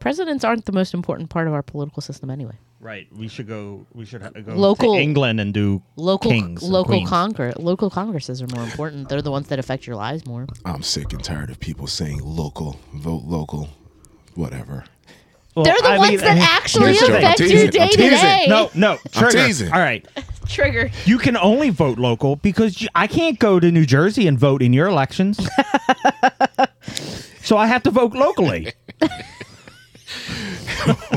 presidents aren't the most important part of our political system anyway. Right. We should go. We should ha- go Local- to England and do Local kings and local queens. congress local congresses are more important. They're the ones that affect your lives more. I'm sick and tired of people saying local, vote local, whatever. Well, They're the I ones mean, that I- actually Here's the joke. I'm affect teasing. you I'm day to teasing. day. No, no. Trigger. teasing. All right. trigger. You can only vote local because you, I can't go to New Jersey and vote in your elections. so I have to vote locally.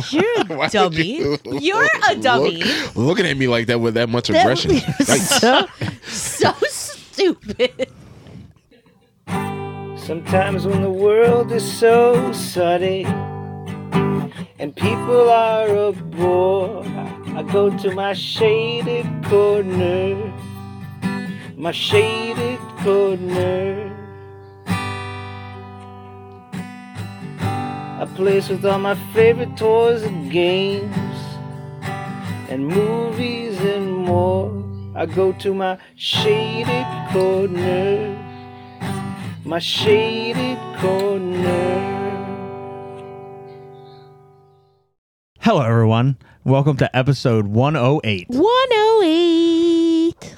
You're a dummy. You are a dummy. Look- looking at me like that with that much That aggression. was Like, so so stupid. Sometimes when the world is so sunny and people are a bore, I go to my shaded corner, my shaded corner. A place with all my favorite toys and games and movies and more. I go to my shaded corner my shaded corner. Hello, everyone. Welcome to episode 108. 108.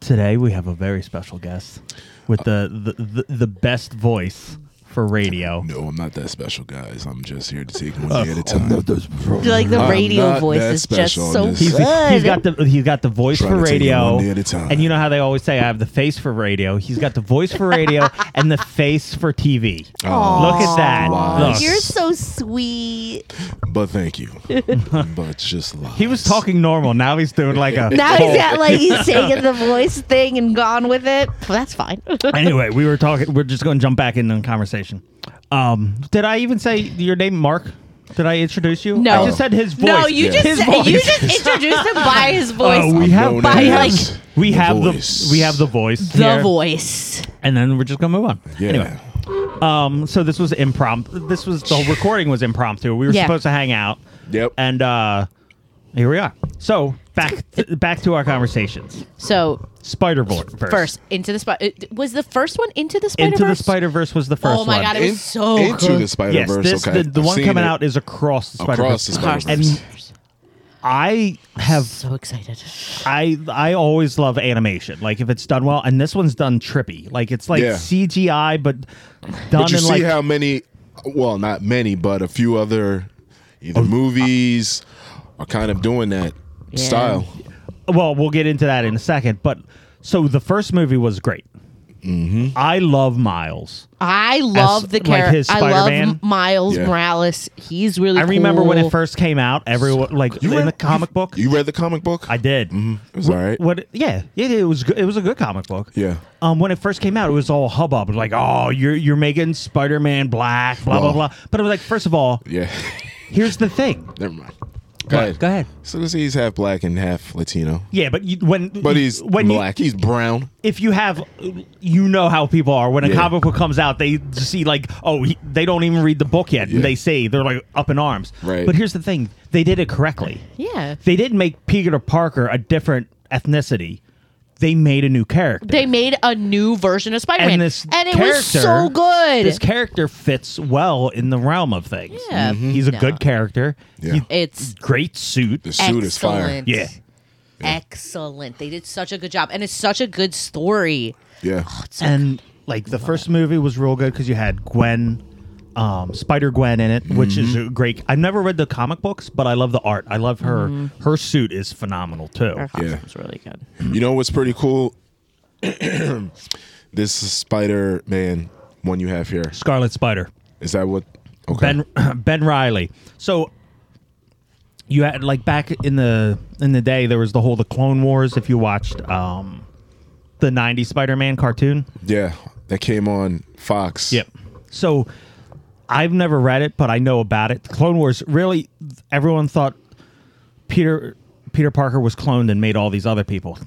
Today we have a very special guest with the the, the, the best voice for radio. no, I'm not that special, guys. I'm just here to take Uh, one day at a time. Like the I'm radio not voice that is just special, so just- He's, good. he's got the he's got the voice Try for to take it radio, one day at a time. and you know how they always say I have the face for radio. He's got the voice for radio and the face for TV. Oh, Look at that! Lies. Look. You're so sweet. but thank you. but just lies. He was talking normal. Now he's doing like a. Now whole- he's at like he's taken the voice thing and gone with it. Well, that's fine. Anyway, we were talking. We're just going to jump back into the conversation. Um, did I even say your name, Mark? Did I introduce you? No. I just said his voice. No, you just his said- you voice. just introduced him by his voice. Oh, we I'm have known by, as like- we have voice. the we have the voice. the here, voice. and then we're just gonna move on. Yeah. Anyway, um, so this was impromptu. This was the whole recording was impromptu. We were Yeah. supposed to hang out, Yep. and uh, here we are. So back to, back to our conversations. So Spider Verse first into the spider was the first one into the spider into the Spider Verse was the first Oh my one. god, it was In- so into good. the Spider Yes, Verse. this okay, the, the I've one seen coming it. out is across the Spider Across the Verse. Spider And- Verse. And I have so excited. I I always love animation. Like if it's done well, and this one's done trippy. Like it's like Yeah. CGI, but done But you in see like how many? Well, not many, but a few other Oh, either uh, movies are kind of doing that Yeah. style. well, we'll get into that in a second. But so the first movie was great. Mm-hmm. I love Miles. I love the like character. his I love Spider-Man? M- Miles Yeah. Morales. He's really. I remember when cool. it first came out, everyone like in read- the comic book. You Mm-hmm. read the comic book? I did. It was all right. What? Yeah, yeah, it was. Good. It was a good comic book. Yeah. Um, when it first came out, it was all hubbub. Like, oh, you're you're making Spider-Man black, blah Well- blah blah. But it was like, first of all, Yeah. here's the thing. Never mind. Go Go ahead. So this he's half black and half Latino, Yeah, but you, when but he's when you, black. he's brown. if you have you know how people are when a Yeah. comic book comes out they see like oh he, they don't even read the book yet Yeah. and they say they're like up in arms Right. but here's the thing they did it correctly Yeah. they didn't make peter parker a different ethnicity they made a new character They made a new version of Spider-Man, and this and it character, was so good. this character fits well in the realm of things Yeah. Mhm. he's a No. good character Mm-hmm. Yeah. He- it's great suit The suit is fire. excellent. yeah Excellent. They did such a good job, and it's such a good story. Yeah. Oh, and like the first movie was real good because you had Gwen, um, Spider Gwen in it, which is a great. I've never read the comic books, but I love the art. I love her. Her suit is phenomenal too. Her Yeah. costume's really good. You know what's pretty cool? this Spider Man one you have here. Scarlet Spider, Is that what? Okay. Ben Ben Riley. So you had like back in the in the day there was the whole the Clone Wars. If you watched um, the '90s Spider Man cartoon, yeah, that came on Fox. Yep. So I've never read it, but I know about it. Clone Wars really everyone thought Peter Peter Parker was cloned and made all these other people.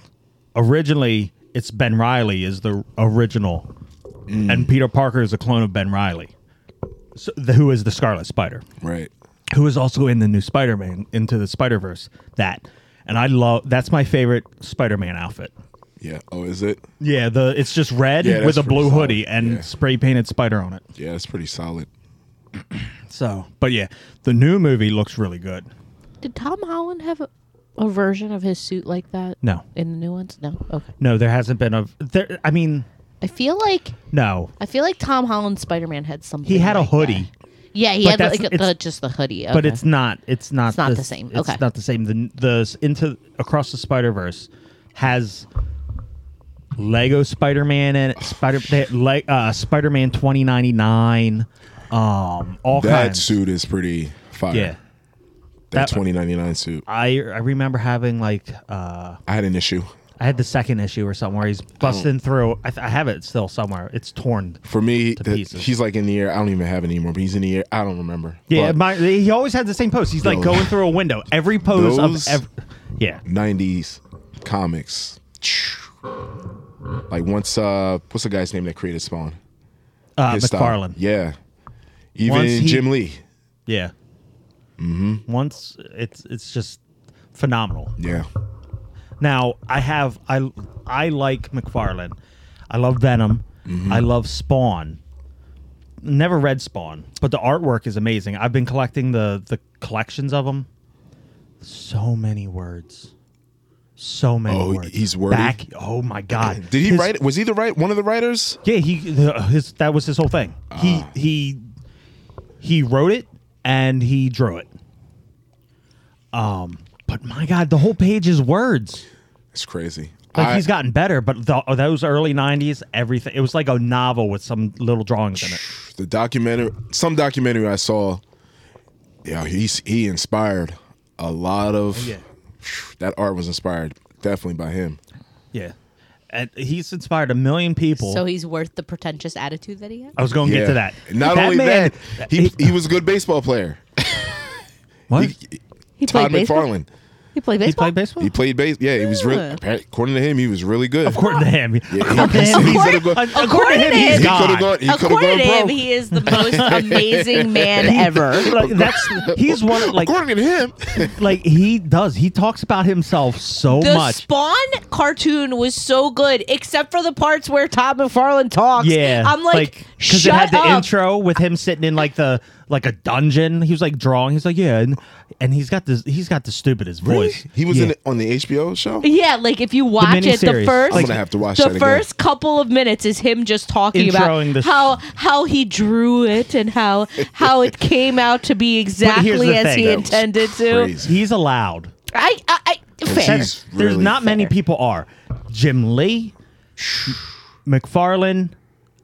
Originally, it's Ben Riley is the original Mm. and Peter Parker is a clone of Ben Riley. So, the, who is the Scarlet Spider? Right. who is also in the new Spider-Man into the Spider-Verse. That and I love that's my favorite Spider-Man outfit. Yeah. Oh, is it? Yeah, the it's just red with Yeah, that's a blue pretty solid. hoodie and Yeah. spray painted spider on it. Yeah, it's pretty solid. So, but yeah, the new movie looks really good. Did Tom Holland have a, a version of his suit like that? No. In the new ones? No. Okay. No, there hasn't been a. There, I mean, I feel like no. I feel like Tom Holland's Spider Man had something. He had a like hoodie, that. Yeah, he But had that's- like a, it's- the, just the hoodie. but Okay. it's not. It's not. It's not the same. It's Okay. not the same. The the into across the Spider Verse has Lego Spider Man and Spider like uh, Spider Man twenty ninety nine. Um, all That kinds. suit is pretty fire. Yeah, that, that- twenty ninety nine suit. I I remember having like uh, I had an issue. I had the second issue or something where he's busting through. I, th- I have it still somewhere. It's torn. For me, that- pieces. he's like in the air. I don't even have it anymore, but he's in the air. I don't remember. Yeah, But my, he always had the same pose. He's like Those- going through a window. Every pose Those- of every. Yeah. 90s comics. Like once, uh, what's the guy's name that created Spawn? Uh, His style. McFarlane. Yeah. Even Once he- Jim Lee. Yeah. Mm-hmm. Once it's it's just phenomenal. Yeah. Now I have I I like McFarlane. I love Venom. Mm-hmm. I love Spawn. Never read Spawn, but the artwork is amazing. I've been collecting the the collections of them. So many words. So many Oh, words. he's wordy? Back. Oh my god. Did he His- write it? Was he the right one of the writers? Yeah, he the- his that was his whole thing. He Ah. he he wrote it and he drew it. Um, but my God, the whole page is words. It's crazy. Like I- he's gotten better, but the, oh, those early '90s, everything it was like a novel with some little drawings in it. the documentary, some documentary I saw. Yeah, he's he inspired a lot of. Oh, yeah. That art was inspired definitely by him. Yeah, and he's inspired a million people. so he's worth the pretentious attitude that he Uh, had. I was going to get to that. Not only man- that, he he was a good baseball player. what? He Todd played baseball. McFarlane. He played he baseball. played baseball. He played base. Yeah, he was really. Yeah. apparent- According to him, he was really good. Of According to him, according to he's- him, he's he's- gonna go- according, According to him, to he's him, He could have God. gone. He could According to have gone him, pro. he is the most amazing man ever. Like, that's he's one like According to him, like he does. He talks about himself so The much. Spawn cartoon was so good, except for the parts where Todd McFarlane talks. yeah, I'm like, because shut it had the up. intro with him sitting in like the like a dungeon. He was like drawing. He's like yeah, and, and he's got this. He's got the stupidest voice. he was yeah. in the, on the HBO show. Yeah, like if you watch it, the miniseries. first I'm gonna have to watch the that again. first couple of minutes is him just talking Introing about the- how how he drew it and how how it came out to be exactly the as thing. he That was intended to. crazy. He's allowed. I I, I And fair. she's There's really not many fair. people are. Jim Lee, McFarlane,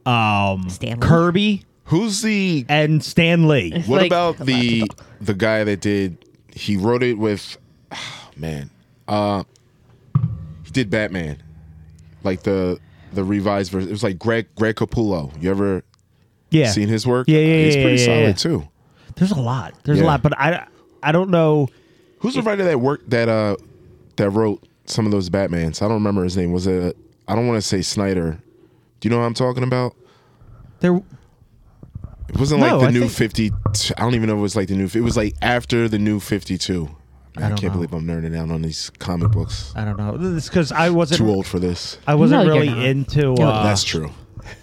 um, Stan Lee. Kirby, Who's the? and Stan Lee. What like about a lot of the the guy that did? He wrote it with, man. Uh, he did Batman, like the the revised version. It was like Greg Greg Capullo. You ever Yeah, seen his work? Yeah, yeah, He's yeah, pretty yeah, solid yeah. too. There's a lot. There's a Yeah. lot, but I I don't know. Who's the writer that worked that uh that wrote some of those Batmans? I don't remember his name. Was it? I don't want to say Snyder. Do you know what I'm talking about? There It wasn't No, like the I new think- 50. I don't even know if it was like the new. It was like after the new 52. Man, I, don't can't know. believe I'm nerding out on these comic books. I don't know. This because I wasn't Too old for this. I wasn't No, you're really not. into. Uh, That's true.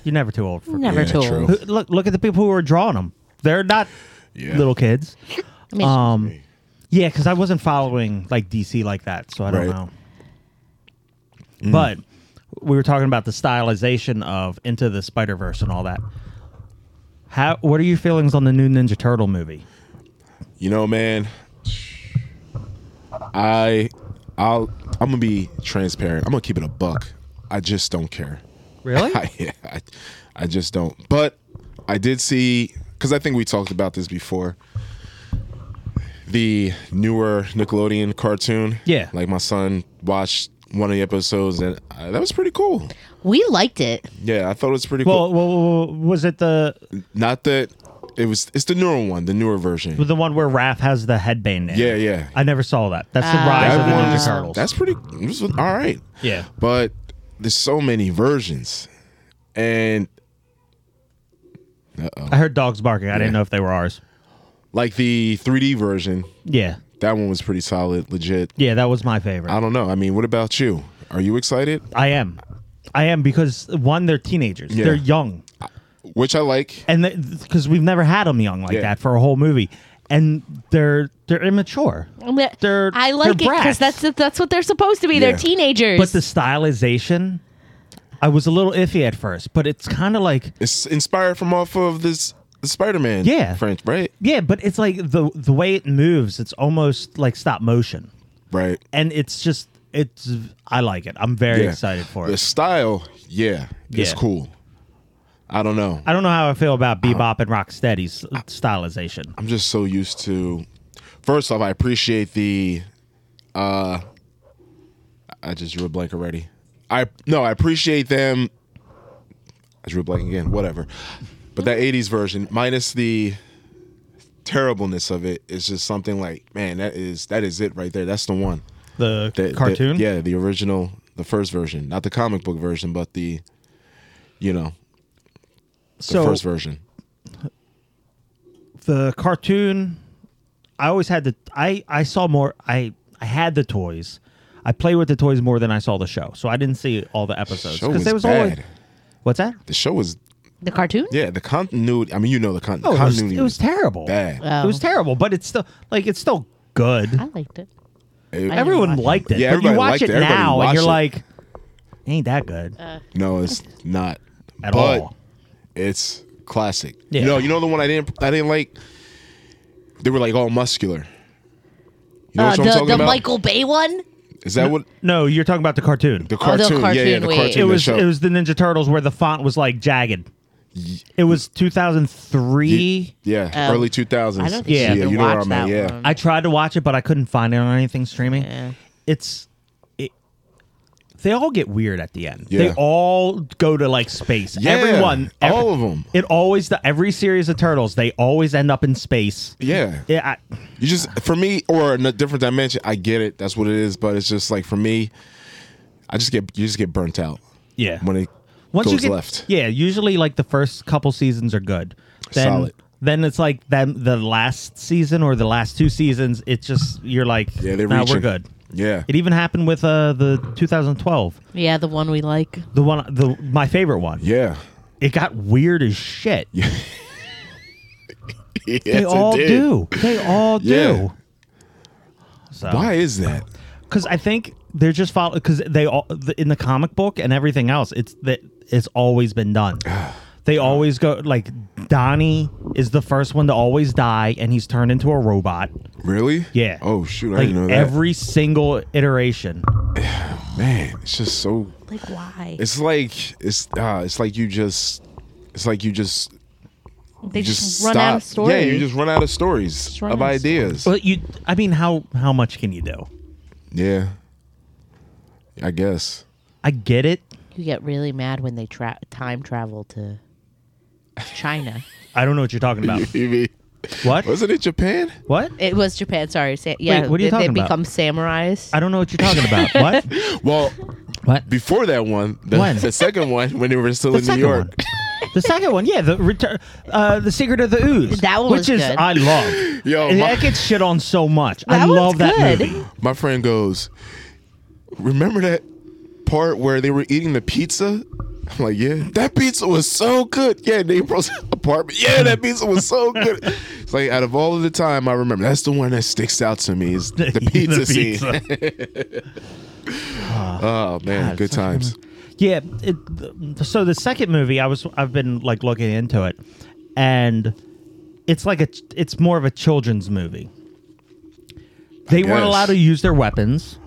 You're never too old for. Never Yeah, told. true. Who- Look, look at the people who are drawing them. They're not Yeah. little kids. I mean, Um, yeah, because I wasn't following like DC like that, so I don't Right. Mm. know. But we were talking about the stylization of Into the Spider Verse and all that. How? What are your feelings on the new Ninja Turtle movie? You know, man. I, I'll. I'm gonna be transparent. I'm gonna keep it a buck. I just don't care. Really? I, I, I just don't. But I did see because I think we talked about this before. The newer Nickelodeon cartoon. Yeah. Like my son watched one of the episodes and uh, that was pretty cool. we liked it. Yeah, I thought it was pretty cool. well, well, well, was it the Not that it was. It's the newer one, the newer version. the one where Raph has the headband? In? it? Yeah, yeah. I never saw that. That's Uh, the rise of the one Ninja is- Turtles. That's pretty. It was all right. yeah. but there's so many versions, and Oh. I heard dogs barking. I didn't know if they were ours. like the 3D version, Yeah. that one was pretty solid, legit. Yeah, that was my favorite. I don't know. I mean, what about you? Are you excited? I am. I am because one, they're teenagers. Yeah. They're young. which I like. and because we've never had them young like Yeah. that for a whole movie, and they're they're immature. They're I like it they're because brats. that's that's what they're supposed to be. They're Yeah. teenagers. but the stylization. I was a little iffy at first, but it's kind of like It's inspired from off of this Spider Man. Yeah. French, right? yeah, but it's like the the way it moves. It's almost like stop motion, Right. and it's just it's. I like it. I'm very excited for The it. style, yeah, it's Yeah. cool. I don't know. I don't know how I feel about bebop and rocksteady's stylization. I'm just so used to. First off, I appreciate the. Uh, I just drew a blank already. I no, I appreciate them. I drew a blank again. Whatever, but that '80s version, minus the terribleness of it, is just something like, man, that is that is it right there. That's the one. The, The- the- cartoon. yeah, the original, the first version, not the comic book version, but the, you know, the so first version. the cartoon i always had the i i saw more i i had the toys i played with the toys more than i saw the show so i didn't see all the episodes Show was, there was bad. always what's that the show was The cartoon? yeah the continuity. I mean, you know the con- oh it was, continuity. it was terrible bad. it was terrible but it's still like it's still good I liked it. It- I- everyone liked it Yeah, but you everybody watch liked it it. Everybody now and watched you're it. like ain't that good no, it's not at but all It's classic. Yeah. You know, you know the one I didn't I didn't like. They were like all muscular. You know Uh, what I'm the talking the about? Michael Bay one? Is that what no you're talking about Oh, the cartoon the Oh, the cartoon? yeah, yeah, cartoon, the wait. cartoon. it the was show. it was the ninja turtles where the font was like jagged it was 2003 yeah, early 2000s. I don't think Yeah. yeah, you can you know where watch I'm at. that Yeah, one. I tried to watch it, but I couldn't find it on anything streaming. Yeah. It's it, they all get weird at the end. They Yeah. all go to like space. Yeah, Oh. Everyone, ev- all of 'em. It always the every series of turtles, they always end up in space. yeah. Yeah, I, You just for me or in a different dimension. I get it. That's what it is. But it's just like for me, I just get you just get burnt out yeah. when it Once goes you get, left. yeah, usually like the first couple seasons are good. Then, Solid. Then it's like then the last season or the last two seasons. It's just you're like, Yeah, they're nah, we're reaching. good. Yeah, It even happened with uh, the 2012, Yeah, the one we like. the one, the my favorite one. yeah. it got weird as shit. Yes, they it all did. do. They all Yeah. do. So, Why is that? Because I think they're just follow. Because they all th- in the comic book and everything else. It's that it's always been done. They always go like Donnie is the first one to always die, and he's turned into a robot. Really? Yeah. Oh shoot, I Like didn't know that. every single iteration. Man, it's just so. Like why? It's like it's uh, it's like you just. It's like you just they you just, just run stop. out of story. Yeah, you just run out of stories run of out of ideas. Well, you. I mean, how how much can you do? Yeah, I guess. I get it. You get really mad when they tra- time travel to China. I don't know what you're talking about. You mean- what? wasn't it Japan? What? it was Japan. Sorry, Sa- yeah. what are you they, talking they about? become samurais. I don't know what you're talking about. what? Well, What? before that one, the, When? the second one, when they were still in New second York. one. The second one, yeah, the return, uh, the secret of the ooze. That one which was is good. I love. Yo, And my- that gets shit on so much. I That one's love that good. movie. My friend goes, "Remember that part where they were eating the pizza?" I'm like, "Yeah, that pizza was so good." Yeah, Napro's apartment. Yeah, that pizza was so good. It's like out of all of the time I remember, that's the one that sticks out to me is the pizza scene. Oh man, God, such a good good times. Yeah. It, th- so the second movie, I was I've been like looking into it, and it's like a ch- it's more of a children's movie. They weren't guess. allowed to use their weapons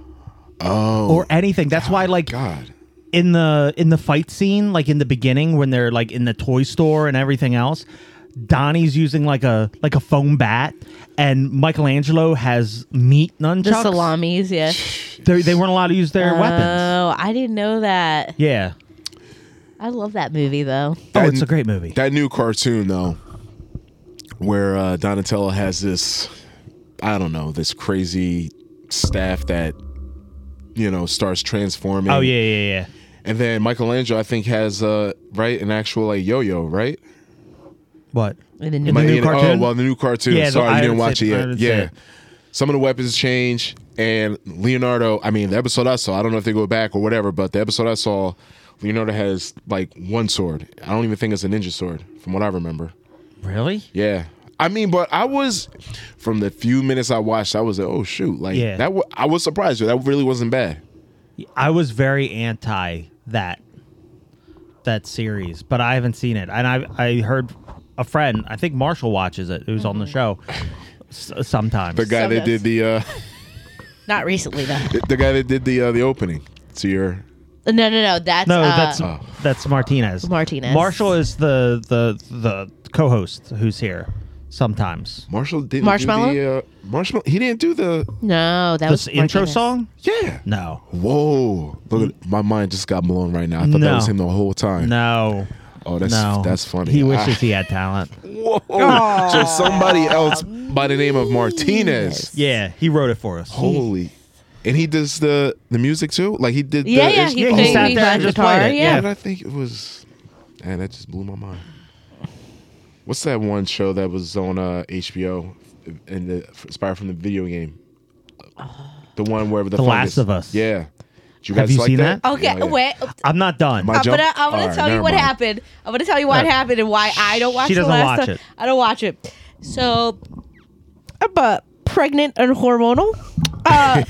Oh or anything. That's why like God, in the in the fight scene, like in the beginning when they're like in the toy store and everything else, Donnie's using like a like a foam bat, and Michelangelo has meat nunchucks. the salamis, yeah. They, they weren't allowed to use Uh, their weapons. Oh, I didn't know that. Yeah. I love that movie though. Oh, That- it's a great movie. that new cartoon though, where uh, Donatello has this, I don't know, this crazy staff that you know starts transforming. oh yeah yeah yeah. And then Michelangelo, I think, has uh right an actual like yo-yo, right? What? In the new In the Like, new in- cartoon? Oh, well, the new cartoon. Yeah, the- Sorry, I you didn't didn't watch see it it. I yet. didn't see Yeah, it. some of the weapons change, and Leonardo. I mean, the episode I saw, I don't know if they go back or whatever, but the episode I saw, You know that has like one sword. I don't even think it's a ninja sword, from what I remember. Really? Yeah. I mean, but I was from the few minutes I watched, I was like, oh shoot, like Yeah. that. W- I was surprised. That really wasn't bad. I was very anti that that series, but I haven't seen it. And I I heard a friend, I think Marshall watches it, who's on the show s- sometimes. The guy So does- that did the uh, Not recently though. the guy that did the uh, the opening to your No, no, no. That's no, uh, that's Oh. that's Martinez. Martinez. Marshall is the the the co-host who's here sometimes. Marshall didn't Marshmallow? do the uh, Marshmallow. He didn't do the no. That was This intro Martinez. song? yeah. No. Whoa! Look, at, my mind just got blown right now. I thought that No. was him the whole time. No. Oh, that's no. that's funny. He Ah. wishes he had talent. Whoa! So somebody else by the name of Martinez. Yeah, he wrote it for us. Holy! And he does the the music too. Like he did. Yeah, the, yeah. He, Yeah, he played, sat he there played and just guitar. played it, Yeah. But I think it was, and that just blew my mind. What's that one show that was on uh, HBO and the, inspired from the video game? The one where the, The fungus- Last of Us. Yeah. Did you Have you seen that? Okay. Oh, Wait. I'm not done. My- I'm jump- gonna, I'm gonna Alright, tell you never what mind. happened. I'm gonna tell you what Uh, happened and why I don't watch she the doesn't last watch time. it. I don't watch it. So I'm uh, pregnant and hormonal. Uh,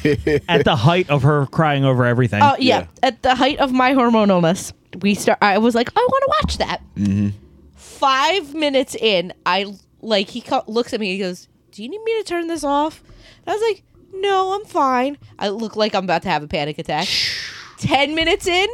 At the height of her crying over everything. uh, yeah, Yeah. At the height of my hormonalness, we start I was like, I wanna watch that. Mm-hmm. Five minutes in, I like he co- looks at me, he goes, Do you need me to turn this off? And I was like, No, I'm fine. I look like I'm about to have a panic attack. Ten minutes in,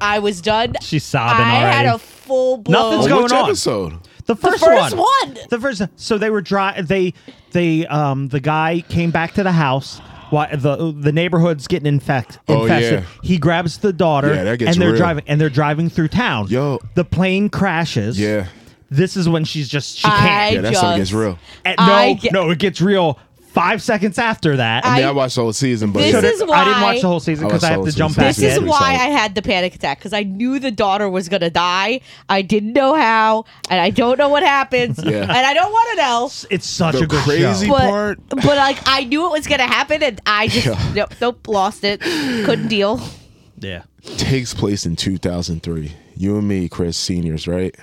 I was done. She's sobbing I already. had a full blown. Nothing's What's What's going which on? episode? the first, first one. one. The first. So they were dry. They they um the guy came back to the house. Why the the neighborhood's getting infect, Oh, infested. yeah. He grabs the daughter Yeah, that gets and they're real. driving and they're driving through town. Yo. the plane crashes. Yeah. This is when she's just she I- can't. Yeah, that song gets Just- real. And I no, get- no, it gets real. Five seconds after that, I mean, I- I watched the whole season, but This Should've- is I didn't why- watch the whole season I because watched I the have whole to jump season. This back That's is in. it. why So- I had the panic attack because I knew the daughter was gonna die. I didn't know how, and I don't know what happens, Yeah. and I don't want to know. It's such The a good crazy show. But part- but like I knew it was gonna happen, and I just Yeah. nope, nope, lost it. Couldn't deal. Yeah. takes place in 2003. You and me, Chris, seniors, right?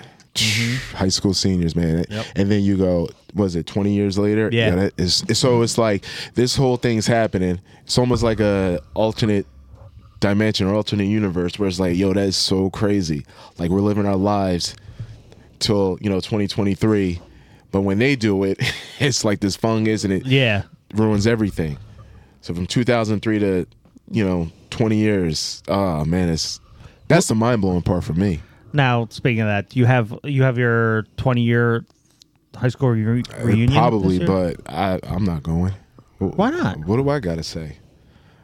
High school seniors, man. And then you go, was it 20 years later? Yeah. that is, so it's like this whole thing's happening. It's almost like a alternate dimension or alternate universe where it's like, yo, that is so crazy. Like we're living our lives till, you know, 2023. But when they do it, it's like this fungus and it Yeah. ruins everything. So from 2003 to you know 20 years, oh man, it's that's the mind blowing part for me. Now, speaking of that, you have you have your twenty year high school re- reunion. Uh, Probably, this year? but I I'm not going. Why not? What do I gotta say?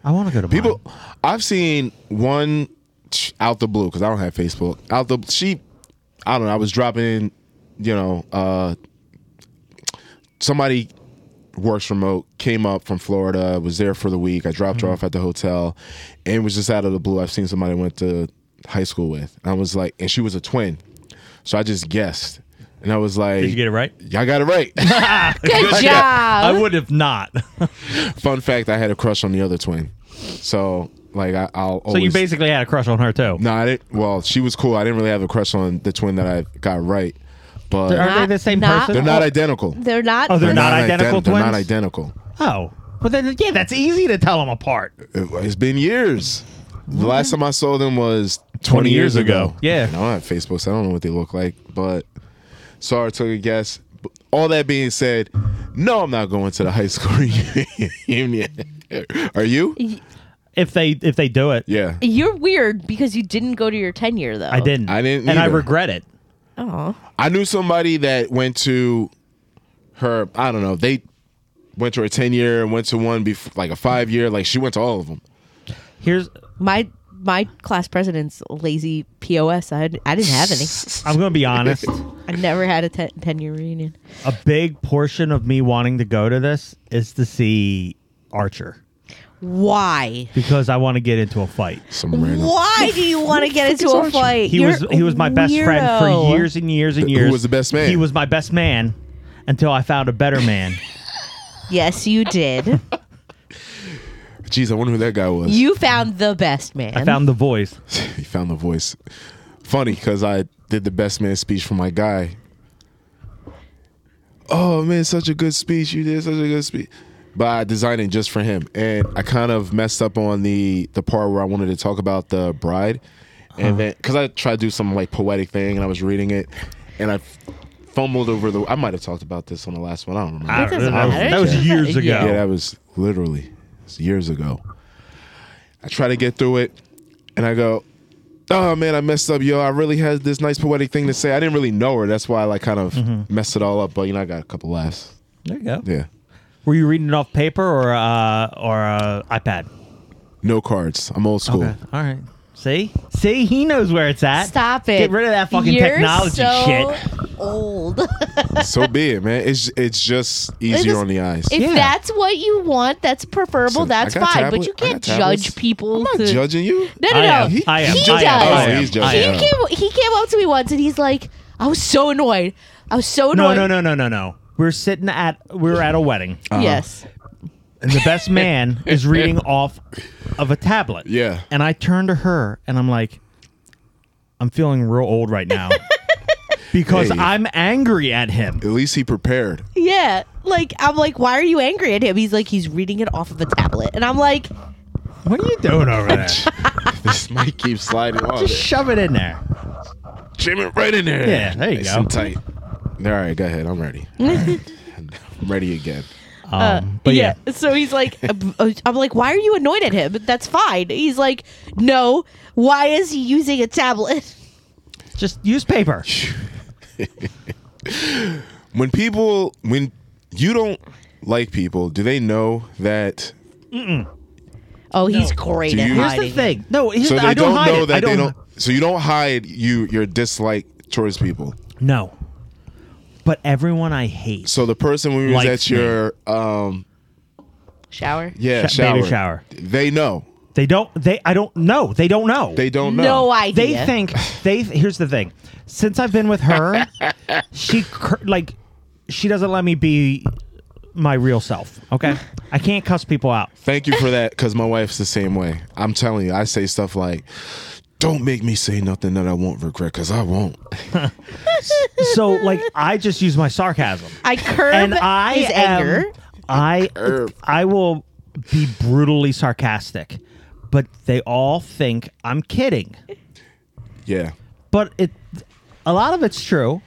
I want to go to People, mine. I've seen one ch- out the blue because I don't have Facebook. Out the she, I don't know. I was dropping, you know, uh, somebody works remote came up from Florida, was there for the week. I dropped Mm-hmm. her off at the hotel, and it was just out of the blue. I've seen somebody I went to high school with. I was like, and she was a twin, so I just guessed, and I was like, Did you get it right? Y'all got it right. Good job. I would have not. so Fun fact: I had a crush on the other twin, so like I, I'll. So you basically had a crush on her too. No, I didn't. Well, she was cool. I didn't really have a crush on the twin that I got right, but they're, Are Not- they the same not- person? not identical. They're, They're not. Oh, they're not ident- identical They're not twins? identical. Oh, well then, yeah, that's easy to tell them apart. It, has been years. The last time I saw them was 20, years years ago. ago. Yeah. And I don't have Facebook, so I don't know what they look like. But sorry, I took a guess. But All that being said, no, I'm not going to the high school reunion. Are you? If they if they do it, Yeah. You're weird because you didn't go to your tenure though. I didn't. I didn't and I either. regret it. Oh, I knew somebody that went to her. I don't know. They went to a ten year and went to one before, like a five year. Like she went to all of them. Here's my my class president's lazy pos. I I didn't have any. I'm going to be honest. I never had a ten- tenure reunion. a big portion of me wanting to go to this is to see Archer Why? because I want to get into a fight. Some random. Why do you want to get into a fight? He You're was he was my best friend weirdo. for years and years and Who years. was the best man? He was my best man until I found a better man. Yes, you did. Jeez, I wonder who that guy was. You found the best man. I found the voice. he found the voice. Funny because I did the best man speech for my guy. Oh man, such a good speech you did, such a good speech. But I designed it just for him, and I kind of messed up on the the part where I wanted to talk about the bride, and then because I tried to do some like poetic thing, and I was reading it, and I fumbled over the. I might have talked about this on the last one. I don't remember. I- doesn't that was- matter. That was Yeah. years ago. Yeah. Yeah, that was literally it's years ago. I try to get through it, and I go, "Oh man, I messed up, yo. I really had this nice poetic thing to say. I didn't really know her. That's why I like kind of Mm-hmm. messed it all up. But you know, I got a couple laughs. There you go. Yeah, Were you reading it off paper or uh, or uh, iPad? no cards. I'm old school. Okay. All right. See? See, he knows where it's at. Stop it. Get rid of that fucking You're technology so shit. Old. so be it, man. It's it's just It easier is- on the eyes. If Yeah. that's what you want, that's preferable. Listen, that's I got fine. tablet- but you I got can't tablets. judge people. I'm not to- judging you. No, no, I no. am. He, I am. he I does. am. Oh, he's I judging. am. Yeah. He came. He came up to me once and he's like, "I was so annoyed. I was so No, annoyed." no, no, no, no, no. We're sitting at we're at a wedding, Uh-huh. Yes. and the best man is reading off of a tablet. Yeah. And I turn to her, and I'm like, I'm feeling real old right now because Hey. I'm angry at him. At least he prepared. Yeah. Like I'm like, why are you angry at him? He's like, he's reading it off of a tablet, and I'm like, What are you doing over there? this mic keeps sliding off. Just shove it in there. Jam it right in there. Yeah, there you nice go. And tight. All right, go ahead. I'm ready. All right. I'm ready again. Um, but yeah. So he's like, uh, I'm like, why are you annoyed at him? That's fine. He's like, no. Why is he using a tablet? just use paper. when people when you don't like people do they know that Oh, he's great Do at you- Here's the hiding. it. thing. No, here's so the, they I don't, hide know it. that I they don't so you don't hide you your dislike towards people No. But everyone I hate. so the person when we was Likes at your um Shower. yeah Sh- shower, baby shower. they know They don't. They. I don't know. They don't know. they don't know No idea. They think. They. Here's the thing. Since I've been with her, she cur- like, she doesn't let me be my real self. Okay. I can't cuss people out. thank you for that because my wife's the same way i'm telling you i say stuff like don't make me say nothing that i won't regret because i won't So like, I just use my sarcasm. I curb and I his am, anger. I I will be brutally sarcastic, but they all think I'm kidding. yeah But it a lot of it's true,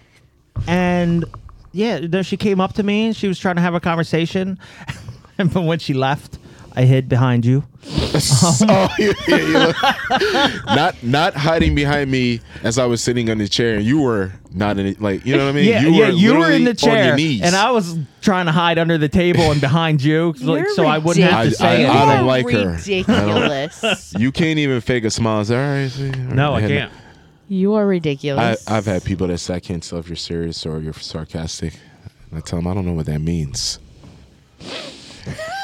and yeah, no, she came up to me and she was trying to have a conversation, and but when she left, I hid behind you. oh, yeah, yeah, you look- not not hiding behind me as I was sitting on the chair, and you were not in it. Like you know what I mean? yeah, you yeah, you were literally in the chair, on your knees. and I was trying to hide under the table and behind you, like, You're so I wouldn't have to ridiculous. say I- I- anything. I don't You're like her. Ridiculous. you can't even fake a smile. It's, All right, see, all right." no, I had- can't. you are I, ridiculous. I've had people that say, "I can't tell if you're serious or you're sarcastic," and I tell them, "I don't know what that means."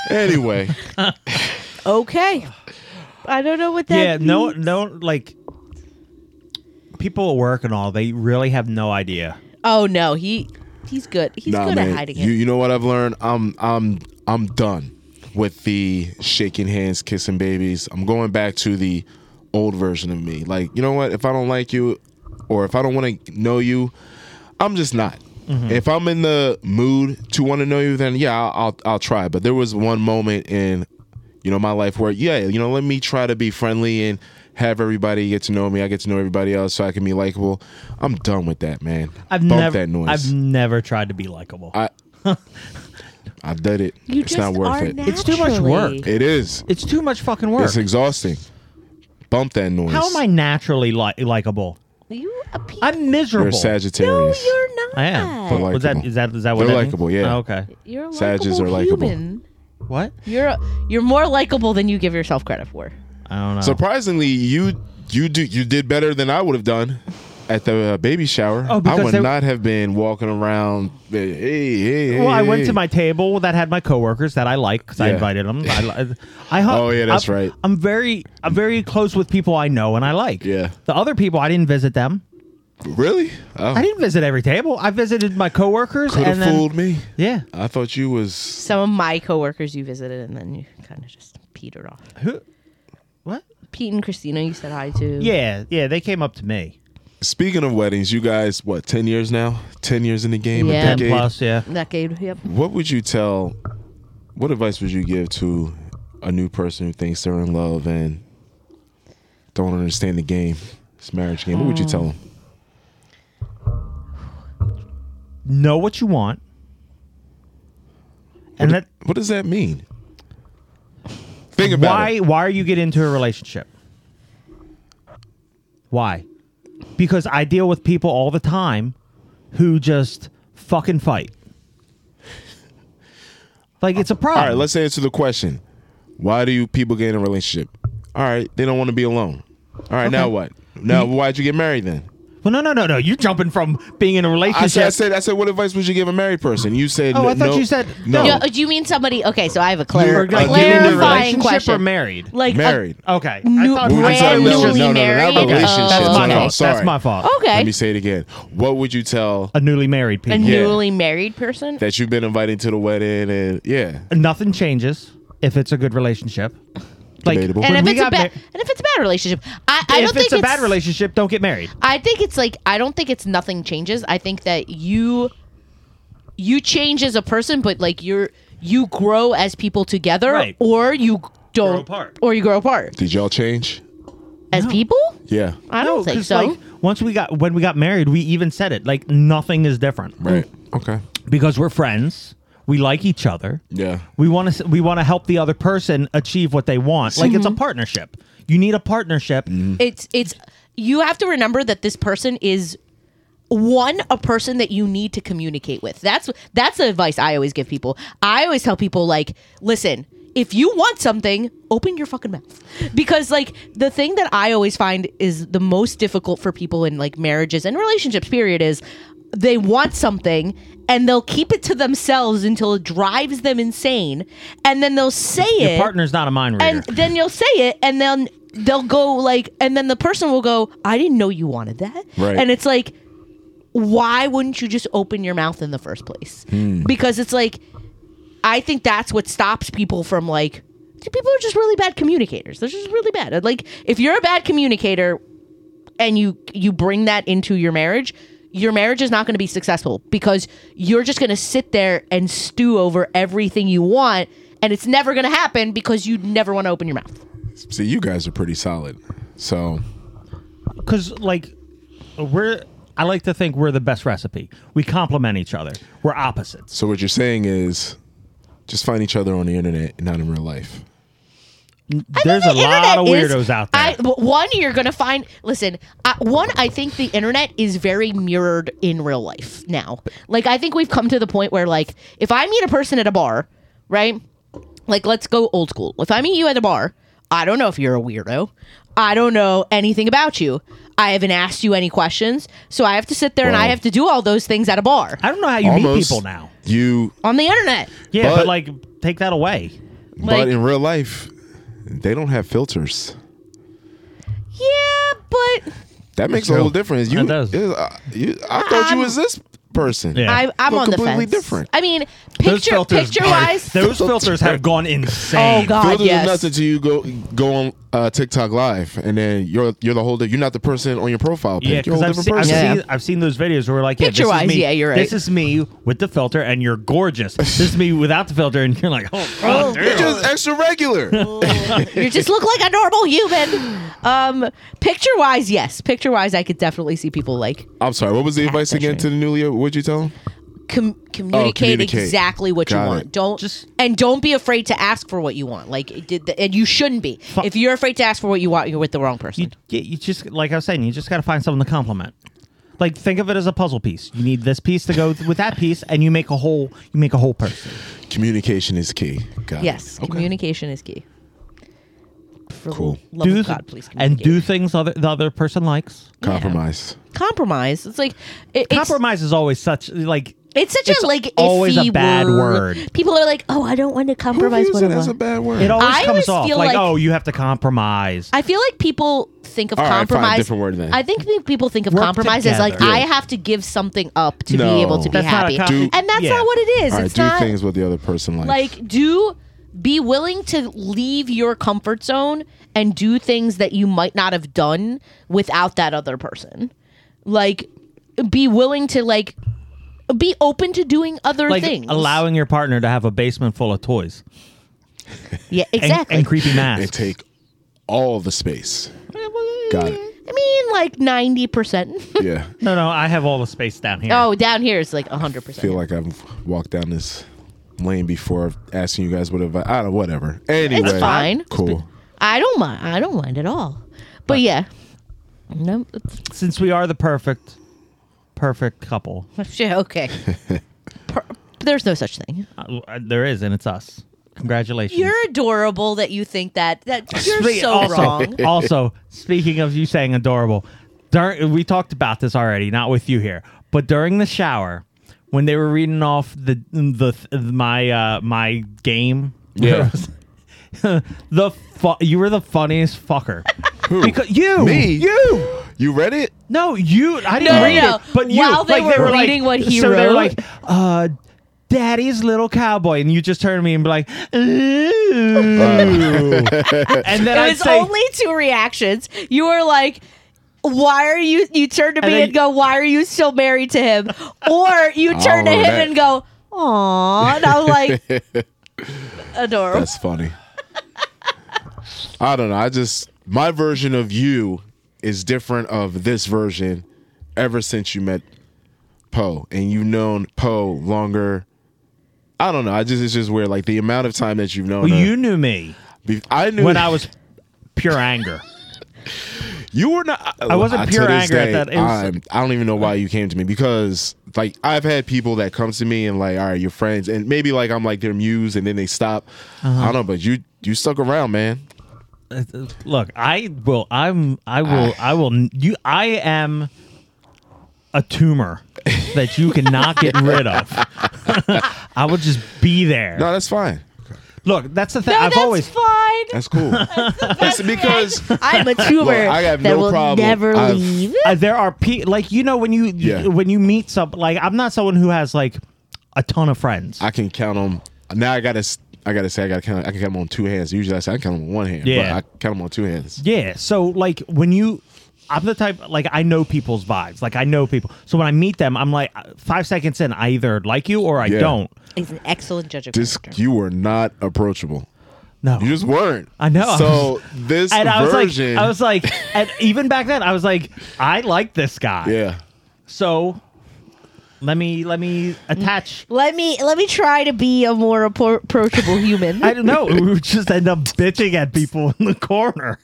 anyway, okay. I don't know what that. yeah no means. no like people at work and all they really have no idea Oh no, he he's good. He's nah, good man, at hiding it. you you know what I've learned? I'm I'm I'm done with the shaking hands, kissing babies. I'm going back to the old version of me. Like, you know what? If I don't like you or if I don't want to know you, I'm just not. Mm-hmm. If I'm in the mood to want to know you, then yeah, I'll, I'll I'll try. But there was one moment in you know my life where yeah, you know, let me try to be friendly and have everybody get to know me. I get to know everybody else, so I can be likable. I'm done with that, man. i've Bump never that noise. i've never tried to be likable I I did it. You it's not worth are it. It's too much naturally- work. It is. it's too much fucking work It's exhausting. Bump that noise. how am i naturally li- likable You a piece. i'm You're miserable a no, Sagittarius. you're not. i am They're Was that likable. is that is that what They're that means? likable, yeah. Oh, okay You're a Sages likable are likable. human. what You're a, you're more likable than you give yourself credit for. i don't know Surprisingly, you you do you did better than I would have done at the uh, baby shower. Oh, because I would they- not have been walking around. Hey, hey, hey. well, I went hey. to my table that had my coworkers that I like because I Yeah. invited them. I, li- I hung, Oh, yeah, that's I'm- right. I'm very, I'm very close with people I know and I like. Yeah. The other people, I didn't visit them. really. Oh, I didn't visit every table. I visited my coworkers could have and then fooled me. yeah. I thought you was Some of my coworkers you visited, and then you kind of just petered off. Who? What? Pete and Christina, you said hi to. Yeah, yeah. They came up to me. Speaking of weddings, you guys, what, 10 years now? 10 years in the game? a Yeah. Ten decade? plus. Yeah. Decade. Yep. What would you tell, what advice would you give to a new person who thinks they're in love and don't understand the game, this marriage game? What would you Um, tell them? Know what you want. And that What does that mean? Think about why it. why are you get into a relationship? Why? Because I deal with people all the time who just fucking fight. Like it's a problem. All right, let's answer the question. Why do you people get in a relationship? All right, they don't want to be alone. All right, now what? Now why'd you get married then? well, no, no, no, no. You're jumping from being in a relationship. I said, I said, I said, what advice would you give a married person? You said, Oh, I no- thought no- you said- no. No, Oh, do you mean somebody? Okay, so I have a Or, clar- like, getting into a clarifying relationship question. or married. like a- married. Okay. New- I thought, Would you I thought it tell- was Randomly just- no, no, no, married? Not Okay. relationships. That's No, my no, fault. sorry. That's my fault. okay, Let me say it again. What would you tell a newly married people. a Yeah. newly married person. that you've been invited to the wedding and yeah, Nothing changes if it's a good relationship. Like, Debatable. and when if we it's a got bad, mar- and if it's a bad relationship, I, I if don't think it's a bad relationship, don't get married. I think it's like I don't think it's nothing changes. I think that you you change as a person, but like you're you grow as people together, Right. or you don't, apart. or you grow apart did y'all change? as people. Yeah, I don't No, think 'cause, so. Like, once we got when we got married, we even said it like nothing is different right. Okay. because we're friends. We like each other. Yeah. We want to we want to help the other person achieve what they want. Like Mm-hmm. it's a partnership. You need a partnership. Mm-hmm. it's it's you have to remember that this person is one a person that you need to communicate with that's that's the advice i always give people i always tell people like listen if you want something open your fucking mouth because like the thing that i always find is the most difficult for people in like marriages and relationships period is they want something and they'll keep it to themselves until it drives them insane and then they'll say Your it partner's not a mind reader. and then you'll say it and then they'll go like and then the person will go i didn't know you wanted that Right. and it's like why wouldn't you just open your mouth in the first place because it's like i think that's what stops people from like people are just really bad communicators they're just really bad like if you're a bad communicator and you you bring that into your marriage your marriage is not going to be successful because you're just going to sit there and stew over everything you want and it's never going to happen because you never want to open your mouth See, you guys are pretty solid. So because like we're I like to think we're the best recipe. We complement each other. We're opposites. So what you're saying is, just find each other on the internet and not in real life. There's a The internet lot of is- weirdos out there. I, w- one, you're going to find, listen, I, one, I think the internet is very mirrored in real life now. Like, I think we've come to the point where, like, if I meet a person at a bar, right? Like, let's go old school. If I meet you at a bar, I don't know if you're a weirdo. I don't know anything about you. I haven't asked you any questions. So I have to sit there and Wow. I have to do all those things at a bar I don't know how you meet Almost people now. You, on the internet. Yeah, but, But- like take that away. Like- but in real life, they don't have filters. Yeah, but That makes true. a whole difference. You, It does. is- I, you- I thought I'm- you was this person. Yeah. I, I'm Look on the completely fence. different. I mean, Those picture filters picture are- wise. those filters have gone insane. Oh God, Filters yes. are nothing to you. Go go on uh, TikTok live, and then you're you're the whole. di- You're not the person on your profile pic. Yeah, you're a because whole I've, different seen- I've, person. Yeah. seen- I've seen those videos where we're like, yeah, this is Picture-wise, me. yeah, you're This right. is me with the filter, and you're gorgeous. this is me without the filter, and you're like, oh, God, damn. You're just extra regular. you just look like a normal human. Um, picture wise, yes. Picture wise, I could definitely see people like I'm sorry. What was the advice again to the newly? What'd you tell him? com- communicate, communicate. exactly what Got you it. want. Don't Just- and don't be afraid to ask for what you want. Like it did, the, and you shouldn't be. If you're afraid to ask for what you want, you're with the wrong person. you, yeah, you just like I was saying, you just got to find something to compliment. Like think of it as a puzzle piece. You need this piece to go th- with that piece, and you make a whole. You make a whole person. Communication is key. Got it. yes, Okay. communication is key. For the Cool. Love do of th- God, please and communicate. do things other the other person likes. Compromise. compromise. It's like it, it's, Compromise is always such like It's such It's a like always a iffy bad word. People are like, "Oh, I don't want to Who compromise." views what I it as a want." bad word? it always I comes always off feel like, like- oh you have to compromise. I feel like people think of All right, fine, compromise. different word then. I think pe- people think of Work compromise as like together. I have to give something up to No. be able to be That's not happy, a com- Do- and that's yeah. not what it is. All right. it's Do not things with the other person like. like do be willing to leave your comfort zone and do things that you might not have done without that other person. Like, be willing to like be open to doing other like things. allowing your partner to have a basement full of toys yeah, and, exactly. and creepy and masks. take all the space. Got it. I mean, like ninety percent. Yeah. no, no, I have all the space down here. oh, down here is like hundred I feel percent. like I've walked down this lane before of asking you guys what advice. I don't whatever. Anyway. fine. Cool. I don't mind. I don't mind at all. But yeah, no. Since we are the perfect, perfect couple, Yeah, okay. Per- There's no such thing. uh, uh, there is, and it's us. Congratulations. You're adorable that you think that. That you're Spe- so also, wrong. also, speaking of you saying adorable, dur we talked about this already, not with you here, but during the shower when they were reading off the the my uh, my game, Yeah. the fu- you were the funniest fucker. Who? Because you, Me? you, You read it? no, you. I didn't No, read no. it, but you. While they like, were like- reading what he so they were wrote- like, uh, "Daddy's little cowboy," and you just turn to me and be like, "Ooh," Uh. and then It I was say, only two reactions. You were like, "Why are you?" You turned to me And and, then- go, "Why are you still married to him?" Or you turn to remember him that. and go, "Aw," and I was like, "Adorable." That's funny. I don't know. I just my version of you is different of this version ever since you met Poe and you've known Poe longer. I don't know. I just it's just weird. Like the amount of time that you've known Well, her. you knew me Be- I knew when I was pure anger. You were not. I wasn't to pure this anger at that. It was- I'm- I don't even know why you came to me because, like, I've had people that come to me and like, all right, you're friends, and maybe like I'm like their muse, and then they stop. Uh-huh. I don't know, but you you stuck around, man. Look, I will. I'm. I will. Ah. I will. You. I am a tumor that you cannot get rid of. I will just be there. No, that's fine. Look, that's the thing. No, I've that's always. fine. That's cool. Listen, because I'm a tumor Look, I have that no will problem. never I've- leave. uh, there are pe- like you know when you Yeah. when you meet some like I'm not someone who has like a ton of friends. I can count them. Now I gotta s- I gotta say I gotta count. I can count them on two hands. Usually I say I can count them on one hand. Yeah. but I count them on two hands. Yeah. So like when you, I'm the type like I know people's vibes. Like I know people. So when I meet them, I'm like uh, five seconds in, I either like you or I Yeah. don't. He's an excellent judge of This character. you were not approachable. No. You just weren't. I know. I So was- this and I was version, like, I was like, and even back then, I was like, I like this guy. yeah. So let me let me attach. Let me let me try to be a more appro- approachable human. I I, don't know. We would just end up bitching at people in the corner.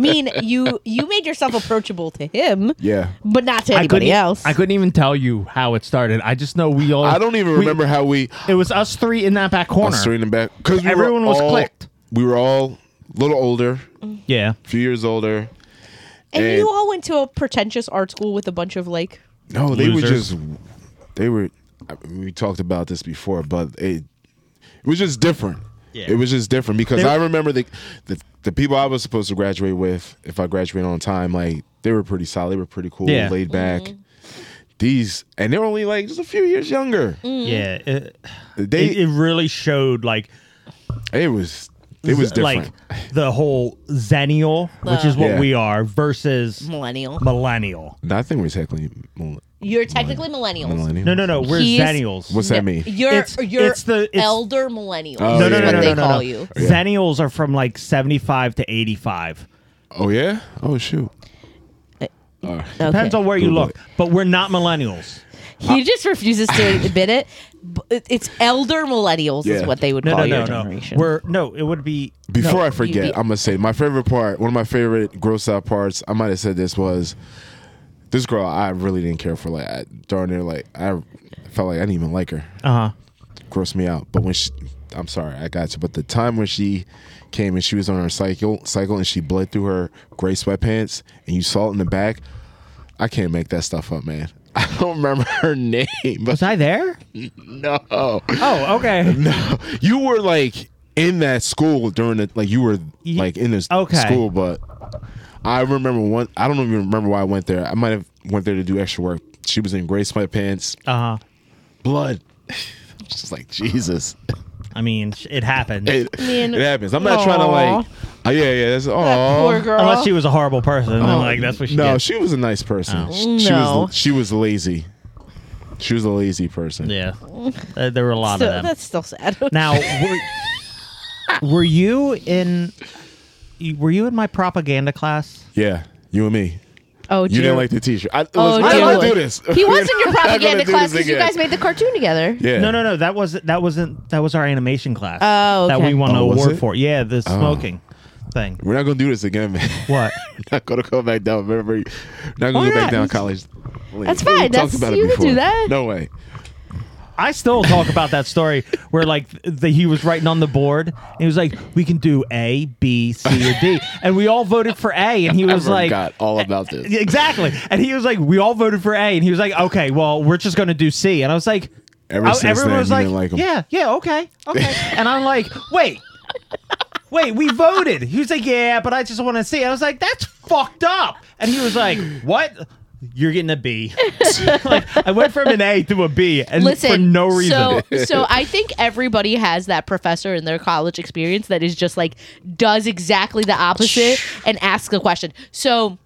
mean, you you made yourself approachable to him, Yeah. but not to I couldn't- anybody else. I couldn't even tell you how it started. I just know we all. I don't even we- remember how we It was us three in that back corner. us three in the back because Everyone was clicked. We were all a little older, Yeah. a few years older. and and- you all went to a pretentious art school with a bunch of like No, they were Losers. just they were. I mean, we talked about this before, but it it was just different. Yeah. It was just different because They- I remember the, the the people I was supposed to graduate with, if I graduated on time, like they were pretty solid, they were pretty cool, Yeah. laid back. These and they were only like just a few years younger. Mm. Yeah. It, They it, it, it really showed like was it was z- different. like the whole zennial, which is what Yeah. we are, versus millennial. millennial. No, I think we're technically mil- You're technically millennials. millennial. No, no, no. We're He's- zennials. What's that mean? You're It's- you're it's the- it's- elder millennials. Oh, no, is no, no, what no, they no, no, call no. you. Zennials are from like seventy-five to eighty-five. Oh yeah. Oh shoot. Depends on where you Google look, it. but we're not millennials. He just refuses to admit it. but it- It's elder millennials is Yeah. what they would No, call no, your no, no. generation. We're no. It would be Before no. I forget, be- I'm gonna say my favorite part. One of my favorite gross out parts. I might have said this was this girl. I really didn't care for. Like I, darn near, like I felt like I didn't even like her. Uh huh. Grossed me out. But when she, I'm sorry, I got you. But the time when she came and she was on her cycle, cycle, and she bled through her gray sweatpants, and you saw it in the back. I can't make that stuff up, man. I don't remember her name, but Was I there? no, Oh, okay. no, you were like in that school during the like you were Ye- like in this okay. school, but I remember one. I don't even remember why I went there. I might have went there to do extra work. She Uh-huh. was in gray sweatpants, Uh huh. blood. Just like Jesus. I mean, sh- it happened. It, Man. it happens. I'm not trying to like. Oh yeah, yeah. That's That poor oh. girl. Unless she was a horrible person, and Oh, like that's what she No, did. she was a nice person. Oh. She, she No. was she was lazy. She was a lazy person. yeah, Uh, there were a lot So- of them. that's still sad. Now, were, were you in? you- Were you in my propaganda class? Yeah, you and me. oh, You dear. didn't like the teacher. I, Oh, listen, I don't dear. do this. He was in your We're not gonna propaganda do class this because you again. guys made the cartoon together. Yeah. No, no, no. That was that wasn't that was our animation class. Oh, that okay. we won an Oh, was award it? for. Yeah, the smoking thing. We're not gonna do this again, man. What? We're not gonna go back down. Remember, we're not gonna Why go not? back down college. lane. That's We fine. talked That's- about it you can do before. that. No way. I still talk about that story where like the, he was writing on the board. And he was like, "We can do A, B, C, or D," and we all voted for A. And he was I like, forgot all about this. Exactly. And he was like, we all voted for A. And he was like, okay, well, we're just going to do C. And I was like, Ever I- since then, you didn't like him. yeah, yeah, okay, okay. and I'm like, wait, wait, we voted. He was like, yeah, but I just want to see. I was like, that's fucked up. And he was like, what? You're getting a B. like, I went from an A to a B, and Listen, for no reason. So, so I think everybody has that professor in their college experience that is just like does exactly the opposite and asks a question. So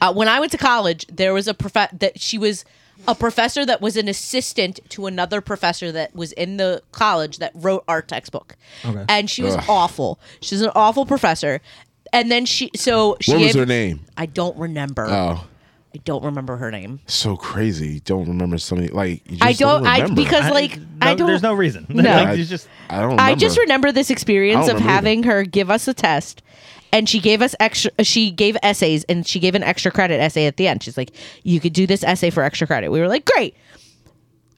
uh, when I went to college, there was a prof that she was a professor that was an assistant to another professor that was in the college that wrote our textbook, and she was awful. She was an awful professor, and then she so she What was gave- her name? I don't remember. Oh, I don't remember her name. so crazy. You Don't remember so many. Like you just I don't. I remember. because like I no- don't. There's no reason. I, like, it's just I don't. Remember. I just remember this experience I of don't remember having her give us a test and she gave us extra she gave essays and she gave an extra credit essay at the end. She's like, "You could do this essay for extra credit." We were like, "Great."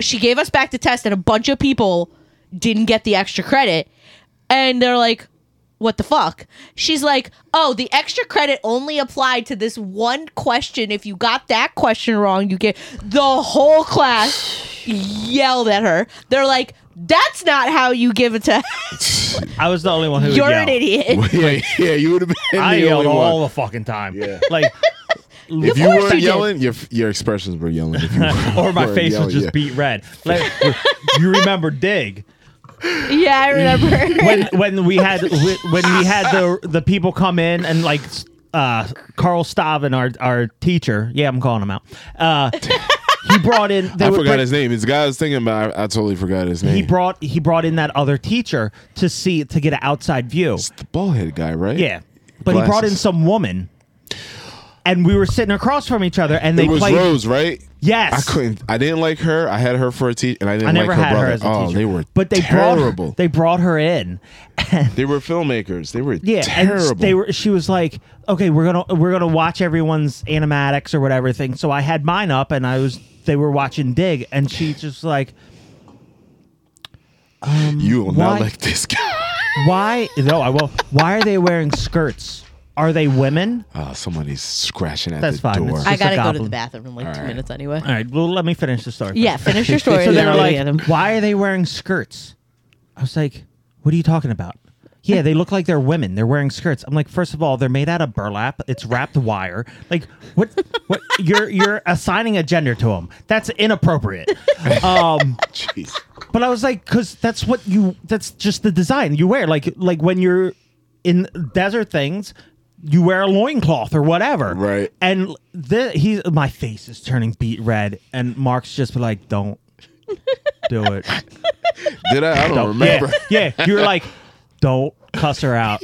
She gave us back the test and a bunch of people didn't get the extra credit and they're like, "What the fuck?" She's like, "Oh, the extra credit only applied to this one question. If you got that question wrong, you get the whole class yelled at her. They're like, "That's not how you give a test." I was the only one who. would You're yell. an idiot. yeah, yeah, you would have been I the yelled only all one. the fucking time. Yeah. Like, If course you I weren't did. yelling, your your expressions were yelling. If you or my weren't face yelling, would just yeah. beat red. Like, you remember Dig Yeah, I remember. when when we had wh- when we had the the people come in and like uh, Carl Stavin, our our teacher. Yeah, I'm calling him out. Uh, he brought in. They I would forgot bring- his name. It's the guy I was thinking about. I, I totally forgot his name. He brought he brought in that other teacher to see to get an outside view. the ballhead guy, right? Yeah, but he brought in Glasses. some woman, and we were sitting across from each other, and they it was played. Rose, right? I Yes, couldn't. I didn't like her. I had her for a teacher, and I didn't I never like her had brother. her as a oh, teacher. they were but they terrible. Brought, they brought her in, and they were filmmakers. They were yeah, terrible. and they were. She was like, "Okay, we're gonna we're gonna watch everyone's animatics or whatever thing." So I had mine up, and I was they were watching Dig, and she just like, you will why- not like this guy. "Why? No, I will. Why are they wearing skirts? Are they women?" Oh, somebody's scratching at That's the fine. door. It's I just a gotta go to goblin. the bathroom in like two minutes anyway. All right, well, let me finish the story. Yeah, finish your story. So and then they're we'll get like, him. why are they wearing skirts? I was like, what are you talking about? Yeah, they look like they're women. They're wearing skirts. I'm like, first of all, they're made out of burlap. It's wrapped wire. Like, what? What? You're you're assigning a gender to them. That's inappropriate. Um, Jeez. but I was like, because that's what you. That's just the design you wear. Like like when you're in desert things, you wear a loincloth or whatever. Right. And the, he's my face is turning beet red, and Mark's just like, don't do it. Did I? I don't, remember. Yeah, yeah. You're like, don't cuss her out.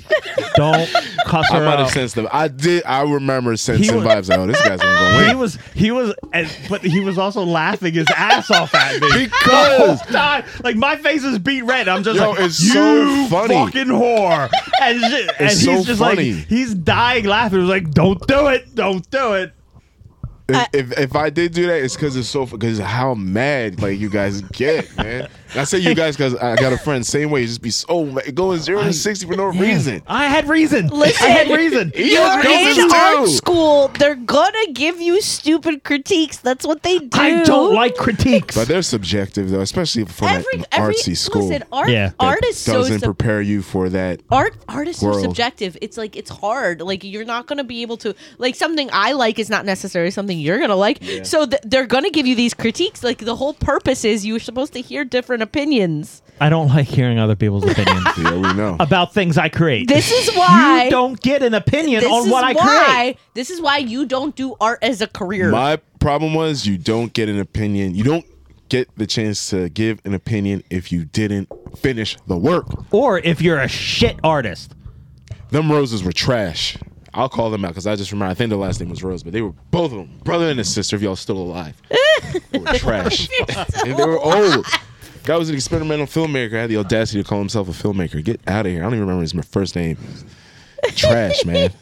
Don't cuss I her might have out. sensed them. I did. I remember sensing was- vibes. Like, oh, this guy's gonna he win. was he was and, but he was also laughing his ass off at me. Because- The whole time, like my face is beat red. I'm just Yo, like it's you so funny." fucking whore. And, sh- and he's It's so just funny. like he's dying laughing. He was like, Don't do it, don't do it. If, if, if I did do that, it's because it's so because how mad like you guys get, man. And I say you guys because I got a friend same way. You just be so mad, going zero to sixty for no reason. I had reason. Listen. I had reason. He was You're guilty in art too. school. They're gonna give you stupid critiques. That's what they do. I don't like critiques. But they're subjective though, especially from every, that every artsy school. Listen, art, Yeah. That art is so doesn't sub- prepare you for that. art art is so world. subjective. It's like it's hard. Like you're not gonna be able to like something I like is not necessarily something you're gonna like. So th- they're gonna give you these critiques. Like the whole purpose is you're supposed to hear different opinions. I don't like hearing other people's opinions Yeah, we know. about things I create. This is why you don't get an opinion this on is what I why create. this is why you don't do art as a career. My problem was you don't get an opinion. You don't get the chance to give an opinion if you didn't finish the work. Or if you're a shit artist, Them roses were trash. I'll call them out because I just remember. I think the last name was Rose, but they were both of them, brother and a sister. If y'all still alive, they were trash. And they were old. Guy was an experimental filmmaker. Had the audacity to call himself a filmmaker. Get out of here. I don't even remember his first name. Trash, man.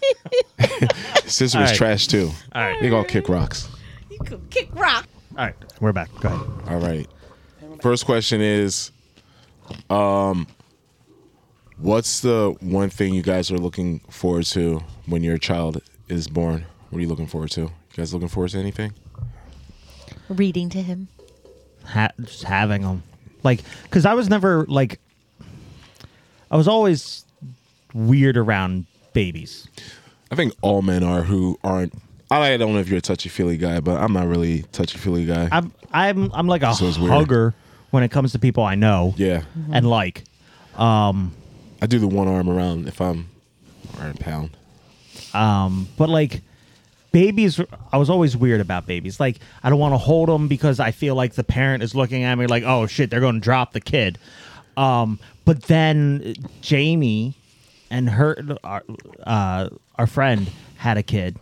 sister was All right. trash too. All right. They all kick rocks. you could kick rock. all right, we're back. Go ahead. All right. First question is, um, what's the one thing you guys are looking forward to when your child is born? What are you looking forward to? You guys looking forward to anything? Reading to him. ha- just having them like because i was never like i was always weird around babies I think all men are who aren't. I don't know if you're a touchy feely guy, but I'm not really touchy feely guy. i'm i'm i'm like a So it's weird. hugger when it comes to people i know yeah, and like I do the one arm around if I'm or a pound. but like babies i was always weird about babies like i don't want to hold them because i feel like the parent is looking at me like oh shit they're going to drop the kid um but then uh, jamie and her our, uh, our friend had a kid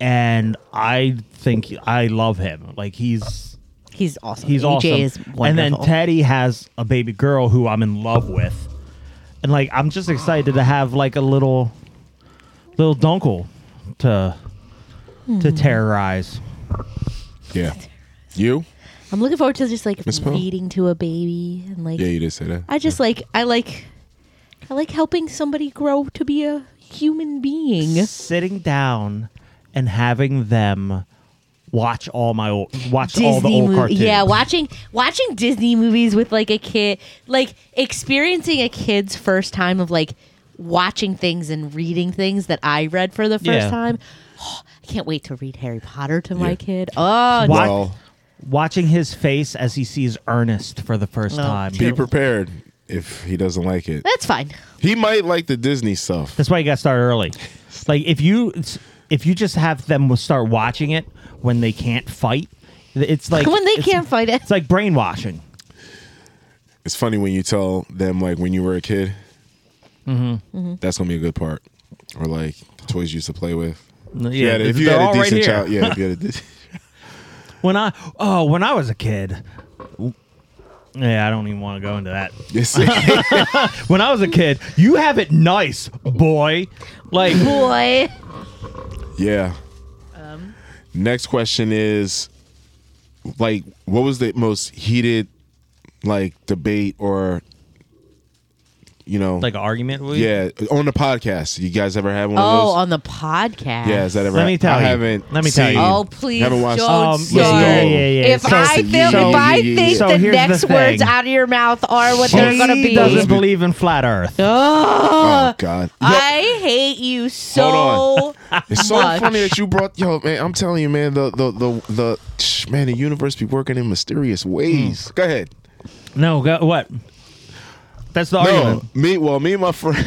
and i think i love him like he's He's awesome. He's AJ awesome. E is wonderful. and then Teddy has a baby girl who I'm in love with, and like I'm just excited to have like a little, little dunkle to, Hmm. to terrorize. Yeah, you? I'm looking forward to just like Miss Pearl? reading to a baby and like Yeah, you did say that. I just like I like I like helping somebody grow to be a human being. Sitting down and having them watch all my old, watch all the Disney old movie- cartoons. Yeah, watching watching Disney movies with like a kid, like experiencing a kid's first time of like watching things and reading things that I read for the first Yeah. time. I can't wait to read Harry Potter to my Yeah. kid. Oh, Wa- Well, watching his face as he sees Ernest for the first Oh, time. be prepared if he doesn't like it. that's fine. He might like the Disney stuff. That's why you got to start early. Like if you if you just have them start watching it when they can't fight, it's like when they it's- can't fight it. It's like brainwashing. It's funny when you tell them like when you were a kid. Mm-hmm. Mm-hmm. That's gonna be a good part, or like the toys you used to play with. Yeah, if you they're had all a right decent here. child, yeah. If you had a de- When I oh, when I was a kid. Yeah, I don't even want to go into that. Yes. When I was a kid, you have it nice, boy. Like Boy, yeah. Um. Next question is, like, what was the most heated, like, debate or, you know, like an argument with yeah, on the podcast? You guys ever had one of oh, those? on the podcast. yeah, has that ever? Let me tell I you. haven't. Let me tell you. seen- Oh, please Haven't watched. don't Um, start. yeah, yeah, yeah, yeah. If So- I think so- if I yeah, think yeah, yeah. So the here's the next words thing. out of your mouth are what She they're gonna be, doesn't believe in flat Earth. oh God. I hate you so. Hold It's so much. funny that you brought yo man. I'm telling you, man. The the the the shh, man. The universe be working in mysterious ways. Go ahead. No, go, what? That's the No, argument. me. Well, me and my friend,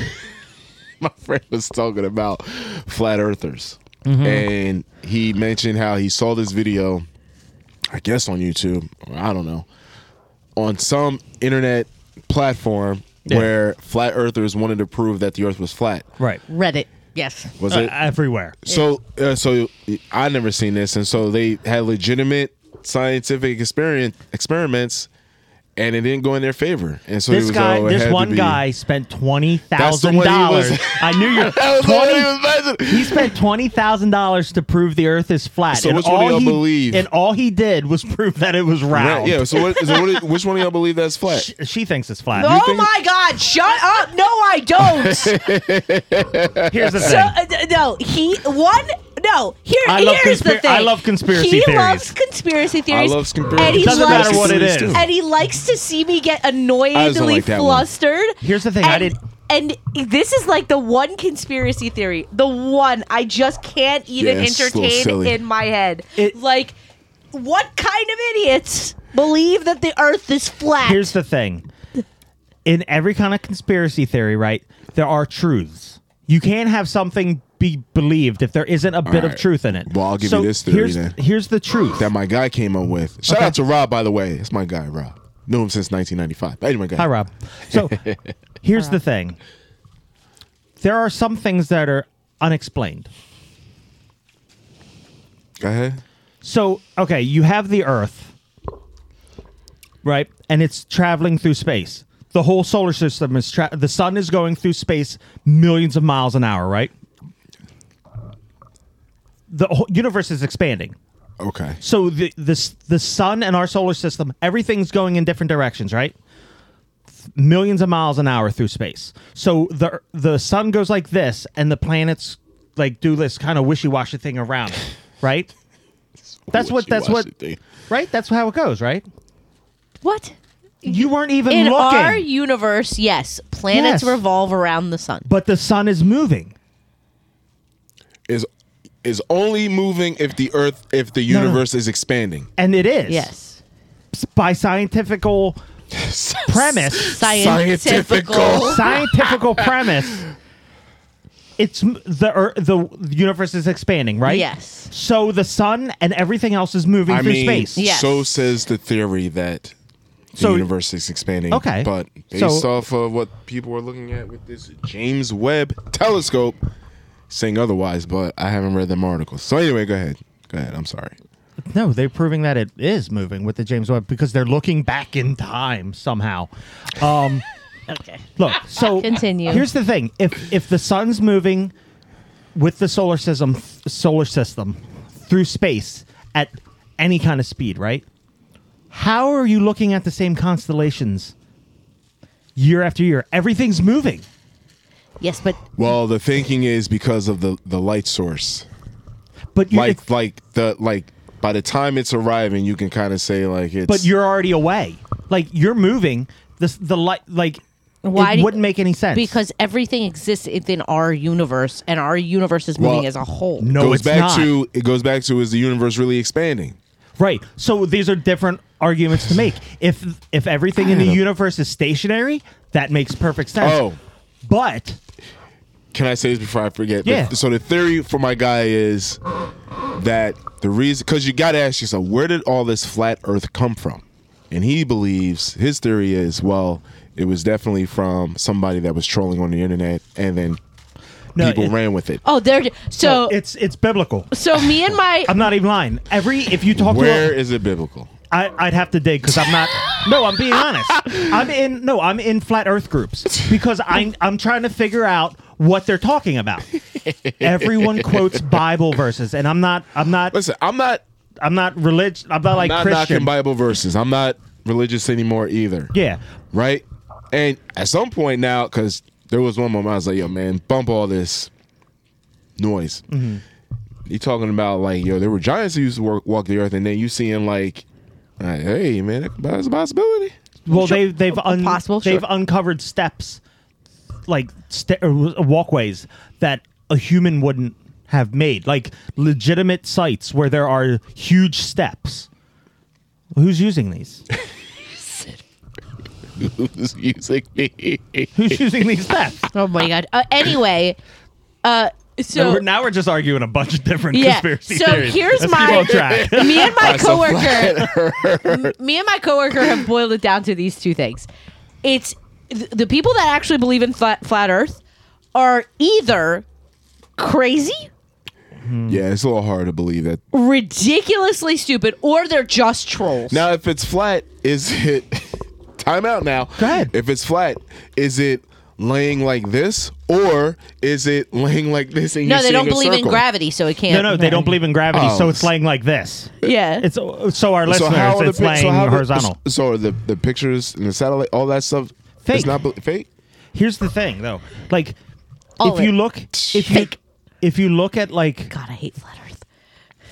my friend was talking about flat earthers, and he mentioned how he saw this video, I guess on YouTube. Or I don't know, on some internet platform where flat earthers wanted to prove that the Earth was flat. Right. Reddit. Yes. Was Uh, it everywhere. So, uh, so I never seen this, and so they had legitimate scientific experiment experiments, and it didn't go in their favor. And so it this was, guy, oh, it had this to one be- guy spent twenty That's the thousand one he dollars. was- I knew you. That was the one he Twenty. was messing- He spent twenty thousand dollars to prove the Earth is flat. So and which one do all y'all he, believe? And all he did was prove that it was Right, round. yeah. So, what, so what, which one of y'all believe that's flat? She, she thinks it's flat. Oh think- my God! Shut up! No, I don't. so, Here's the thing. uh, d- no, he one. No, here, I love here's the conspira- thing. I love conspiracy he theories. loves conspiracy I theories. love conspiracy. And he Doesn't likes, matter what it is. And he likes to see me get I just don't annoyingly like that one. flustered. Here's the thing, And, I didn't- And this is like the one conspiracy theory, the one I just can't even Yeah, it's a little entertain silly. in my head. It- like, what kind of idiots believe that the Earth is flat? Here's the thing. in every kind of conspiracy theory, right? There are truths. You can't have something be believed if there isn't a bit of right. truth in it. Well, I'll give So you this theory here's, then. Here's the truth. that my guy came up with. Shout Okay. out to Rob, by the way. It's my guy, Rob. Knew him since 1995. But Anyway, go Hi, ahead. Rob. So here's the thing there are some things that are unexplained. Go ahead. So, okay, you have the Earth, right? And it's traveling through space. The whole solar system is tra- the sun is going through space millions of miles an hour, right? The whole universe is expanding. Okay. So the the s- the sun and our solar system, everything's going in different directions, right? Millions of miles an hour through space. So the the sun goes like this, and the planets like do this kind of wishy washy thing around, it, right? That's what. That's what. Wishy-washy thing. Right. That's how it goes. Right. What? You weren't even In looking, our universe, yes, planets Yes. revolve around the sun. but the sun is moving. is is only moving if the earth if the no. universe is expanding. And it is Yes. by scientifical premise, Scientifical. scientifical premise. It's m- the ear- the the universe is expanding, right? Yes. So the sun and everything else is moving I through mean, space. Yeah. Yes. so says the theory that the So- universe is expanding. Okay. But based So- off of what people are looking at with this James Webb telescope, saying otherwise, but I haven't read them articles. So anyway, go ahead. Go ahead. I'm sorry. No, they're proving that it is moving with the James Webb because they're looking back in time somehow. Um, Okay. look, so Continue. Here's the thing: if if the sun's moving with the solar system solar system through space at any kind of speed, right? How are you looking at the same constellations year after year? Everything's moving. Yes, but Well, the thinking is because of the the light source. But you Like like the like by the time it's arriving, you can kind of say like it's but you're already away. Like you're moving. This the light like Why it do- wouldn't make any sense because everything exists within our universe, and our universe is moving Well, as a whole. no, goes it's back not. to it goes back to is the universe really expanding? right. So these are different arguments to make. If if everything in the universe is stationary, that makes perfect sense. Oh. but Can I say this before I forget? The- Yeah. so the theory for my guy is that the reason because you got to ask yourself where did all this flat Earth come from? And he believes his theory is well, it was definitely from somebody that was trolling on the internet, and then no, people it- ran with it. Oh, there. So, it's it's biblical. so me and my I'm not even lying. Every if you talk Where to, a, is it biblical? I, I'd have to dig because I'm not. No, I'm being honest. I'm in no, I'm in flat Earth groups because I I'm trying to figure out what they're talking about. Everyone quotes Bible verses, and I'm not I'm not Listen, I'm not I'm not religious. I'm not like not knocking Christian. Bible verses. I'm not religious anymore either. yeah, right? And at some point now, because there was one moment I was like, yo, man, bump all this noise. Mm-hmm. You talking about like, yo, there were giants who used to work, walk the earth, and then you seeing like, like, hey, man, that's a possibility. well they they've un- Possible, they've sure. uncovered steps like st- or walkways that a human wouldn't have made, like legitimate sites where there are huge steps. Who's using these? Who's using me? Who's using these steps? oh my god. Uh, anyway, uh, so now, we're, now we're just arguing a bunch of different Yeah, conspiracy so theories. here's Let's my- keep on track. me and my so coworker, m- me and my coworker have boiled it down to these two things. It's th- the people that actually believe in flat, flat Earth are either crazy, yeah, it's a little hard to believe that. ridiculously stupid, or they're just trolls. Now, if it's flat, is it time out now? Go ahead. If it's flat, is it laying like this, or is it laying like this? And no, you're they don't seeing a believe in circle? gravity, so it can't. no, no, they don't believe in gravity, Oh. so it's laying like this. Yeah, It's uh, so our listeners, are it's pic- laying how the- horizontal. so are the the pictures and the satellite, all that stuff, Fake. It's not be- fake. here's the thing though like All if you it- look if you Fake. if you look at like God, I hate flat Earth.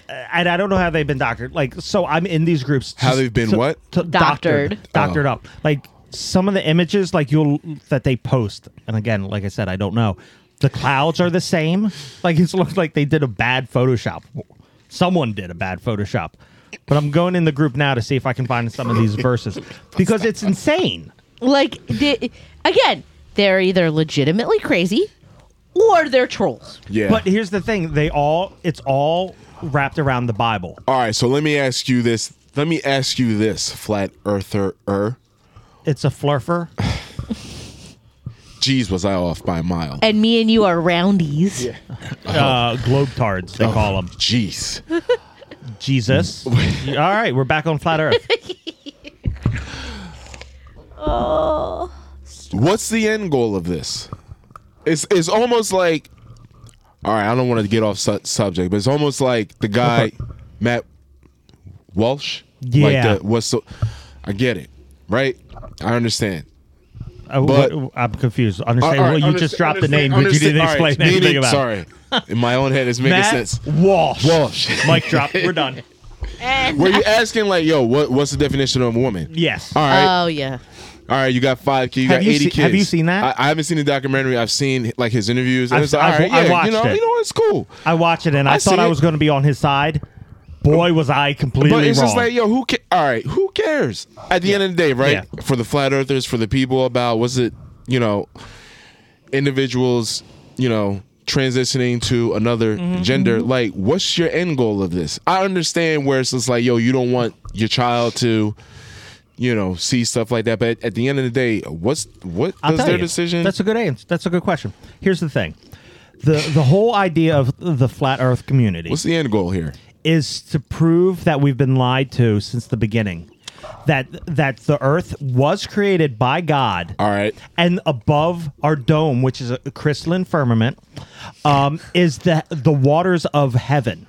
and i don't know how they've been doctored like so i'm in these groups How just they've been to- what? Oh. to- doctored Doctored. doctored up like some of the images like you'll that they post and again like i said i don't know the clouds are the same like it's looks like they did a bad photoshop someone did a bad photoshop but i'm going in the group now to see if i can find some of these verses because it's insane Like, the, again, they're either legitimately crazy or they're trolls. Yeah. But here's the thing: they all it's all wrapped around the Bible. All right, so let me ask you this. Let me ask you this, flat earther er. It's a flurfer. Jeez, was I off by a mile. And me and you are roundies. Oh. Uh, globetards, they call them. Jeez. Jesus. All right, we're back on flat Earth. Oh. What's the end goal of this? It's it's almost like All right, I don't want to get off su- subject, but it's almost like the guy Matt Walsh. Yeah. Like the, what's the I get it. Right? I understand. Uh, But- what- I'm confused. Understand? All well, right, you just understand- dropped the understand- name, but you didn't understand- all explain right, anything meaning- about it. Sorry. In my own head it's making Matt sense. Walsh. Walsh. Mic drop. We're done. Were you asking like, yo, what what's the definition of a woman? Yes. All right. Oh, yeah. All right, you got five kids. You Have got you 80 seen- kids. have you seen that? I, I haven't seen the documentary. I've seen like his interviews. And I've- it's like, I've- all right, I yeah, watched you know, it. you know, it's cool. I watched it and I, I thought see I it. was going to be on his side. Boy, was I completely But it's wrong. just like, yo, who ca- all right, who cares? At the end of the day, right? Yeah. For the flat earthers, for the people about was it, you know, individuals, you know, transitioning to another Mm-hmm, gender, like what's your end goal of this? I understand where it's just like, yo, you don't want your child to you know, see stuff like that, but at the end of the day, what's what I'll does tell their you. decision? That's a good answer. That's a good question. Here's the thing. The, the whole idea of the flat earth community what's the end goal here? is to prove that we've been lied to since the beginning. That that the earth was created by God All right. and above our dome, which is a crystalline firmament, um, is the the waters of heaven.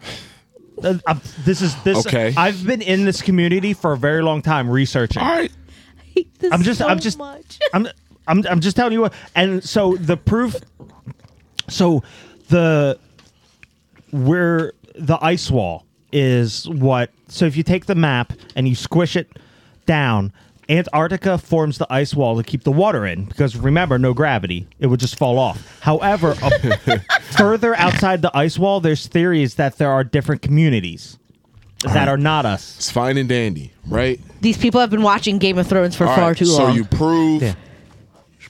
Uh, I'm- this is this. Okay. I've been in this community for a very long time researching. All right. hate this I'm just, so I'm just, much. I'm, I'm, I'm just telling you what. And so the proof, so the where the ice wall is what. So if you take the map and you squish it down, Antarctica forms the ice wall to keep the water in because remember, no gravity, it would just fall off. However, up- further outside the ice wall, there's theories that there are different communities that are not us. It's fine and dandy, right? These people have been watching Game of Thrones for All far right, too so long. you prove, Yeah.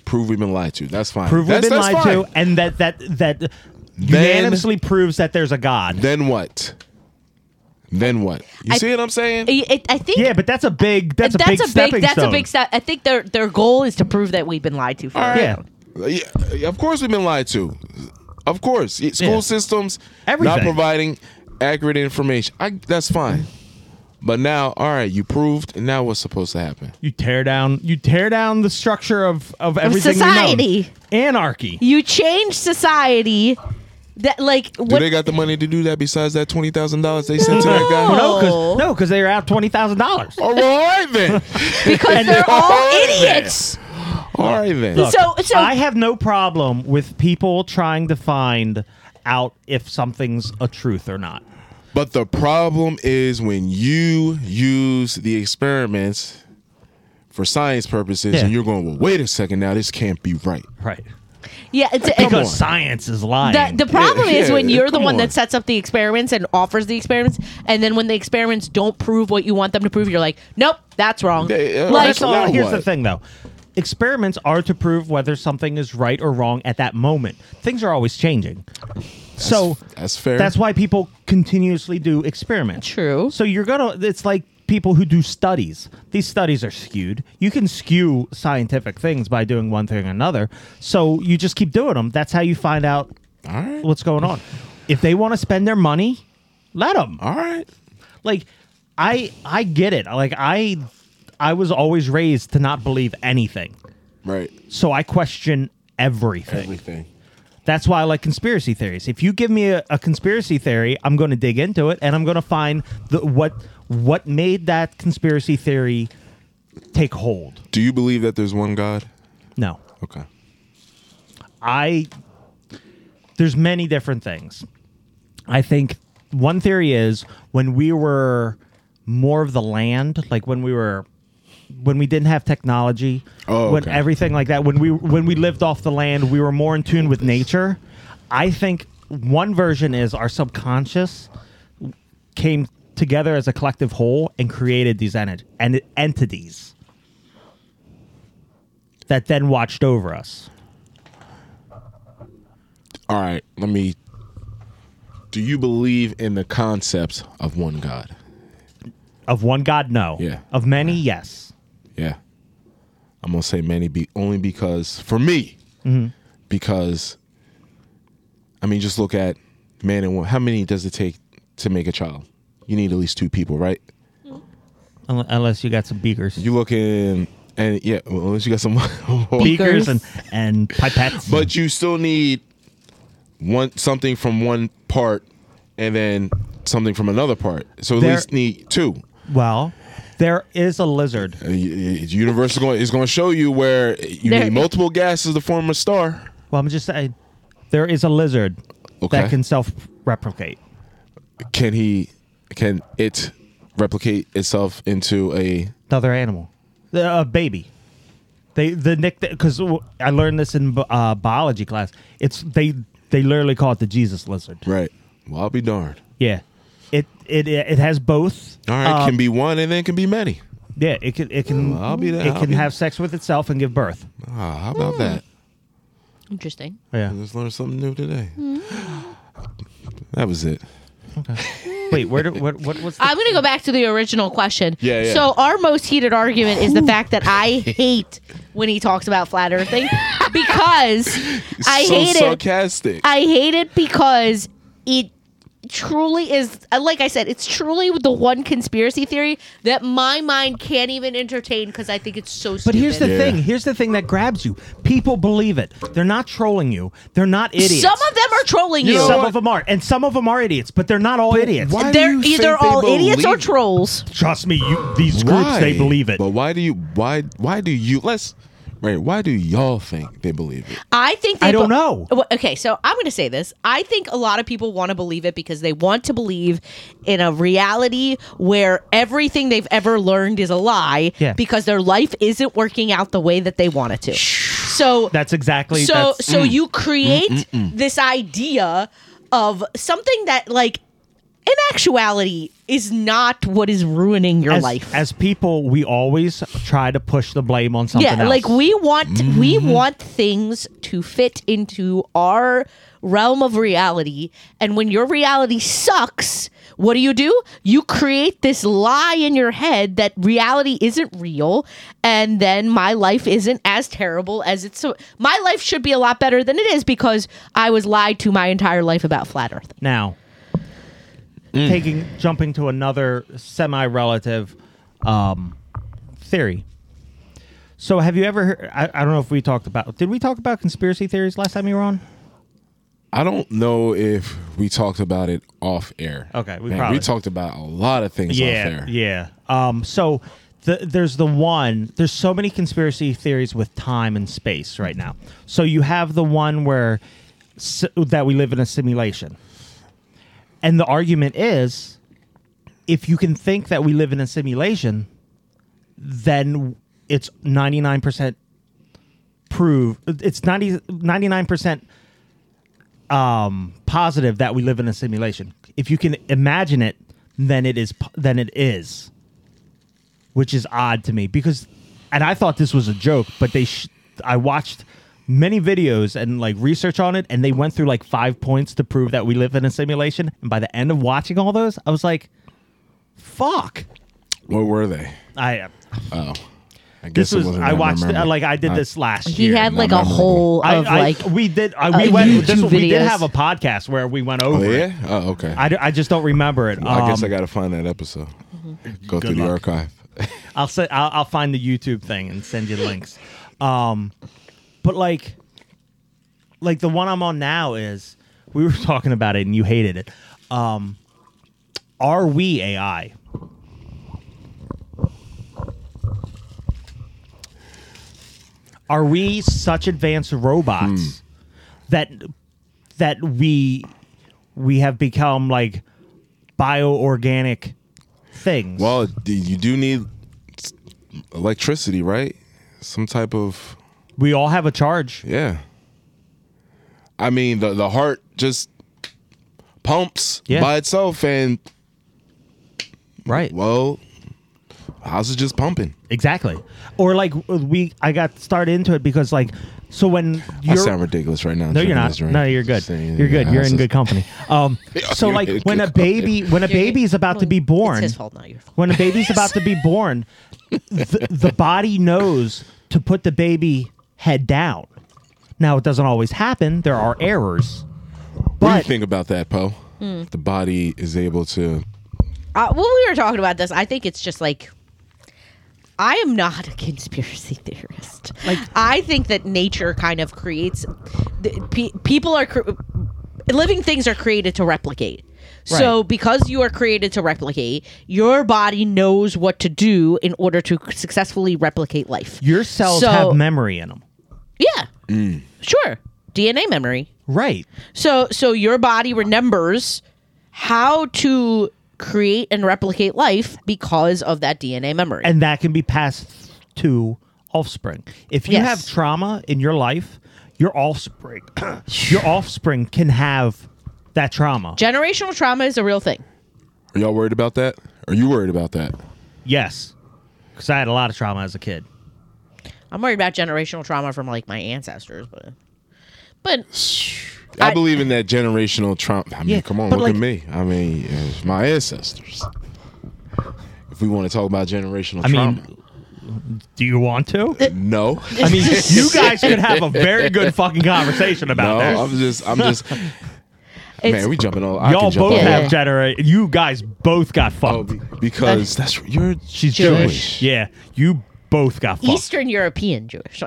prove we've been lied to. That's fine. prove that's, we've been that's lied to, fine. and that that that unanimously proves that there's a god. Then what? Then what? You see what I'm saying? I- it- I think yeah, but that's a big that's, a big stepping that's stone. a big step. I think their their goal is to prove that we've been lied to for. a Yeah, while. Yeah, of course we've been lied to. Of course, Yeah, school Yeah. systems Everything. not providing accurate information. I, that's fine. But now, all right, you proved, and now what's supposed to happen? you tear down you tear down the structure of of everything. we know. society. anarchy. You change society. That like Do what? they got the money to do that besides that twenty thousand dollars they sent to that No. guy? Oh, No, Oh. because no, because they were out twenty thousand dollars. All right then. because they're all idiots. All right then. So so I have no problem with people trying to find out if something's a truth or not. But the problem is when you use the experiments for science purposes Yeah. and you're going, well, wait a second now, this can't be right. Right. yeah. It's, Because it's, on. science is lying. the, the problem Yeah, is when yeah, you're the come one on. that sets up the experiments and offers the experiments, and then when the experiments don't prove what you want them to prove, you're like, nope, that's wrong. Yeah, uh, like that's all- Well, Now here's what? the thing, though. Experiments are to prove whether something is right or wrong at that moment. Things are always changing. so That's fair. that's why people continuously do experiments. True. So you're going to, it's like people who do studies. These studies are skewed. You can skew scientific things by doing one thing or another. So you just keep doing them. That's how you find out All right. what's going on. If they want to spend their money, let them All right. like i i get it like i i was always raised to not believe anything Right. so i question everything Everything. that's why i like conspiracy theories if you give me a, a conspiracy theory i'm going to dig into it and i'm going to find the what what made that conspiracy theory take hold Do you believe that there's one God? no Okay. I there's many different things. I think one theory is when we were more of the land, like when we were when we didn't have technology, Oh, when okay. everything like that, when we when we lived off the land, we were more in tune with nature. I think one version is our subconscious came together as a collective whole and created these enti- en- entities. that then watched over us. All right, let me. Do you believe in the concepts of one God? Of one God, no. Yeah. Of many, yes. Yeah. I'm gonna say many be only because for me, because I mean, just look at man and woman. How many does it take to make a child? You need at least two people, right? Unle- Unless you got some beakers, You look in and yeah, well, unless you got some, beakers and and pipettes. but you still need one something from one part and then something from another part. So at There- least need two. well, there is a lizard. Uh, y- y- Universe is going is going to show you where you There- need multiple gases to form a star. Well, I'm just saying, there is a lizard Okay. that can self-replicate. Can he? Can it replicate itself into a? Another animal, a baby. They the nick because I learned this in uh, biology class. It's they they literally call it the Jesus lizard. Right. Well, I'll be darned. Yeah, it it it has both. All right, Um, can be one and then can be many. Yeah, it can it can I'll be there, it I'll can be- have sex with itself and give birth. Ah, how Hmm. about that? Interesting. Yeah. I just learned something new today. Hmm. That was it. Wait, where do what what was? The, I'm gonna go back to the original question. Yeah, yeah. So our most heated argument is the fact that I hate when he talks about flat earthing because I so hate it. sarcastic. I hate it because it truly is uh, like I said, it's truly the one conspiracy theory that my mind can't even entertain because I think it's so but stupid. here's the Yeah. thing. Here's the thing that grabs you. People believe it. They're not trolling you. They're not idiots. Some of them are trolling you. know some what? of them are, and some of them are idiots, but they're not all idiots. Why do They're you either think they all idiots or believe- trolls. Trust me, you, these groups they believe it. But why do you? Why? Why do you? Let's. Right. Why do y'all think they believe it? I think they I don't be- know. Well, Okay, so I'm going to say this. I think a lot of people want to believe it because they want to believe in a reality where everything they've ever learned is a lie Yeah. because their life isn't working out the way that they want it to. So That's exactly so that's- so you create this idea of something that like in actuality is not what is ruining your as, life. as people, we always try to push the blame on something yeah, else. Mm-hmm. like we want we want things to fit into our realm of reality and when your reality sucks, what do you do? You create this lie in your head that reality isn't real and then my life isn't as terrible as it's so my life should be a lot better than it is because I was lied to my entire life about flat earth. now taking jumping to another semi-relative um, theory. So, have you ever? Heard, I, I don't know if we talked about. Did we talk about conspiracy theories last time you were on? I don't know if we talked about it off air. Okay, we Man, probably- we talked about a lot of things off air. Yeah. Um, so the, there's the one. There's so many conspiracy theories with time and space right now. So you have the one where s that we live in a simulation, and the argument is, if you can think that we live in a simulation, then it's 99 percent prove it's 90, 99% um, positive that we live in a simulation if you can imagine it then it is po- then it is which is odd to me because and i thought this was a joke but they sh- i watched many videos and like research on it and they went through like five points to prove that we live in a simulation and by the end of watching all those i was like fuck What were they? i uh, Oh, I guess this it was wasn't i that watched it, memorable. like i did Not- this last year He had not like a memorable. whole I, of I- like we did I, we uh, went this YouTube one, we did videos. have a podcast where we went Oh over. it. yeah. Oh okay. I, I, d- I just don't remember it. guess I Um, Mm-hmm. got to find that episode. Go through the luck. archive. I'll say I'll, I'll find the YouTube thing and send you links. Um, but like, like the one I'm on now is we were talking about it and you hated it. Um, are we AI? Are we such advanced robots that that we we have become like bioorganic things? Well, d- you do need s- electricity, right? Some type of we all have a charge. yeah. I mean, the the heart just pumps Yeah. by itself, and Right. well, How's it just pumping? Exactly. Or like we, I got started into it because like, so when I you're sound ridiculous right now. no, you're drinking not. this drink. No, you're good. Saying You're good. You're in houses. good company. Um, so You're like in when good a baby, when a baby is about to be born, It's his fault, not your fault. when a baby's about to be born, the, the body knows to put the baby head down. Now it doesn't always happen. There are errors, What do you but think about that, Poe? Hmm. The body is able to. Uh, when we were talking about this, I think it's just like I am not a conspiracy theorist. Like I think that nature kind of creates the, pe- people are cr- living things are created to replicate. So Right. because you are created to replicate, your body knows what to do in order to successfully replicate life. your cells So- have memory in them. Yeah. Mm. Sure. DNA memory. Right. So so your body remembers how to create and replicate life because of that DNA memory. and that can be passed to offspring. If you Yes. have trauma in your life, your offspring, your offspring can have that trauma. Generational trauma is a real thing. Are y'all worried about that? Are you worried about that? yes, because I had a lot of trauma as a kid. I'm worried about generational trauma from like my ancestors, but but I, I- believe in that generational trauma. I mean, Yeah, come on, but look at like- me. I mean, it's my ancestors. If we want to talk about generational I trauma, mean, do you want to? no, I mean, you guys could have a very good fucking conversation no. about I'm just, I'm just. it's man, we jumping all. that. Y'all both in. have Yeah. genera. You guys both got fucked. Oh, be- because that's you're She's Jewish. Jewish. Yeah, you both got fucked. Eastern European Jewish.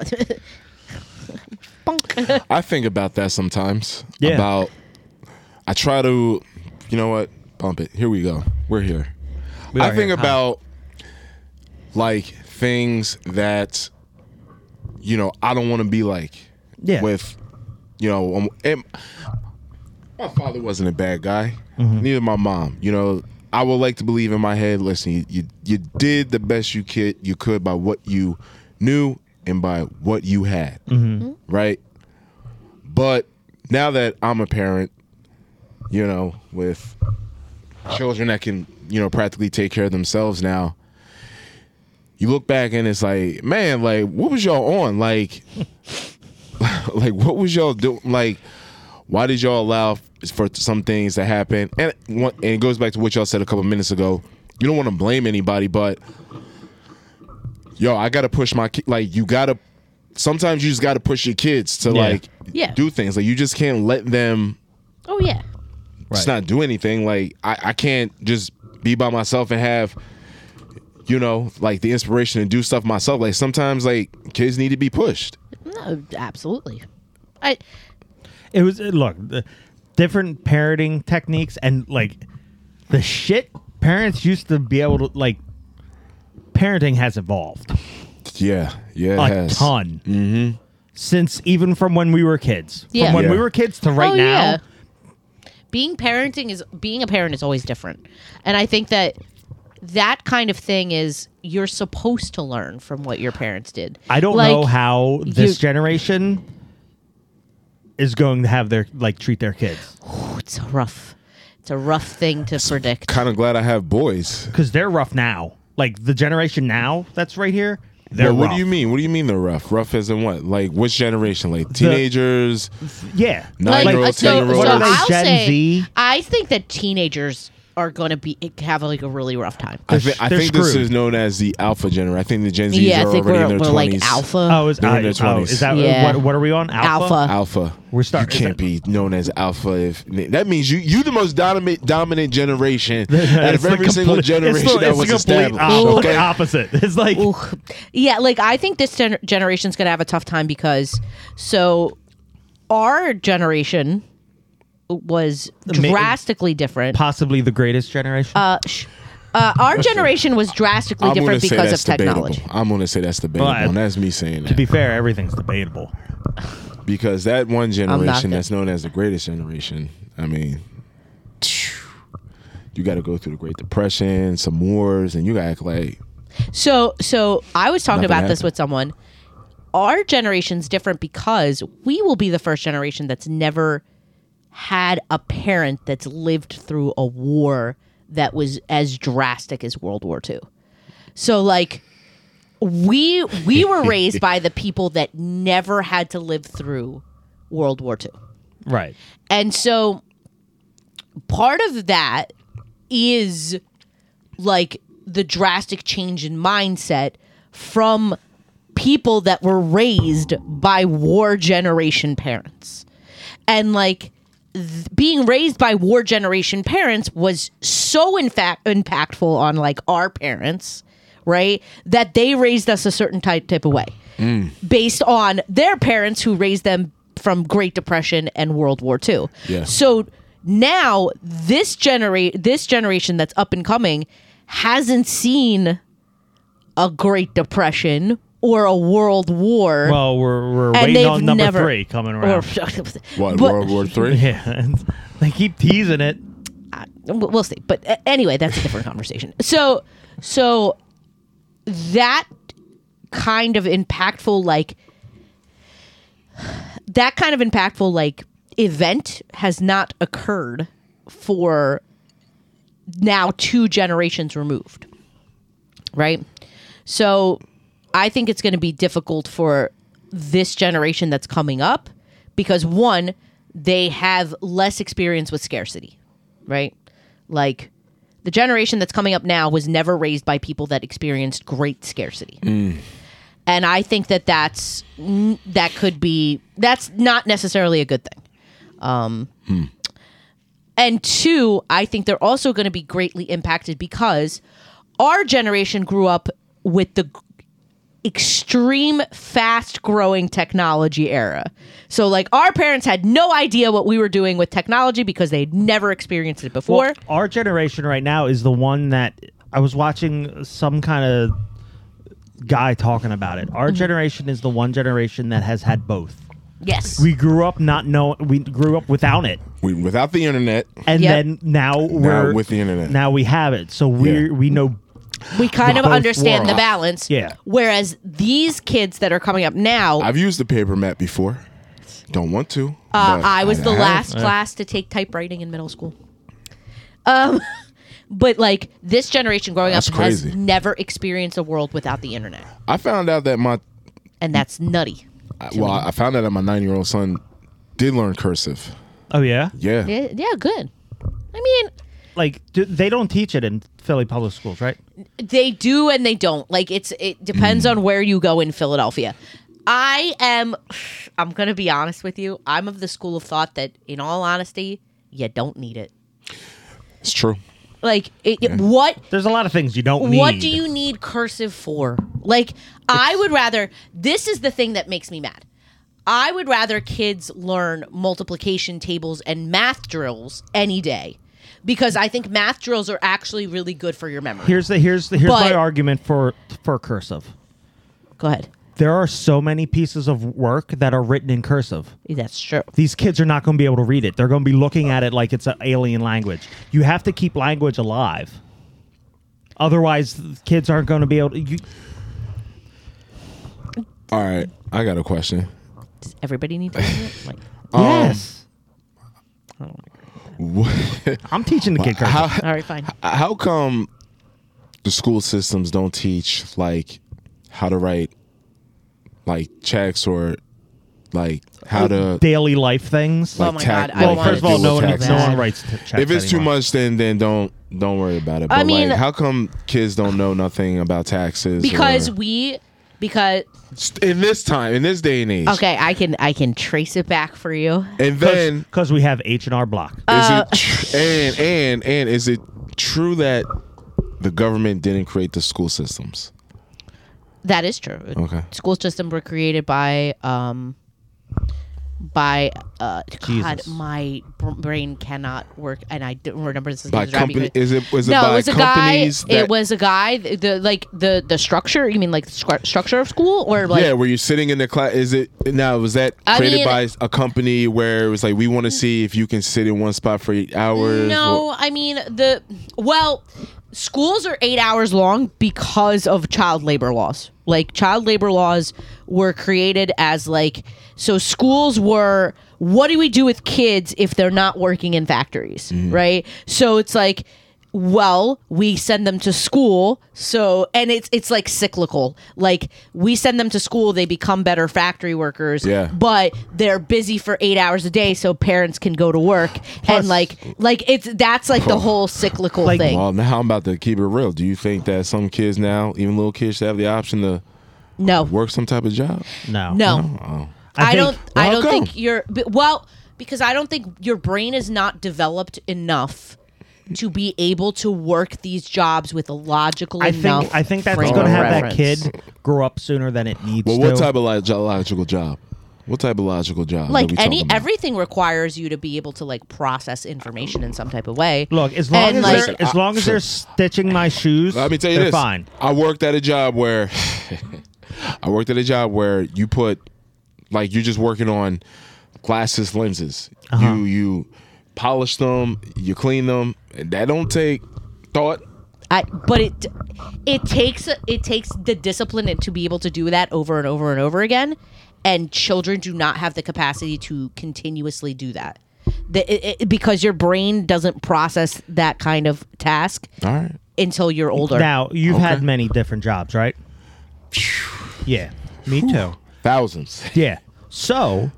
Bunk. I think about that sometimes. Yeah. About I try to you know what? Bump it. Here we go. We're here. We I are think here. about like things that you know, I don't want to be like Yeah. with you know, um, and my father wasn't a bad guy. Neither my mom. You know, I would like to believe in my head. Listen, you you, you did the best you could you could by what you knew and by what you had, right? But now that I'm a parent, you know, with Uh, children that can you know practically take care of themselves now. You look back and it's like, man, like what was y'all on? Like, like what was y'all doing? Like, why did y'all allow f- for some things to happen? And one, and it goes back to what y'all said a couple minutes ago. You don't want to blame anybody, but yo, I gotta push my ki- like you gotta. Sometimes you just gotta push your kids to Yeah. like Yeah. do things. Like you just can't let them oh yeah. just not do anything. Like I, I can't just be by myself and have you know like the inspiration to do stuff myself. Like sometimes like kids need to be pushed. No, absolutely. I It was uh, look the different parenting techniques and like the shit parents used to be able to like. Parenting has evolved Yeah, yeah, it a has. ton mm-hmm. since even from when we were kids. Yeah. From when Yeah. we were kids to right Oh, now, yeah. being parenting is being a parent is always different and i think that that kind of thing is you're supposed to learn from what your parents did I don't Like, know how this you- generation is going to have their like treat their kids oh, it's a rough it's a rough thing to predict Kind of glad I have boys. because they're rough now. Like the generation now that's right here, they're Well, what do rough. you mean? What do you mean they're rough? Rough as in what? Like which generation? Like teenagers? Yeah, Like, Nine-year-old, uh, so, ten-year-old. What so are they, I'll Gen say, Z? I think that teenagers are going to be have like a really rough time. I, They're thi- I they're think this screwed. is known as the alpha generation. I think the Gen Zs yeah, I are think already in we're, their we're like twenties. alpha. Oh, is, They're in I- their oh, 20s. is that Uh-huh. Yeah. what? What are we on? Uh, alpha. Alpha. We're start- You can't be known as alpha if that means you you the most dominant dominant generation out of It's the every single complete- generation it's the, that it's was the complete established. op- okay? opposite. It's like Ooh. Yeah, like I think this gen- generation's going to have a tough time because so our generation was Ma- drastically different. possibly the greatest generation. Uh, sh- uh, our generation was drastically I'm gonna different say because of that's debatable. technology. I'm gonna say that's debatable, Well, I- and that's me saying to be that fair, everything's debatable. because that one generation gonna- that's known as the greatest generation. I mean, you got to go through the Great Depression, some wars, and you got to act like So, so I was talking Nothing about this happened. with someone. Our generation's different because we will be the first generation that's never had a parent that's lived through a war that was as drastic as World War II. So like we we were raised by the people that never had to live through World War II. Right. And so part of that is like the drastic change in mindset from people that were raised by war generation parents. And like th- being raised by war generation parents was so in fact impactful on like our parents, right? That they raised us a certain type type of way based on their parents who raised them from Great Depression and World War II. Yeah. So now this generate this generation that's up and coming hasn't seen a Great Depression or a World War. Well, we're, we're and waiting they've on number never, three coming Or, around. What but- World War Three? yeah. they keep teasing it. w- we'll see. But uh, anyway, that's a different conversation. So, so that kind of impactful, like that kind of impactful, like event has not occurred for now two generations removed, right? So, I think it's going to be difficult for this generation that's coming up because one, they have less experience with scarcity right? Like the generation that's coming up now was never raised by people that experienced great scarcity. And I think that that's n- that could be that's not necessarily a good thing. Um and two, I think they're also going to be greatly impacted because our generation grew up with the extreme fast growing technology era. So like our parents had no idea what we were doing with technology because they'd never experienced it before. Well, our generation right now is the one that I was watching some kind of guy talking about it. Mm-hmm. Our generation is the one generation that has had both. yes. We grew up not knowing. We grew up without it, We, without the internet, and Yep. then now we're with the internet. Now we have it, so we Yeah. are we know. we kind of both understand the worlds. balance. Yeah. Whereas these kids that are coming up now, uh, I've used the paper map before. Don't want to. but Uh, I was the have. last class to take typewriting in middle school. Um, but like this generation growing That's up has crazy. never experienced a world without the internet, I found out that my and that's nutty. well, I found out that my nine year old son did learn cursive. Oh yeah, Yeah. Yeah, yeah, good. I mean, like do, they don't teach it in Philly public schools, right? they do and they don't like it's it Mm. depends on where you go in philadelphia i am i'm gonna be honest with you i'm of the school of thought that in all honesty you don't need it It's true. like it, what There's a lot of things you don't need. what do you need cursive for? Like, I would rather, this is the thing that makes me mad. I would rather kids learn multiplication tables and math drills any day because I think math drills are actually really good for your memory. Here's the here's the here's But- my argument for for cursive. Go ahead. There are so many pieces of work that are written in cursive. That's true. These kids are not going to be able to read it. They're going to be looking at it like it's an alien language. You have to keep language alive. Otherwise, the kids aren't going to be able to. You, All right. I got a question. Does everybody need to read it? Like, Um, yes. What- I'm teaching the kid cursive. How all right, fine. how come the school systems don't teach like how to write like checks or like how uh, to Daily life things. Oh like my tack- God, I well, wanna first of all, do no a one, tax. no one writes t- checks. if it's too anymore. much, then then don't don't worry about it. But mean- like, how come kids don't know nothing about taxes? Because or, we, because, in this time, in this day and age, okay, I can, I can trace it back for you. And then because we have H and R Block. Uh, is it tr- and and and is it true that the government didn't create the school systems? That is true. Okay. School system were created by um by uh God, Jesus. my br- brain cannot work, and I don't remember this. is By gonna drive me company, crazy. is it was it no, by it was a guy. companies that It was a guy. The, the like the the structure. You mean like the scru- structure of school, or like yeah, where you're sitting in the class. Is it now? Was that I created mean- by a company where it was like we want to see if you can sit in one spot for eight hours? No, I mean the well, schools are eight hours long because of child labor laws. Like child labor laws were created as like so schools were Mm-hmm. what do we do with kids if they're not working in factories, right? So it's like well we send them to school so and it's it's like cyclical like we send them to school they become better factory workers Yeah. but they're busy for eight hours a day so parents can go to work and like like it's that's like the whole cyclical thing Well, now I'm about to keep it real. Do you think that some kids now, even little kids, should have the option to no work some type of job? No. no Oh, I, think- don't. Well, I how don't come? think you're. b- Well, because I don't think your brain is not developed enough to be able to work these jobs with a logical I enough. think I think that's frame going to of have reference. that kid grow up sooner than it needs well, to. what type of log- logical job? What type of logical job? that we Like talking any, about? everything requires you to be able to like process information in some type of way. Look, as long And, as like- they're, as long as they're stitching my shoes, Let me tell you they're this. fine. I worked at a job where I worked at a job where you put like you're just working on glasses lenses. Uh-huh. You you polish them, you clean them. and That don't take thought. I, but it it takes it takes the discipline and to be able to do that over and over and over again, and children do not have the capacity to continuously do that. The, it, it, because your brain doesn't process that kind of task All right. until you're older. Now you've had many different jobs, right? Yeah, me too. Thousands. Yeah. So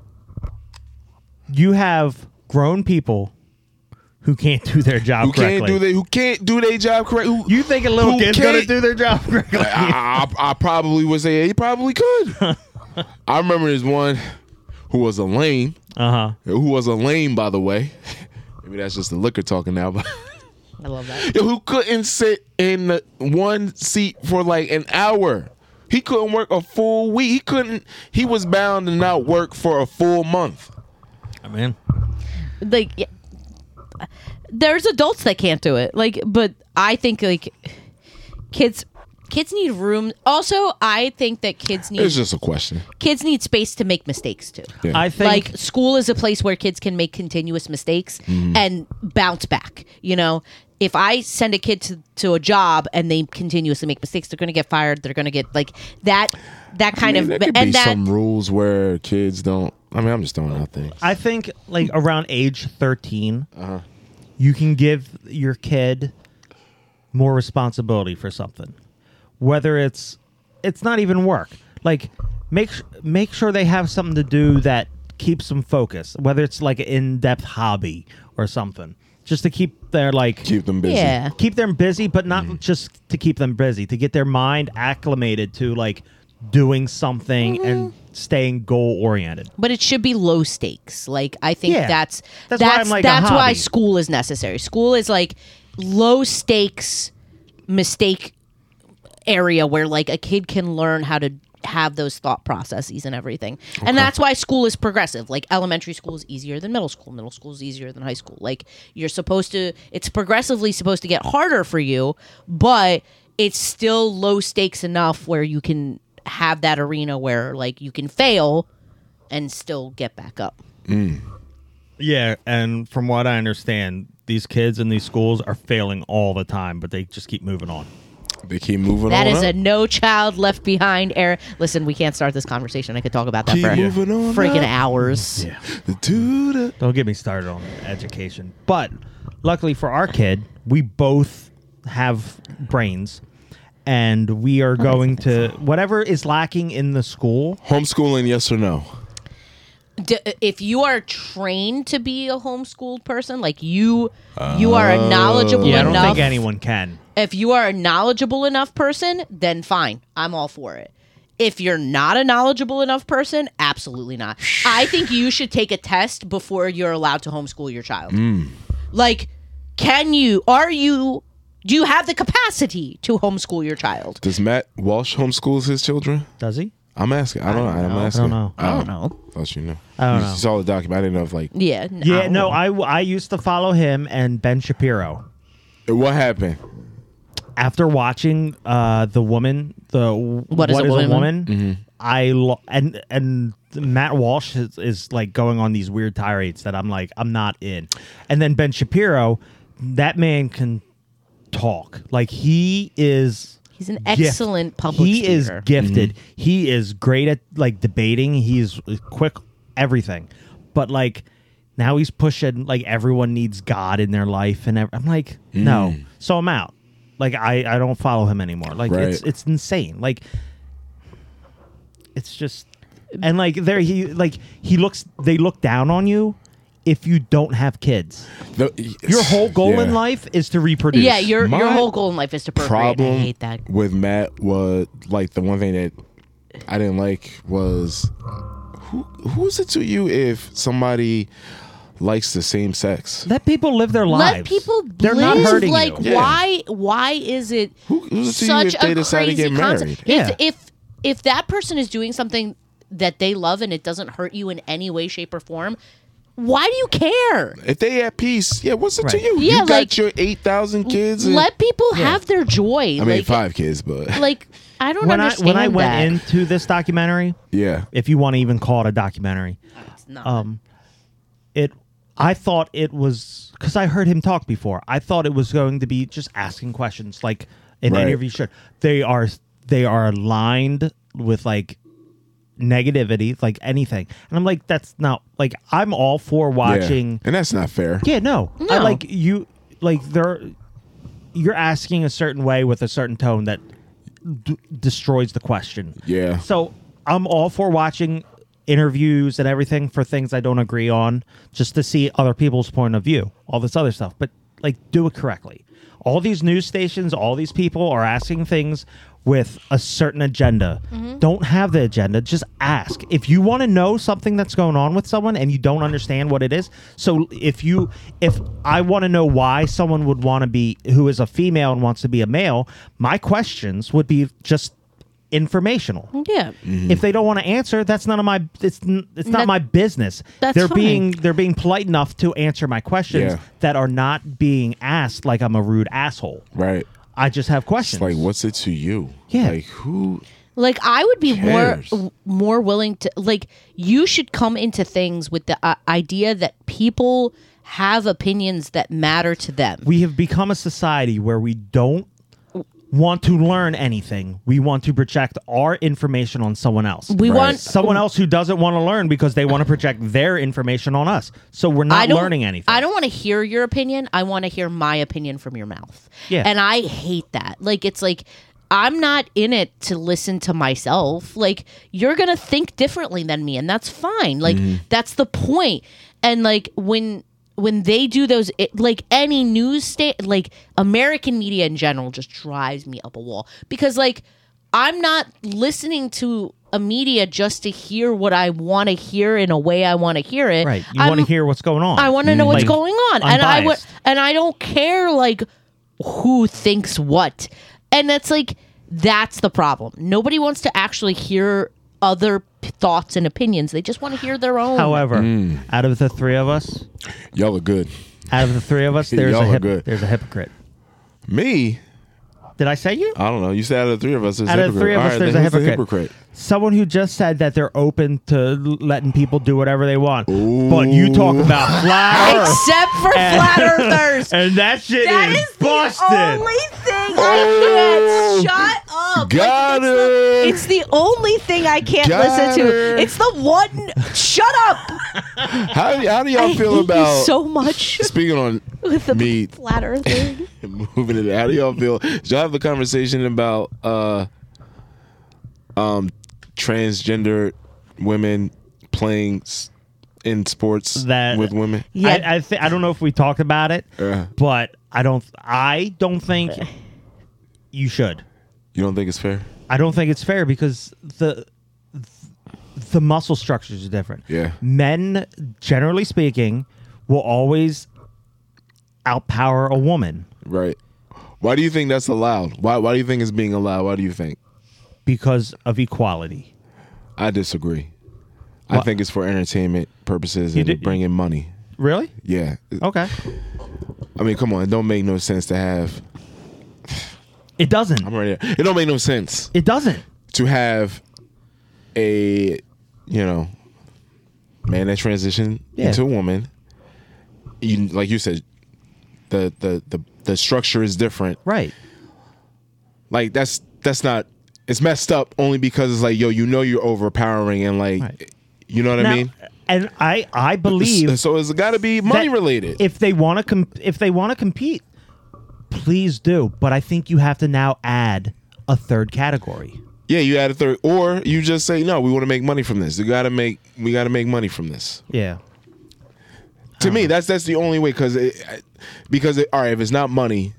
you have grown people who can't do their job Who correctly. can't do they who can't do their job correct? Who, you think a little who kid's going to can't- do their job correctly? I, I, I probably would say yeah, he probably could. I remember this one who was a lame, Uh huh. who was a lame by the way. Maybe that's just the liquor talking now, but I love that. Yo, who couldn't sit in the one seat for like an hour. He couldn't work a full week. He couldn't. He was bound to not work for a full month. I mean, Like, yeah. there's adults that can't do it. Like, but I think like kids kids need room. Also, I think that kids need It's just a question. kids need space to make mistakes too. I think like school is a place where kids can make continuous mistakes Mm-hmm. and bounce back you know if i send a kid to, to a job and they continuously make mistakes they're going to get fired they're going to get like that that kind I mean, of there could be and that some rules where kids don't. I mean, I'm just throwing out things. I think like around age 13, Uh-huh. you can give your kid more responsibility for something. Whether it's it's not even work. Like make s- make sure they have something to do that keeps them focused, whether it's like an in-depth hobby or something. Just to keep their like Keep them busy. yeah keep them busy, but not just to keep them busy, to get their mind acclimated to like doing something and Mm-hmm. staying goal oriented. but it should be low stakes like i think Yeah. that's That's that's why that's, I'm like a why hobby. school is necessary school is like low stakes mistake area where like a kid can learn how to have those thought processes and everything. And that's why school is progressive. Like elementary school is easier than middle school, middle school is easier than high school. Like you're supposed to it's progressively supposed to get harder for you, but it's still low stakes enough where you can have that arena where like you can fail and still get back up. Yeah, and from what I understand, these kids in these schools are failing all the time, but they just keep moving on. They keep moving That on. is a up. no child left behind era. Listen, we can't start this conversation. I could talk about that Keep for moving on. freaking up. hours. Do the- Don't get me started on education. But luckily for our kid, we both have brains and we Oh, are going to whatever is lacking in the school. Homeschooling, yes or no? d- if you are trained to be a homeschooled person, like you, you are a knowledgeable Yeah, I don't enough. think anyone can. if you are a knowledgeable enough person, then fine, I'm all for it. If you're not a knowledgeable enough person, absolutely not. I think you should take a test before you're allowed to homeschool your child. Like, can you? Are you? Do you have the capacity to homeschool your child? Does Matt Walsh homeschools his children? Does he? I'm asking. I don't. I am asking. Oh. know. I don't know. Thought you knew. I don't you know. saw the document. I didn't know if like Yeah. Yeah, no, I, I used to follow him and Ben Shapiro. what happened. after watching uh the woman the what is a Woman? i lo- and and matt walsh is, is like going on these weird tirades that i'm like i'm not in and then ben shapiro that man can talk like he is He's an gift- excellent public he is speaker. gifted Mm-hmm. he is great at like debating he's quick everything but like Now he's pushing like everyone needs God in their life, and ev- I'm like, no. Mm. So I'm out. Like I, I don't follow him anymore. Like it's Right. it's insane. Like it's just and like there he like he looks they look down on you if you don't have kids. The- Your whole goal in Yeah. life is to reproduce. Yeah, your your My whole goal in life is to procreate. and I problem hate that. with Matt was like the one thing that I didn't like was who who is it to you if somebody likes the same sex? let people live their Let lives. people They're live. not hurting like you. Yeah. why? Why is it Who- who's it to you such if they a decide to crazy get concept? married? Yeah. If, if if that person is doing something that they love and it doesn't hurt you in any way, shape, or form, why do you care? If they at peace, yeah, what's it to Right. you? Yeah, you got like, your eight thousand kids. and- Let people have their joy. I mean, like, five kids, but like I don't When I understand when I went that. into this documentary, yeah, if you want to even call it a documentary, um, It's not. it I thought it was because I heard him talk before. I thought it was going to be just asking questions like an Right. interview should. They are they are aligned with like negativity, like anything. And I'm like, that's not like I'm all for yeah. watching and that's not fair. yeah, no. I No. like you like there you're asking a certain way with a certain tone that d- destroys the question. Yeah. So I'm all for watching interviews and everything for things I don't agree on just to see other people's point of view, all this other stuff, but like do it correctly. All these news stations, all these people are asking things with a certain agenda. Don't have the agenda, just ask. If you want to know something that's going on with someone and you don't understand what it is, so if you if I want to know why someone would want to be who is a female and wants to be a male, my questions would be just informational. yeah. Mm. If they don't want to answer, that's none of my it's n- it's not That- my business. that's they're fine. being they're being polite enough to answer my questions Yeah. that are not being asked like I'm a rude asshole. Right. I just have questions. It's like, what's it to you? Yeah. Like who? Like I would be cares? more more willing to like you should come into things with the uh, idea that people have opinions that matter to them. we have become a society where we don't want to learn anything. We want to project our information on someone else. We Right. want someone else who doesn't want to learn because they want to project their information on us. So we're I not don't, learning anything. I don't want to hear your opinion. I want to hear my opinion from your mouth. Yeah. And I hate that. Like it's like I'm not in it to listen to myself. Like you're going to think differently than me and that's fine. Like Mm-hmm. that's the point. And like when when they do those it, like any news state like American media in general just drives me up a wall because like I'm not listening to a media just to hear what I want to hear in a way I want to hear it. right. You I'm want to hear what's going on. I want to know what's Like, going on, and I would, unbiased. and I don't care like who thinks what, and that's like that's the problem. Nobody wants to actually hear other p- thoughts and opinions. They just want to hear their own. However, Mm. out of the three of us, Y'all are good. out of the three of us, there's Y'all a are hip- good. there's a hypocrite. Me? Did I say you? I don't know. You said out of the three of us, there's out a of the Uh, hypocrite. three of All us, right, there's a then who's the hypocrite. Someone who just said that they're open to l- letting people do whatever they want, but you talk about flat Earth, Except for And- flat earthers. and that shit That is is the busted. only thing I can't. Shut up. Oh, Got Like, it's the- it. It's the only thing I can't Got listen her. to. It's the one. Shut up. How, how do y'all I hate feel you about so much speaking on with the me flat earthing. moving it? How do y'all feel? Did y'all have a conversation about uh um transgender women playing s- in sports That- with women? Yeah. I I, th- I don't know if we talked about it, Yeah. but I don't. I don't think you should. You don't think it's fair? I don't think it's fair because the the muscle structures are different. Yeah. Men, generally speaking, will always outpower a woman Right. Why do you think that's allowed? Why why do you think it's being allowed? Why do you think? because of equality. I disagree. I Wha- think it's for entertainment purposes and to did- bring in money. Really? Yeah. Okay. I mean, come on, it don't make no sense to have It doesn't. I'm right here. It don't make no sense It doesn't. to have a you know man that transition Yeah. into a woman. You like you said, the the the the structure is different. Right. Like that's that's not it's messed up only because it's like yo, you know you're overpowering and like Right. you know what now, I mean? and I I believe S- So it's got to be money that related. If they want to comp- if they want to compete, please do. But I think you have to now add a third category. yeah, you add a third, or you just say no. We want to make money from this. We got to make. We got to make money from this. Yeah. To me, that's that's the only way because because it, all right, if it's not money,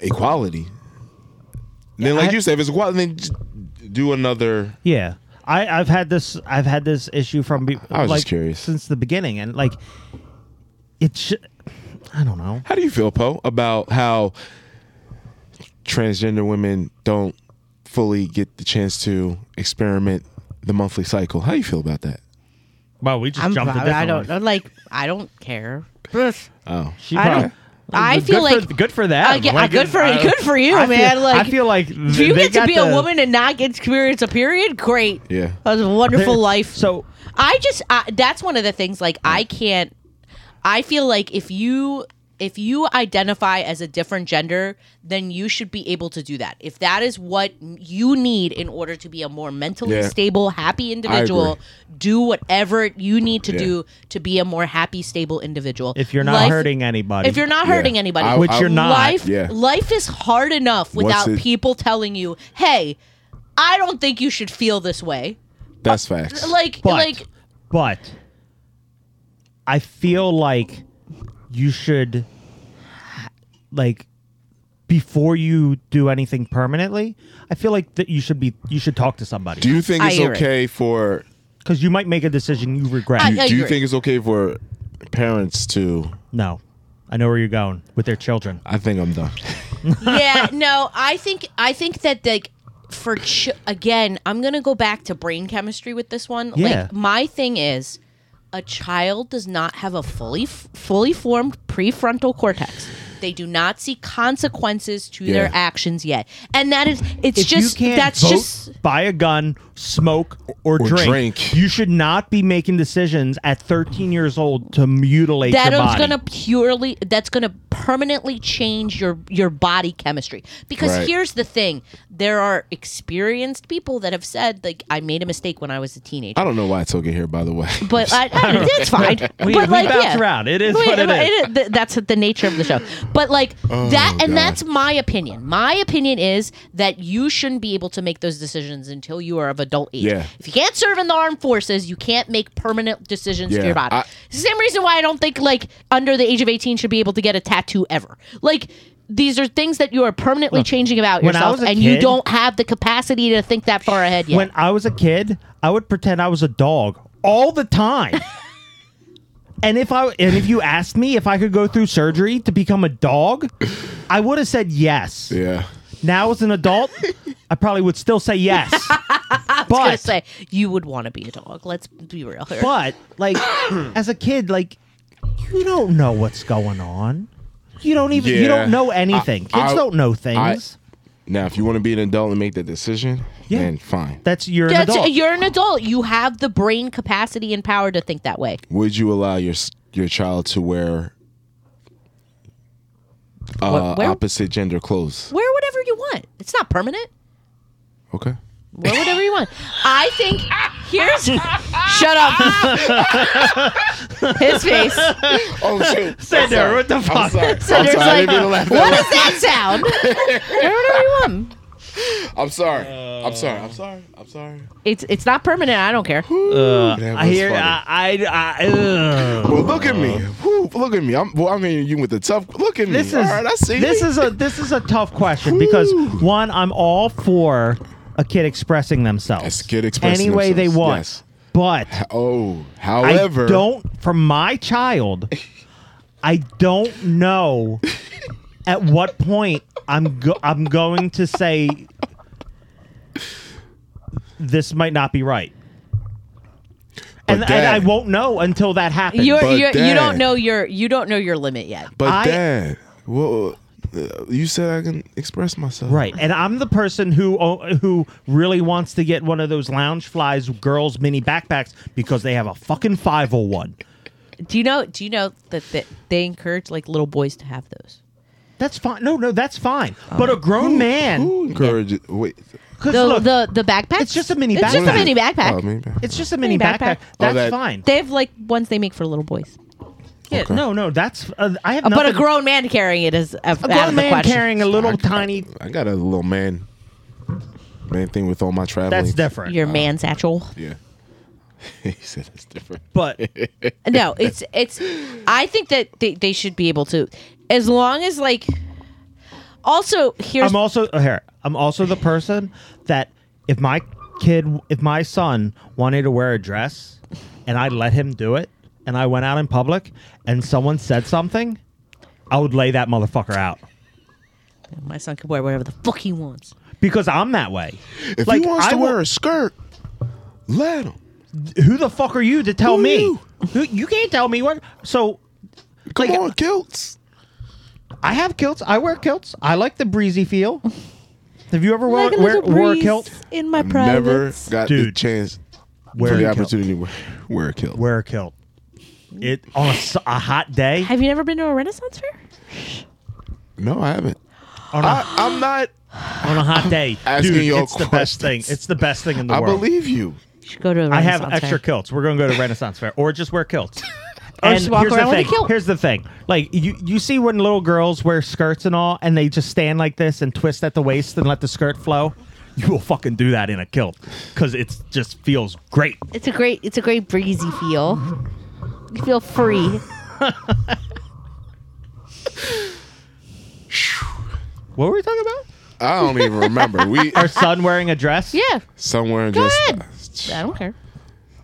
equality. Then, like I- you said, if it's equality, then j- do another. Yeah. I, I've had this I've had this issue from be- I was just like curious. since the beginning and like it should I don't know. How do you feel, Poe, about how transgender women don't fully get the chance to experiment the monthly cycle? How do you feel about that? Well, we just I'm jumped proud. I don't know. Like, I don't care. Oh, I don't. I feel like good for that. Again, good for good for you, man. like, I feel like if you get to be a woman and not get to experience a period, great. Yeah. that was a wonderful life. So I just I, that's one of the things like I can't I feel like if you if you identify as a different gender, then you should be able to do that. If that is what you need in order to be a more mentally Yeah. stable, happy individual, do whatever you need to Yeah. do to be a more happy, stable individual. if you're not Life- hurting anybody, if you're not hurting anybody, I- which I- you're not, life Yeah. life is hard enough without it- people telling you, "Hey, I don't think you should feel this way." that's facts. Uh, Like but like but I feel like you should like before you do anything permanently. I feel like that you should be you should talk to do somebody you think I it's hear it. okay for? because you might make a decision you regret. I- Do, do you agree. think it's okay for parents to? no, I know where you're going with their children. I think I'm done. yeah no i think i think that like for ch- again i'm gonna go back to brain chemistry with this one Yeah. like my thing is a child does not have a fully fully formed prefrontal cortex they do not see consequences to Yeah. their actions yet and that is it's If just you can't that's vote, just buy a gun, smoke, or, drink, drink. you should not be making decisions at 13 years old to mutilate that your is body. going to purely that's going to permanently change your your body chemistry because Right. here's the thing there are experienced people that have said like i made a mistake when i was a teenager I don't know why it's okay here. By the way, but I, I, it's fine. We- but we like, bounce yeah. around. It is We- what it is. th- that's the nature of the show. But like that, and Oh God. that's my opinion. My opinion is that you shouldn't be able to make those decisions until you are of adult age. Yeah. If you can't serve in the armed forces, you can't make permanent decisions to Yeah, your body. I- it's the same reason why I don't think like under the age of eighteen should be able to get a tattoo ever. Like. These are things that you are permanently changing about when I yourself, was a and you kid- don't have the capacity to think that far ahead yet. When I was a kid, I would pretend I was a dog all the time. and if I and if you asked me if I could go through surgery to become a dog, I would have said yes. yeah, Now as an adult, I probably would still say yes. I was but gonna say you would want to be a dog. Let's be real here. but like as a kid, like you don't know what's going on. You don't even you Yeah. don't know anything. Kids I- don't know things. now if you want to be an adult and make that decision, Yeah. then fine. That's you're an That's, adult. you're an adult. You have the brain capacity and power to think that way. Would you allow your s- your child to wear uh, Wh- wear- opposite gender clothes? Wear whatever you want. It's not permanent. Okay. Wear whatever you want. I think here's shut up. His face. Oh shoot! Cinder, what the fuck? Cinder's sorry, I like, didn't mean to laugh what at does that sound? Wear whatever you want. I'm sorry. Uh, I'm sorry. I'm sorry. I'm sorry. It's it's not permanent. I don't care. That Uh, I was hear funny. I I, I ugh. Well, look at me. Whew, look at me. I'm well, I'm hearing you with the tough. Look at me. this is All right, I see. this me. is a this is a tough question because one, I'm all for a kid expressing themselves, Yes, kid expressing any way they themselves, want, yes. but Oh, however, I don't for my child. I don't know at what point I'm go- I'm going to say this might not be right. And, and I Dad- won't know until that happens. You're, But you're, you don't Dad- know your you don't know your limit yet. But I- Dad, well, uh, you said I can express myself. Right, and I'm the person who who really wants to get one of those Lounge Flies girls mini backpacks because they have a fucking 501. Do you know do you know that, that they encourage like little boys to have those? Uh, That's fine. No, no, that's fine. But a grown man, Who encouraged? Wait, 'Cause The, look, the the backpack. it's just a mini It's just backpack. a mini backpack. Oh, maybe. it's just a mini Mini backpack. backpack. Oh, That's that- fine. They have like ones they make for little boys, Yeah, no, no, that's uh, I have but a nothing- grown man carrying it is out a of the grown man question. carrying a little tiny. I got a little man, man thing with all my traveling. That's different. Your man satchel. Yeah. he said that's different. But No, it's it's. I think that they, they should be able to, as long as like. Also, here's I'm also oh, here. I'm also the person that if my kid, if my son wanted to wear a dress, and I let him do it, and I went out in public, and someone said something, I would lay that motherfucker out my son can wear whatever the fuck he wants. because I'm that way. If he wants to wear a skirt, let him. a, who the fuck are you to tell Who me? you? Who, you can't tell me what. So Come Like- on, kilts. I have kilts. I wear kilts. I like the breezy feel. Have you ever wear, Like a wear, little wore a breeze kilt? in my Never privates. got the Dude. chance Wear or the a kilt. opportunity to wear, wear a kilt. Wear a kilt. It on a, s- a hot day. Have you never been to a Renaissance fair? No, I haven't. On a I, I'm not. on a hot day. asking Dude, y'all it's the best thing. questions. It's the best thing in the I world. believe you. You should go to. A I have Renaissance extra fair. kilts. We're gonna go to Renaissance Fair, or just wear kilts. Or And just walk here's around the with a thing. kilt. Here's the thing. Like you, you see when little girls wear skirts and all, and they just stand like this and twist at the waist and let the skirt flow. You will fucking do that in a kilt because it just feels great. It's a great. It's a great breezy feel. You feel free. What were we talking about? I don't even remember. We Her son wearing a dress. Yeah. somewhere in Go just. ahead. I don't care.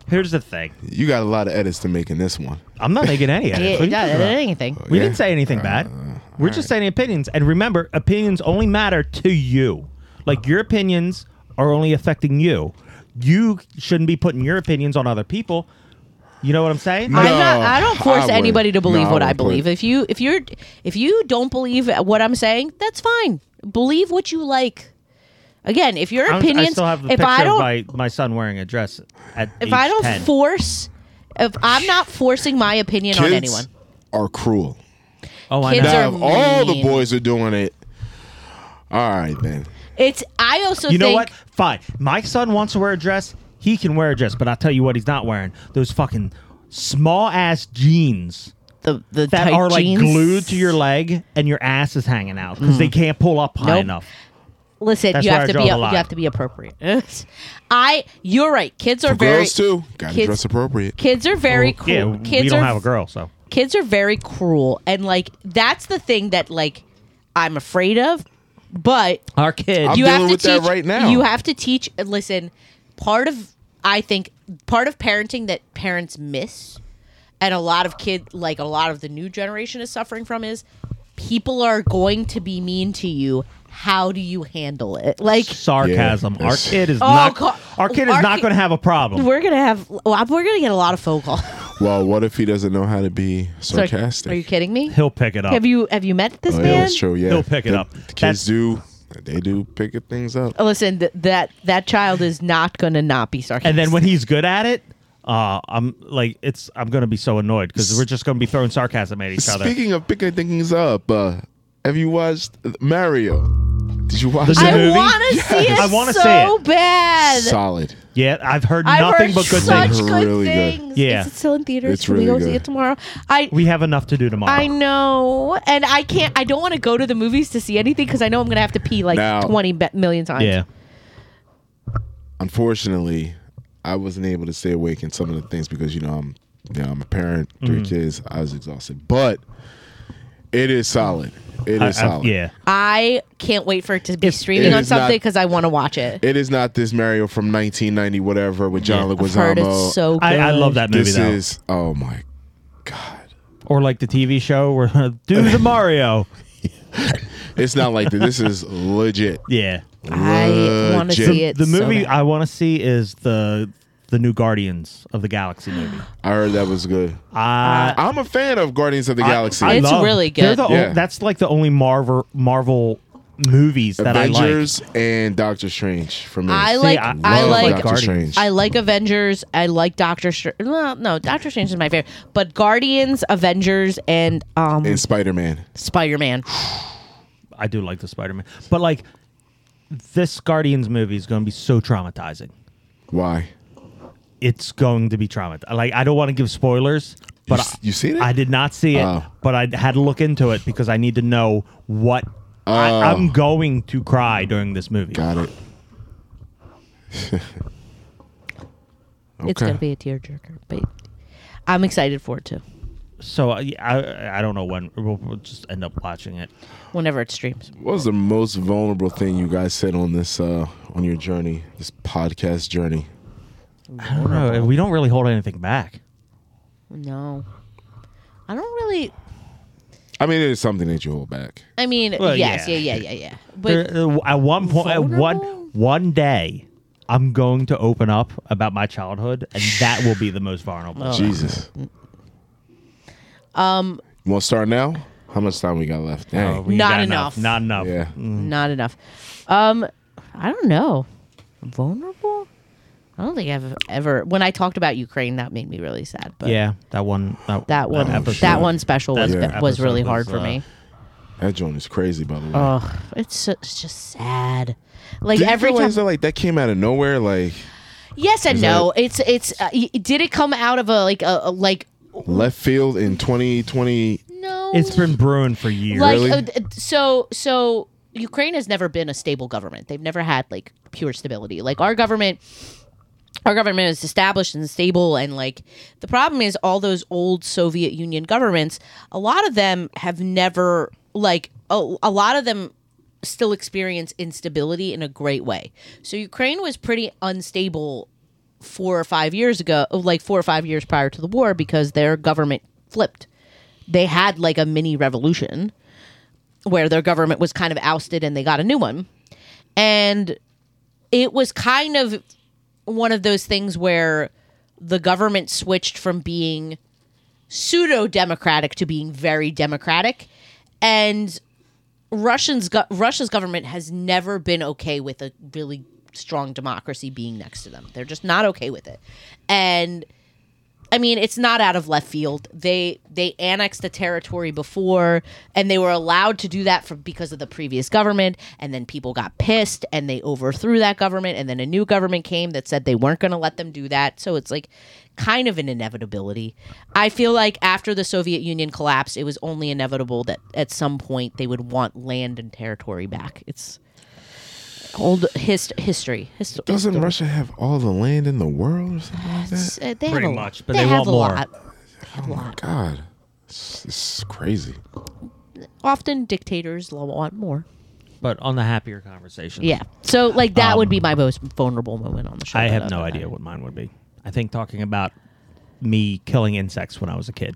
Here's the thing. You got a lot of edits to make in this one. I'm not making any of it. It, What are it, you talking about? anything. We Yeah. didn't say anything bad. We're just saying opinions. And remember, opinions only matter to you. Like your opinions are only affecting you. You shouldn't be putting your opinions on other people. You know what I'm saying? No, I'm not, I don't force I wouldn't. anybody to No, believe what I wouldn't. believe. If you if you're if you don't believe what I'm saying, that's fine. Believe what you like. Again, if your I'm- opinions, I still have the if picture I of don't, my, my son wearing a dress at if I don't 10. force, if I'm not forcing my opinion on Kids anyone, are cruel. oh, I kids know. are- Now, if all the mean. boys are doing it, all right then. it's I also You know think what? Fine. My son wants to wear a dress. He can wear a dress, but I'll tell you what he's not wearing. Those fucking small ass jeans. the the that tight are like jeans- Mm. glued to your leg and your ass is hanging out because they can't pull up high Nope. enough. Listen, That's you where have I to draw be the you line. have to be appropriate. I you're right. Kids are very Girls too. Got to kids- dress appropriate. Kids are very cool. Yeah, kids we don't are have a girl, so kids are very cruel and like that's the thing that like I'm afraid of, but our kid. I'm you dealing have to with that teach right now. You have to teach. uh, Listen, part of I think part of parenting that parents miss, and a lot of kid like a lot of the new generation is suffering from is people are going to be mean to you. How do you handle it? Like sarcasm. Yeah. Our kid is Oh, not. co- our kid our is not ki- going to have a problem. we're gonna have well, we're gonna get a lot of phone calls. Well, what if he doesn't know how to be Like, sarcastic? are you kidding me? He'll pick it up. Have you have you met this Oh, man? yeah, that's true. Yeah, He'll pick it The- up. the That's- kids do. They do pick it- things up. Listen, th- that that child is not gonna not be sarcastic. and then when he's good at it, uh, I'm like, it's. I'm going to be so annoyed because we're just going to be throwing sarcasm at each other. Speaking of picking things up, uh, have you watched Mario? Did you watch The that? new- I movie? want to see it I wanna so see it. bad. Solid. yeah, I've heard I've nothing heard but good such things. things. good Really good. things. Yeah. Is it still in theaters? It's Can we go really see good. it tomorrow? I We have enough to do tomorrow. I know, and I can't. I don't want to go to the movies to see anything because I know I'm gonna have to pee like Now- twenty be- million times. Yeah. Unfortunately, I wasn't able to stay awake in some of the things because you know I'm, you know, I'm a parent, three Mm. kids. I was exhausted, but it is solid. It is I- I- solid. yeah. I can't wait for it to be streaming it on is not- something because I want to watch it. It is not this Mario from 1990, whatever, with John I've heard it's Leguizamo. so good. I, I love that movie this though. is oh my god. or like the TV show where do the Mario. It's not like that. This is legit. Yeah. I want to Legit. see it. the so movie bad. I want to see is the the new Guardians of the Galaxy movie. I heard that was good. I, I'm a fan of Guardians of the Galaxy. I Uh, It's love- really they're good. the o- Yeah. that's like the only Marvel Marvel movies that Avengers and Doctor Strange for me. I I like. like. I, See, Love like. Doctor Guardians. Strange. I like Avengers. I like Doctor Strange. Well, no, Doctor Strange is my favorite, but Guardians, Avengers, and um and Spider Man. Spider Man. I do like the Spider Man, but like this Guardians movie is going to be so traumatizing. Why? It's going to be traumatizing. Like I don't want to give spoilers, but you, s- you seen it? I did not see it, Oh. but I had to look into it because I need to know what Oh. I, I'm going to cry during this movie. Got it. It's gonna be a tearjerker, but I'm excited for it too. So I, I, I don't know when we'll, we'll just end up watching it. Whenever it streams, What was the most vulnerable thing you guys said on this uh on your journey, this podcast journey? I don't know. We don't really hold anything back. no, I don't really. I mean, it is something that you hold back. I mean, Well, yes, yeah. yeah, yeah, yeah, yeah. But There- uh, at one point, at one vulnerable? one day, I'm going to open up about my childhood, and that will be the most vulnerable. Oh. Jesus. Um. Um, You want to start now? How much time we got left? Dang. Oh, Mm. we Not got enough. Not enough. yeah. not enough. Um, I don't know. Vulnerable? I don't think I've ever. When I talked about Ukraine, that made me really sad. But Yeah, that one. That, that one, that, episode- one special was That ba- was episode really was, hard for uh, me. That joint is crazy, by the way. Ugh, it's, so, it's just sad. Like Did you every time. realize that like that came out of nowhere? Like yes and is no. It's it's. Uh, y- did it come out of a like a, a like left field in 2020. no? It's been brewing for years. like Really? uh, d- so so ukraine has never been a stable government they've never had like pure stability like our government our government is established and stable and like the problem is all those old soviet union governments a lot of them have never like a, a lot of them still experience instability in a great way so ukraine was pretty unstable four or five years ago oh, like four or five years prior to the war because their government flipped they had like a mini revolution where their government was kind of ousted and they got a new one. And it was kind of one of those things where the government switched from being pseudo democratic to being very democratic. And Russians go- Russia's government has never been okay with a really strong democracy being next to them. They're just not okay with it. And I mean, it's not out of left field. They they annexed the territory before, and they were allowed to do that for because of the previous government. And then people got pissed, and they overthrew that government. And then a new government came that said they weren't going to let them do that. So it's like kind of an inevitability. I feel like after the Soviet Union collapsed, it was only inevitable that at some point they would want land and territory back. It's old hist- history. Hist- Doesn't Russia have all the land in the world or something like that? Uh, they have Pretty a- much, but they have want a more. lot. Oh my god, it's, it's crazy. often dictators lo- want more. but on the happier conversation. Yeah. So like that would be my most vulnerable moment on the show. Um, I have that no I've idea had. what mine would be. I think talking about me killing insects when I was a kid.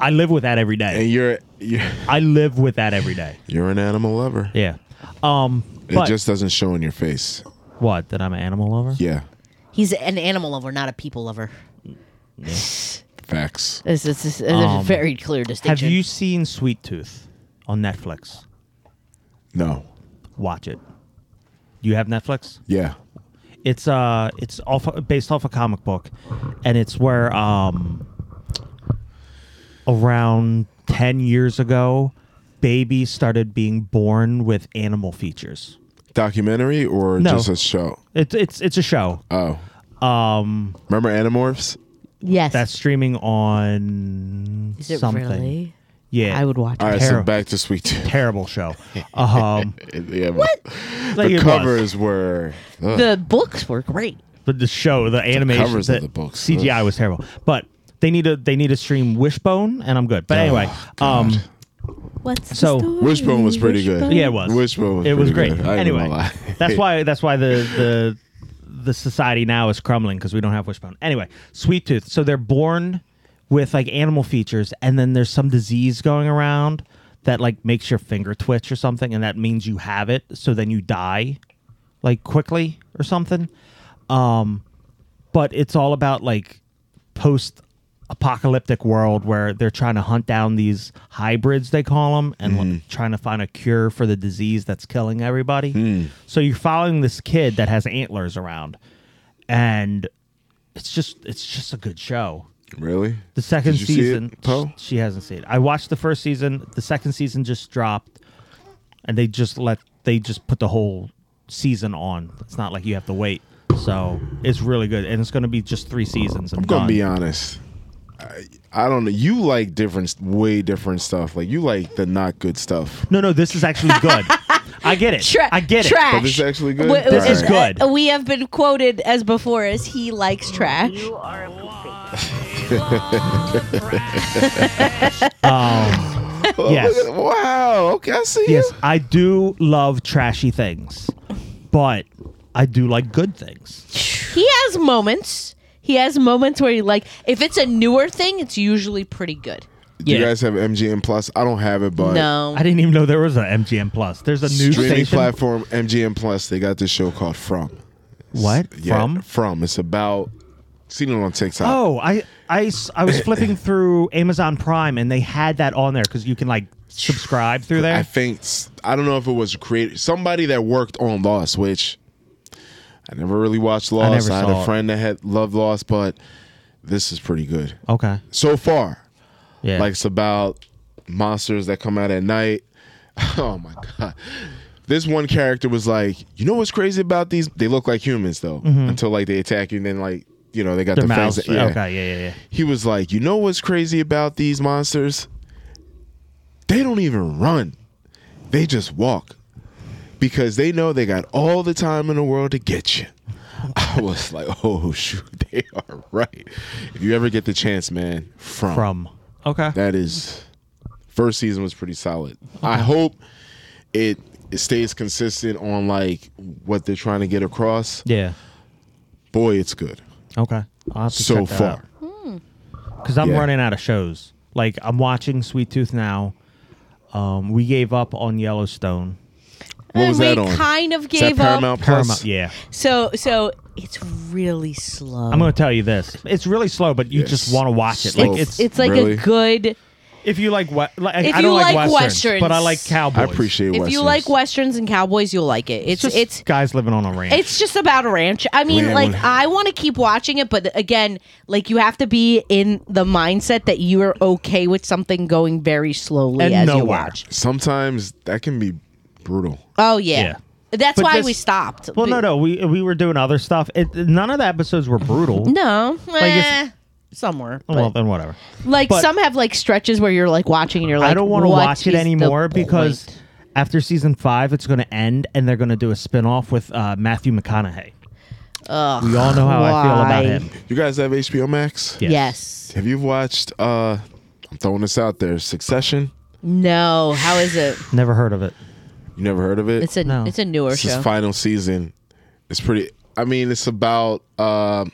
I live with that every And day. you're you're I live with that every day. you're an animal lover. Yeah. Um. But it just doesn't show in your face. what? That I'm an animal lover. Yeah, He's an animal lover, not a people lover. facts. This is this is a very Um, clear Have distinction. you seen Sweet Tooth on Netflix? No. Watch it. You have Netflix? Yeah. It's uh, it's off based off a comic book, and it's where um, around ten years ago, babies started being born with animal features. Documentary or No. just a show? It's it's it's a show. Oh. Um. Remember Animorphs? Yes. That's streaming on is it something. really? Yeah, I would watch All it. right. So Terrible. back to Sweet Tooth. Terrible show. Um, yeah, what? like The it was. covers were. ugh. The books were great. but the show, the animation, covers the, of the books, CGI ugh. was terrible. But they need to they need to stream Wishbone, and I'm good. Oh, But anyway, um, What's So- the story? Wishbone was pretty good. yeah, it was. Wishbone was it was pretty great. good. I ain't gonna Anyway, lie. that's why that's why the the the society now is crumbling because we don't have Wishbone. Anyway, Sweet Tooth. So they're born with like animal features, and then there's some disease going around that like makes your finger twitch or something, and that means you have it. So then you die like quickly or something. Um, but it's all about like post apocalyptic world where they're trying to hunt down these hybrids they call them Hmm. and like, trying to find a cure for the disease that's killing everybody. Hmm. So you're following this kid that has antlers around and it's just it's just a good show. Really? The second Did you see it, season Poe? sh- she hasn't seen it. I watched the first season, the second season just dropped and they just let they just put the whole season on. It's not like you have to wait. So it's really good, and it's going to be just three seasons. I'm gonna be honest. I, I don't know. You like different, way different stuff. Like you like the not good stuff. No, no, this is actually good. I get it. Tra- I get it. trash. Oh, this is actually good? Wh- This is good. uh, we have been quoted as before as he likes trash. Um, Oh, Yes. look at- wow. Okay, I see. yes, You. I do love trashy things, but I do like good things. He has moments. He has moments where you like if it's a newer thing, it's usually pretty good. Do you Yeah. guys have MGM Plus? I don't have it, but no. I didn't even know there was an MGM Plus. There's a new streaming station. platform MGM Plus. They got this show called From. What Yeah, from? From. It's about. Seen it on TikTok. Oh, I, I s- I was flipping through Amazon Prime and they had that on there because you can like subscribe through I there. think s- I don't know if it was a creator, somebody that worked on Lost, which I never really watched Lost. I, never had saw a it. friend that had loved Lost, but this is pretty good Okay. so far. Yeah. Like it's about monsters that come out at night. Oh my god. This one character was like, you know what's crazy about these? They look like humans though, until like they attack you, and then like you know they got Mm-hmm. their the fangs. mouths. that- yeah. Okay. Yeah. Yeah. Yeah. He was like, you know what's crazy about these monsters? They don't even run. They just walk because they know they got all the time in the world to get you. I was like, oh shoot, they are right. If you ever get the chance, man, from From. Okay. that is first season was pretty solid. I hope it, it stays consistent on like what they're trying to get across. yeah. Boy, it's good Okay. I'll have to so check that out. far. because I'm Yeah. running out of shows. Like I'm watching Sweet Tooth now. Um, we gave up on Yellowstone. What was we that on? kind of Is that gave up. Paramount Plus? Paramount. Yeah, So so it's really slow. I'm gonna tell you this. It's really slow, but you Yes. just want to watch it. Slow. Like it's it's, it's like Really? a good if you like what like, If I don't you like, like westerns, but I like westerns. cowboys. I appreciate if Westerns. you like westerns and cowboys, you'll like it. It's It's just it's guys living on a ranch. It's just about a ranch. I mean, Man, like when- I want to keep watching it, but again, like you have to be in the mindset that you are okay with something going very slowly And as you nowhere. watch. sometimes that can be brutal. Oh yeah, Yeah. that's But why this- we stopped. well, no, But- no, we we were doing other stuff. It, none of the episodes were brutal. no, it's- eh, somewhere. Well, but- then whatever. like but- some have like stretches where you're like watching and you're like, I don't want to "What watch is it the anymore because point?" after season five, it's going to end, and they're going to do a spin off with uh, Matthew McConaughey. Ugh, We all know how I feel about why? him. You guys have HBO Max? Yeah. Yes. Have you watched uh I'm throwing this out there, Succession? No. How is it? Never heard of it. You never heard of it? It's a No. it's a newer It's show. his final season. It's pretty I mean, it's about um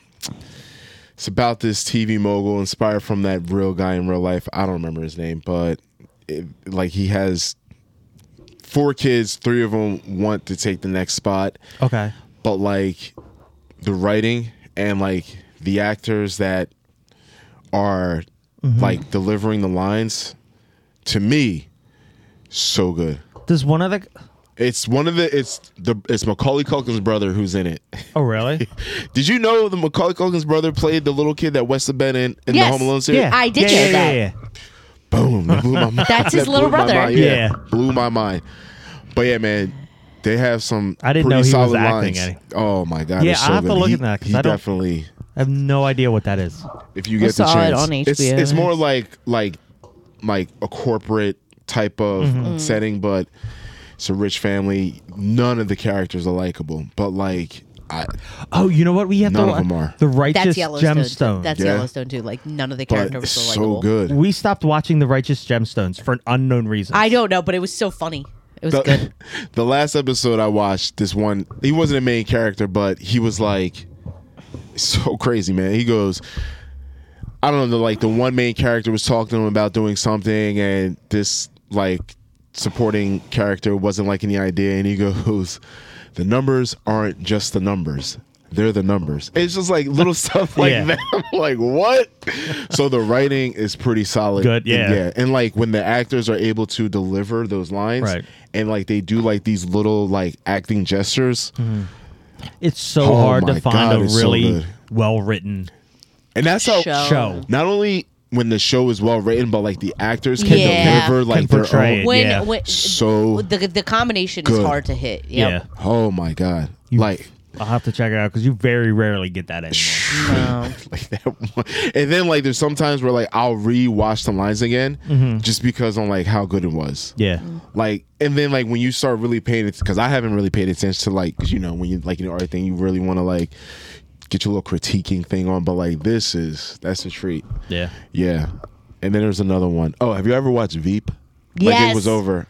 it's about this TV mogul inspired from that real guy in real life. I don't remember his name, but it, like he has four kids, three of them want to take the next spot. Okay. but like the writing and like the actors that are Mm-hmm. like delivering the lines to me so good Does one of the? it's one of the it's the it's macaulay culkin's brother who's in it Oh, really? did you know the macaulay culkin's brother played the little kid that wes had been in in Yes. the home alone series I did yeah, know yeah, that. Yeah, boom that blew my mind That's his That little blew my brother. mind. Yeah. blew my mind but yeah man they have some I didn't know pretty he was solid acting lines. any. oh my god Yeah, it's so I'll have to good. look He- at that 'cause he I don't- definitely I have no idea what that is. if you I get the saw it chance. on It's, HBO. it's more like like like a corporate type of setting, but it's a rich family. None of the characters are likable, but like I Oh, you know what? We have None to of them are. the That's righteous Yellowstone. gemstone. That's Yeah. Yellowstone too. Like none of the but characters it's were so likable. good. we stopped watching the righteous gemstones for an unknown reason. I don't know, but it was so funny. It was good. the, the last episode I watched, this one, he wasn't a main character, but he was like so crazy, man. He goes, I don't know, like the one main character was talking to him about doing something, and this like supporting character wasn't liking the idea, and he goes, The numbers aren't just the numbers. They're the numbers. It's just like little stuff like Yeah. that. I'm like, what? so the writing is pretty solid. Good, yeah. And yeah. And like when the actors are able to deliver those lines Right. and like they do like these little like acting gestures. Mm-hmm. It's so Oh hard my to find God, a it's so really good. well written And that's how Show. show. not only when the show is well written, but like the actors can Yeah. deliver like Can their portray own. it. when, Yeah. when So the the combination is Good. hard to hit. Yeah. Yep. oh my god, like I'll have to check it out because you very rarely get that anymore. No. like that one. And then like there's sometimes where like I'll re-watch some lines again Mm-hmm. just because I'm like how good it was. yeah. Like and then like when you start really paying it because I haven't really paid attention to like 'cause, you know when you like you know everything you really want to like get your little critiquing thing on, but like this is that's a treat. Yeah. Yeah. And then there's another one. Oh, have you ever watched Veep? Like it Yes. was over.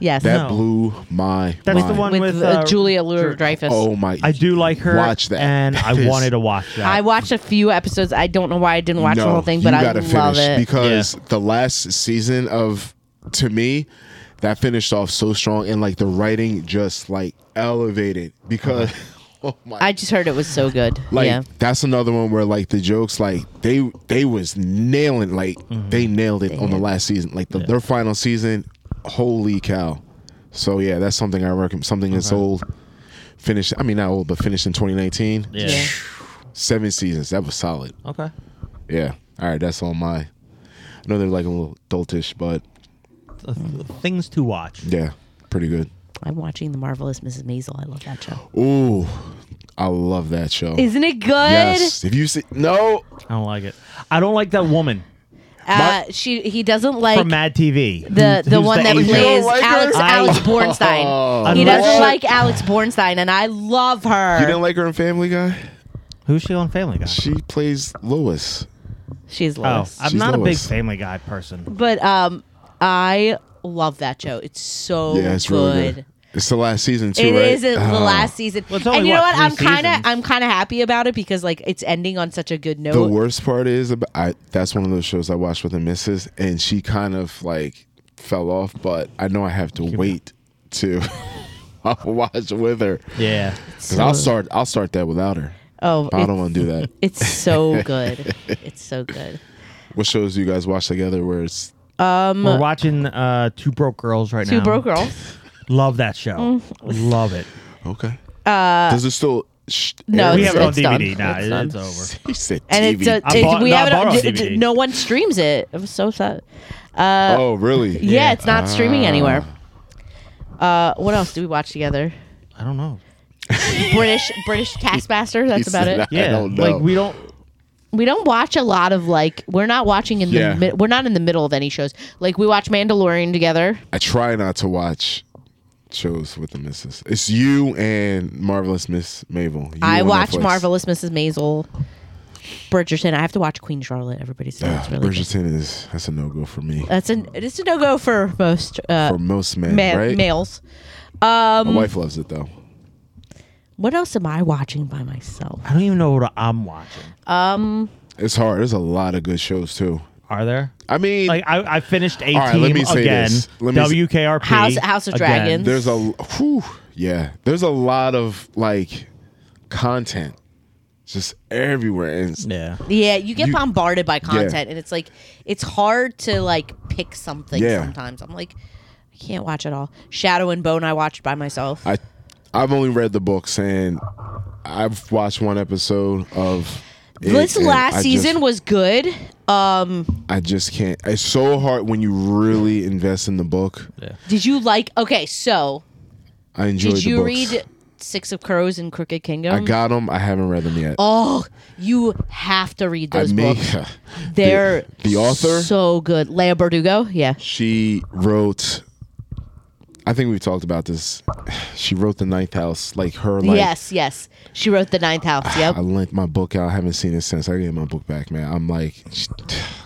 Yes. That No. blew my That's mind. the one With, with, uh, uh, Julia Louis Dreyfus. Oh my! I do like her. Watch that. And I That is- wanted to watch that. I watched a few episodes. I don't know why I didn't watch no, the whole thing, you but I gotta love finish it. because the last season of to me that finished off so strong and like the writing just like elevated because oh my I just heard it was so good. like yeah. that's another one where like the jokes like they they was nailing like Mm-hmm. they nailed it on the last season like the, their final season holy cow so yeah that's something I recommend something that's old finished I mean not old but finished in 2019 Yeah. Yeah. seven seasons that was solid Okay. Yeah. All right. That's on my. I know they're like a little adultish, but Uh, things to watch. yeah, pretty good. I'm watching The Marvelous Mrs. Maisel. I love that show. Ooh, I love that show. Isn't it good? yes. If you see, no. I don't like it. I don't like that woman Uh, she he doesn't like from Mad TV. the who's- the who's one that agent. You don't plays like her? Alex I- Alex Oh. Bornstein. he Unless- doesn't like Alex Bornstein, and I love her. You didn't like her in Family Guy? Who's she on Family Guy? She plays Lois. She's oh, Lois. I'm She's not a big Lois. Family Guy person. but um, I love that show. It's so Yeah, it's good. really good. It's the last season too, It right? is the Ah, last season, Well, it's only, and you know what, what? I'm three kind of seasons? I'm kind of happy about it because like it's ending on such a good note. The worst part is about I, that's one of those shows I watched with the missus, and she kind of like fell off. But I know I have to wait to watch with her. Yeah. 'Cause I'll start. I'll start that without her. oh, I don't it's- want to do that. It's so good. it's so good. What shows do you guys watch together where it's We're watching uh, Two Broke Girls right now. Two broke girls. Mm. Love that show. Love it. okay? Uh, Does it still? Sh- No, air? we it's- have it on it's done. DVD. Nah, It's it- done. it's over. He said And it's, TV. uh, it's bought- we no, I have it. bought it on on d- d- DVD. no one streams it. It was so sad. Uh, oh, really? yeah, it's not streaming Ah. anywhere. Uh, what else do we watch together? I don't know. British British Taskmaster. He That's about said, it. I Yeah. don't know. Like we don't. We don't watch a lot of like we're not watching in Yeah. the mid- we're not in the middle of any shows. Like we watch Mandalorian together. I try not to watch shows with the missus. It's you and Marvelous Miss Mabel. You I on watch Netflix. Marvelous Mrs. Maisel. Bridgerton. I have to watch Queen Charlotte. Everybody says Ah, it's really. good. Bridgerton is that's a no go for me. That's an it's a no go for most uh, for most men, ma- um, right? males. My wife loves it though. What else am I watching by myself? I don't even know what I'm watching. It's hard. There's a lot of good shows too. Are there? I mean, Like I, I finished A All right, let Team me say again. this. Let me s- WKRP. House- House of again. Dragons. there's a whew, yeah there's a lot of like content just everywhere and Yeah. Yeah, you get You- bombarded by content, and it's like it's hard to like pick something Yeah. sometimes. I'm like, I can't watch it all. Shadow and Bone, I watched by myself. i i've only read the books and i've watched one episode of it, this and last I season just, was good. Um, i just can't it's so hard when you really invest in the book did you like? Okay, so i enjoyed did the you books. read um, Six of Crows and Crooked Kingdom? i got them i haven't read them yet oh, you have to read i those mean books. They're the author? so good. Leia Bardugo, yeah. she wrote i think we've talked about this she wrote the ninth house like her like Ah, yes, yes. She wrote the Ninth House. Yep. I lent my book out. I haven't seen it since. I gotta get my book back, man. I'm like,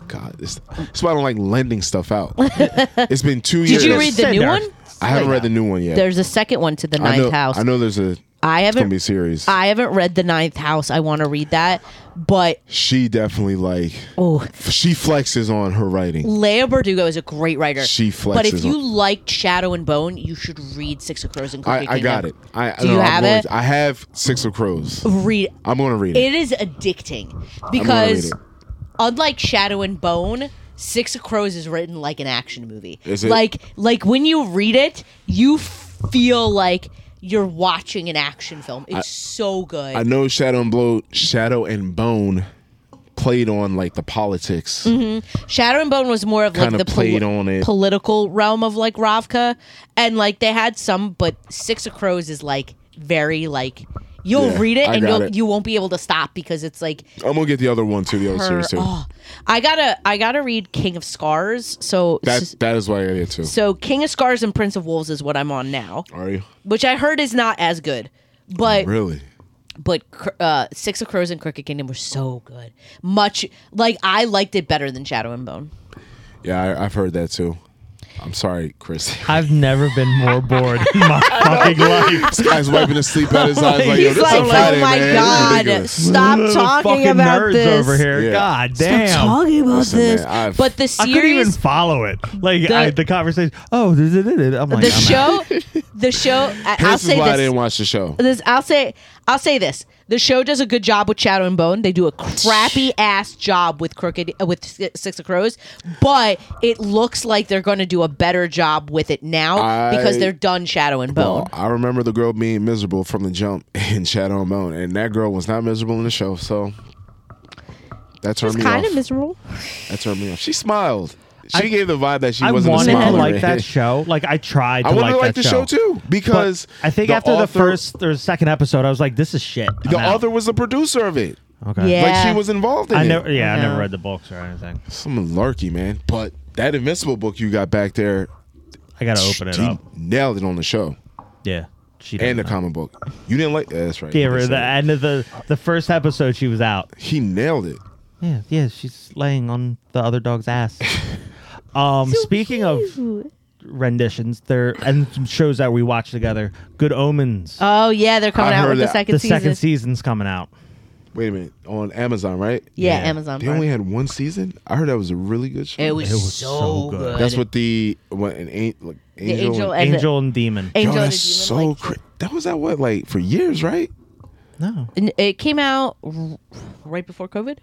God, this, that's why I don't like lending stuff out. it's been two years. Did you read the Send new her. one? I haven't read the new one yet. There's a second one to the I Ninth know, House. I know there's a. I it's gonna be a haven't. series. I haven't read the Ninth House. I want to read that, but she definitely like. oh, She flexes on her writing. Leia Bardugo is a great writer. She But if flexes you on- liked Shadow and Bone, you should read Six of Crows and Crooked I, I got it. Kingdom. I Do no, you I'm have going it? to- I have Six of Crows. Read. I'm gonna read it. It is addicting I'm gonna read because it. unlike Shadow and Bone, Six of Crows is written like an action movie. Is it? Like like when you read it, you feel like you're watching an action film. It's so good. I know Shadow and Blow, Shadow and Bone played on like the politics. Mm-hmm. Shadow and Bone was more of like Kinda the played on it. political realm of like Ravka, and like they had some, but Six of Crows is like very like you'll Yeah, read it I and got you'll, it. you won't be able to stop because it's like I'm gonna get the other one too, the other her- series too. oh. I gotta I gotta read King of Scars. So that that is why I did too. so King of Scars and Prince of Wolves is what I'm on now, Are you which I heard is not as good, but really? but Cr- uh, Six of Crows and Crooked Kingdom were so good. Much like I liked it better than Shadow and Bone. Yeah, I, I've heard that too. I'm sorry, Chris. I've never been more bored in my fucking life. this guy's wiping the sleep out of his eyes. Like, yo, He's this like, on Friday, oh my man. This is god, ridiculous." stop Little talking fucking about nerds this. over here. Yeah. God Stop damn. talking about Listen, man, this. I've- but the I couldn't even series, follow it. Like I, the conversation. Oh, da- da- da- da. I'm like, the I'm out. show, the show. I- I'll This is say why I this. didn't watch the show. this. I'll say. I'll say this. The show does a good job with Shadow and Bone. They do a crappy ass job with Crooked uh, with Si- Six of Crows, but it looks like they're going to do a better job with it now because I- they're done Shadow and Bone. Well, I remember the girl being miserable from the jump in Shadow and Bone, and that girl was not miserable in the show. So that turned It's me kind off. of miserable. that turned me off. She smiled. She gave the vibe that she I wasn't wanted a smiler. to like that show. Like I tried. To I wanted to like that the show too But because I think after the author- first or second episode, I was like, "This is shit." I'm the out. author was the producer of it. Okay. Yeah. Uh-huh. Like she was involved in I it. never. Yeah, I never No. read the books or anything. Some larky man, but that Invincible book you got back there, I gotta open it she up. nailed it on the show Yeah. She and the doesn't know. comic book. You didn't like yeah, that's right. Gave her That's the right. end of the the first episode. She was out. He nailed it. Yeah, yeah, she's laying on the other dog's ass. um, speaking of renditions, there and some shows that we watch together. Good Omens. Oh yeah, they're coming I've out heard with the that. second the season. second season's coming out. Wait a minute, on Amazon, right? yeah, Yeah. Amazon. They Prime. only had one season. I heard that was a really good show. It was, It was so so good. good. that's what the what an an- like, the angel. angel, and- and Angel and Demon. Yo, The, angel and that's the demon, so like, cra- That was that what like for years, right? no. N- It came out r- right before COVID.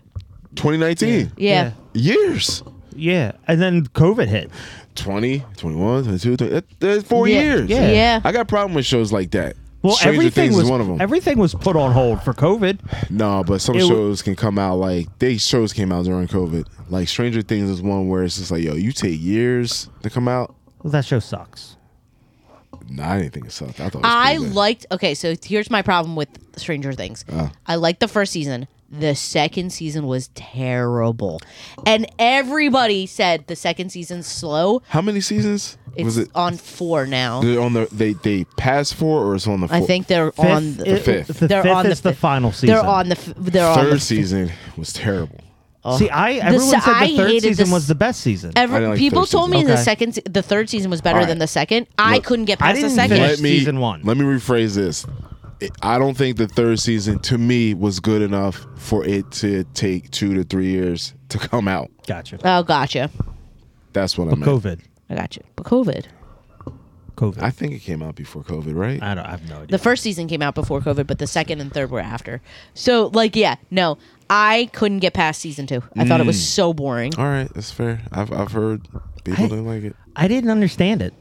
2019. Yeah. Years. Yeah. Yeah. And then COVID hit. 20, 21, 22, 20, that- that's four Yeah. years. Yeah. Yeah. I got a problem with shows like that. Well, Stranger everything Things was is one of them. everything was put on hold for COVID. No, but some It w- shows can come out like they shows came out during COVID. Like Stranger Things is one where it's just like, yo, you take years to come out. Well, that show sucks. Nah, I didn't think it sucked. I thought it was I pretty good. Ah. liked. Okay, so here's my problem with Stranger Things. I liked the first season. The second season was terrible, and everybody said the second season's slow. How many seasons It's was it? on four now. They're on the they they passed four or it's on the four? I think they're Fifth, on the, it- fifth. The They're fifth on the is the, fifth. final season. they're on the f- they're on third the f- season was terrible. See, I everyone se- said I the third hated season this- was the best season. Every, didn't like the people third told me season. the Okay. second, se- the third season was better All right. than the second. I Look, couldn't get past didn't the second. finish- season one. Let me rephrase this. It- I don't think the third season to me was good enough for it to take two to three years to come out. gotcha. Oh, gotcha. That's what I meant. COVID. I gotcha. But COVID. COVID. I think it came out before COVID, right? I don't. I have no idea. The first season came out before COVID, but the second and third were after. So, like, yeah, no, I couldn't get past season two. I thought it was so boring. All right, Mm. that's fair. I've I've heard people I- didn't like it. I didn't understand it.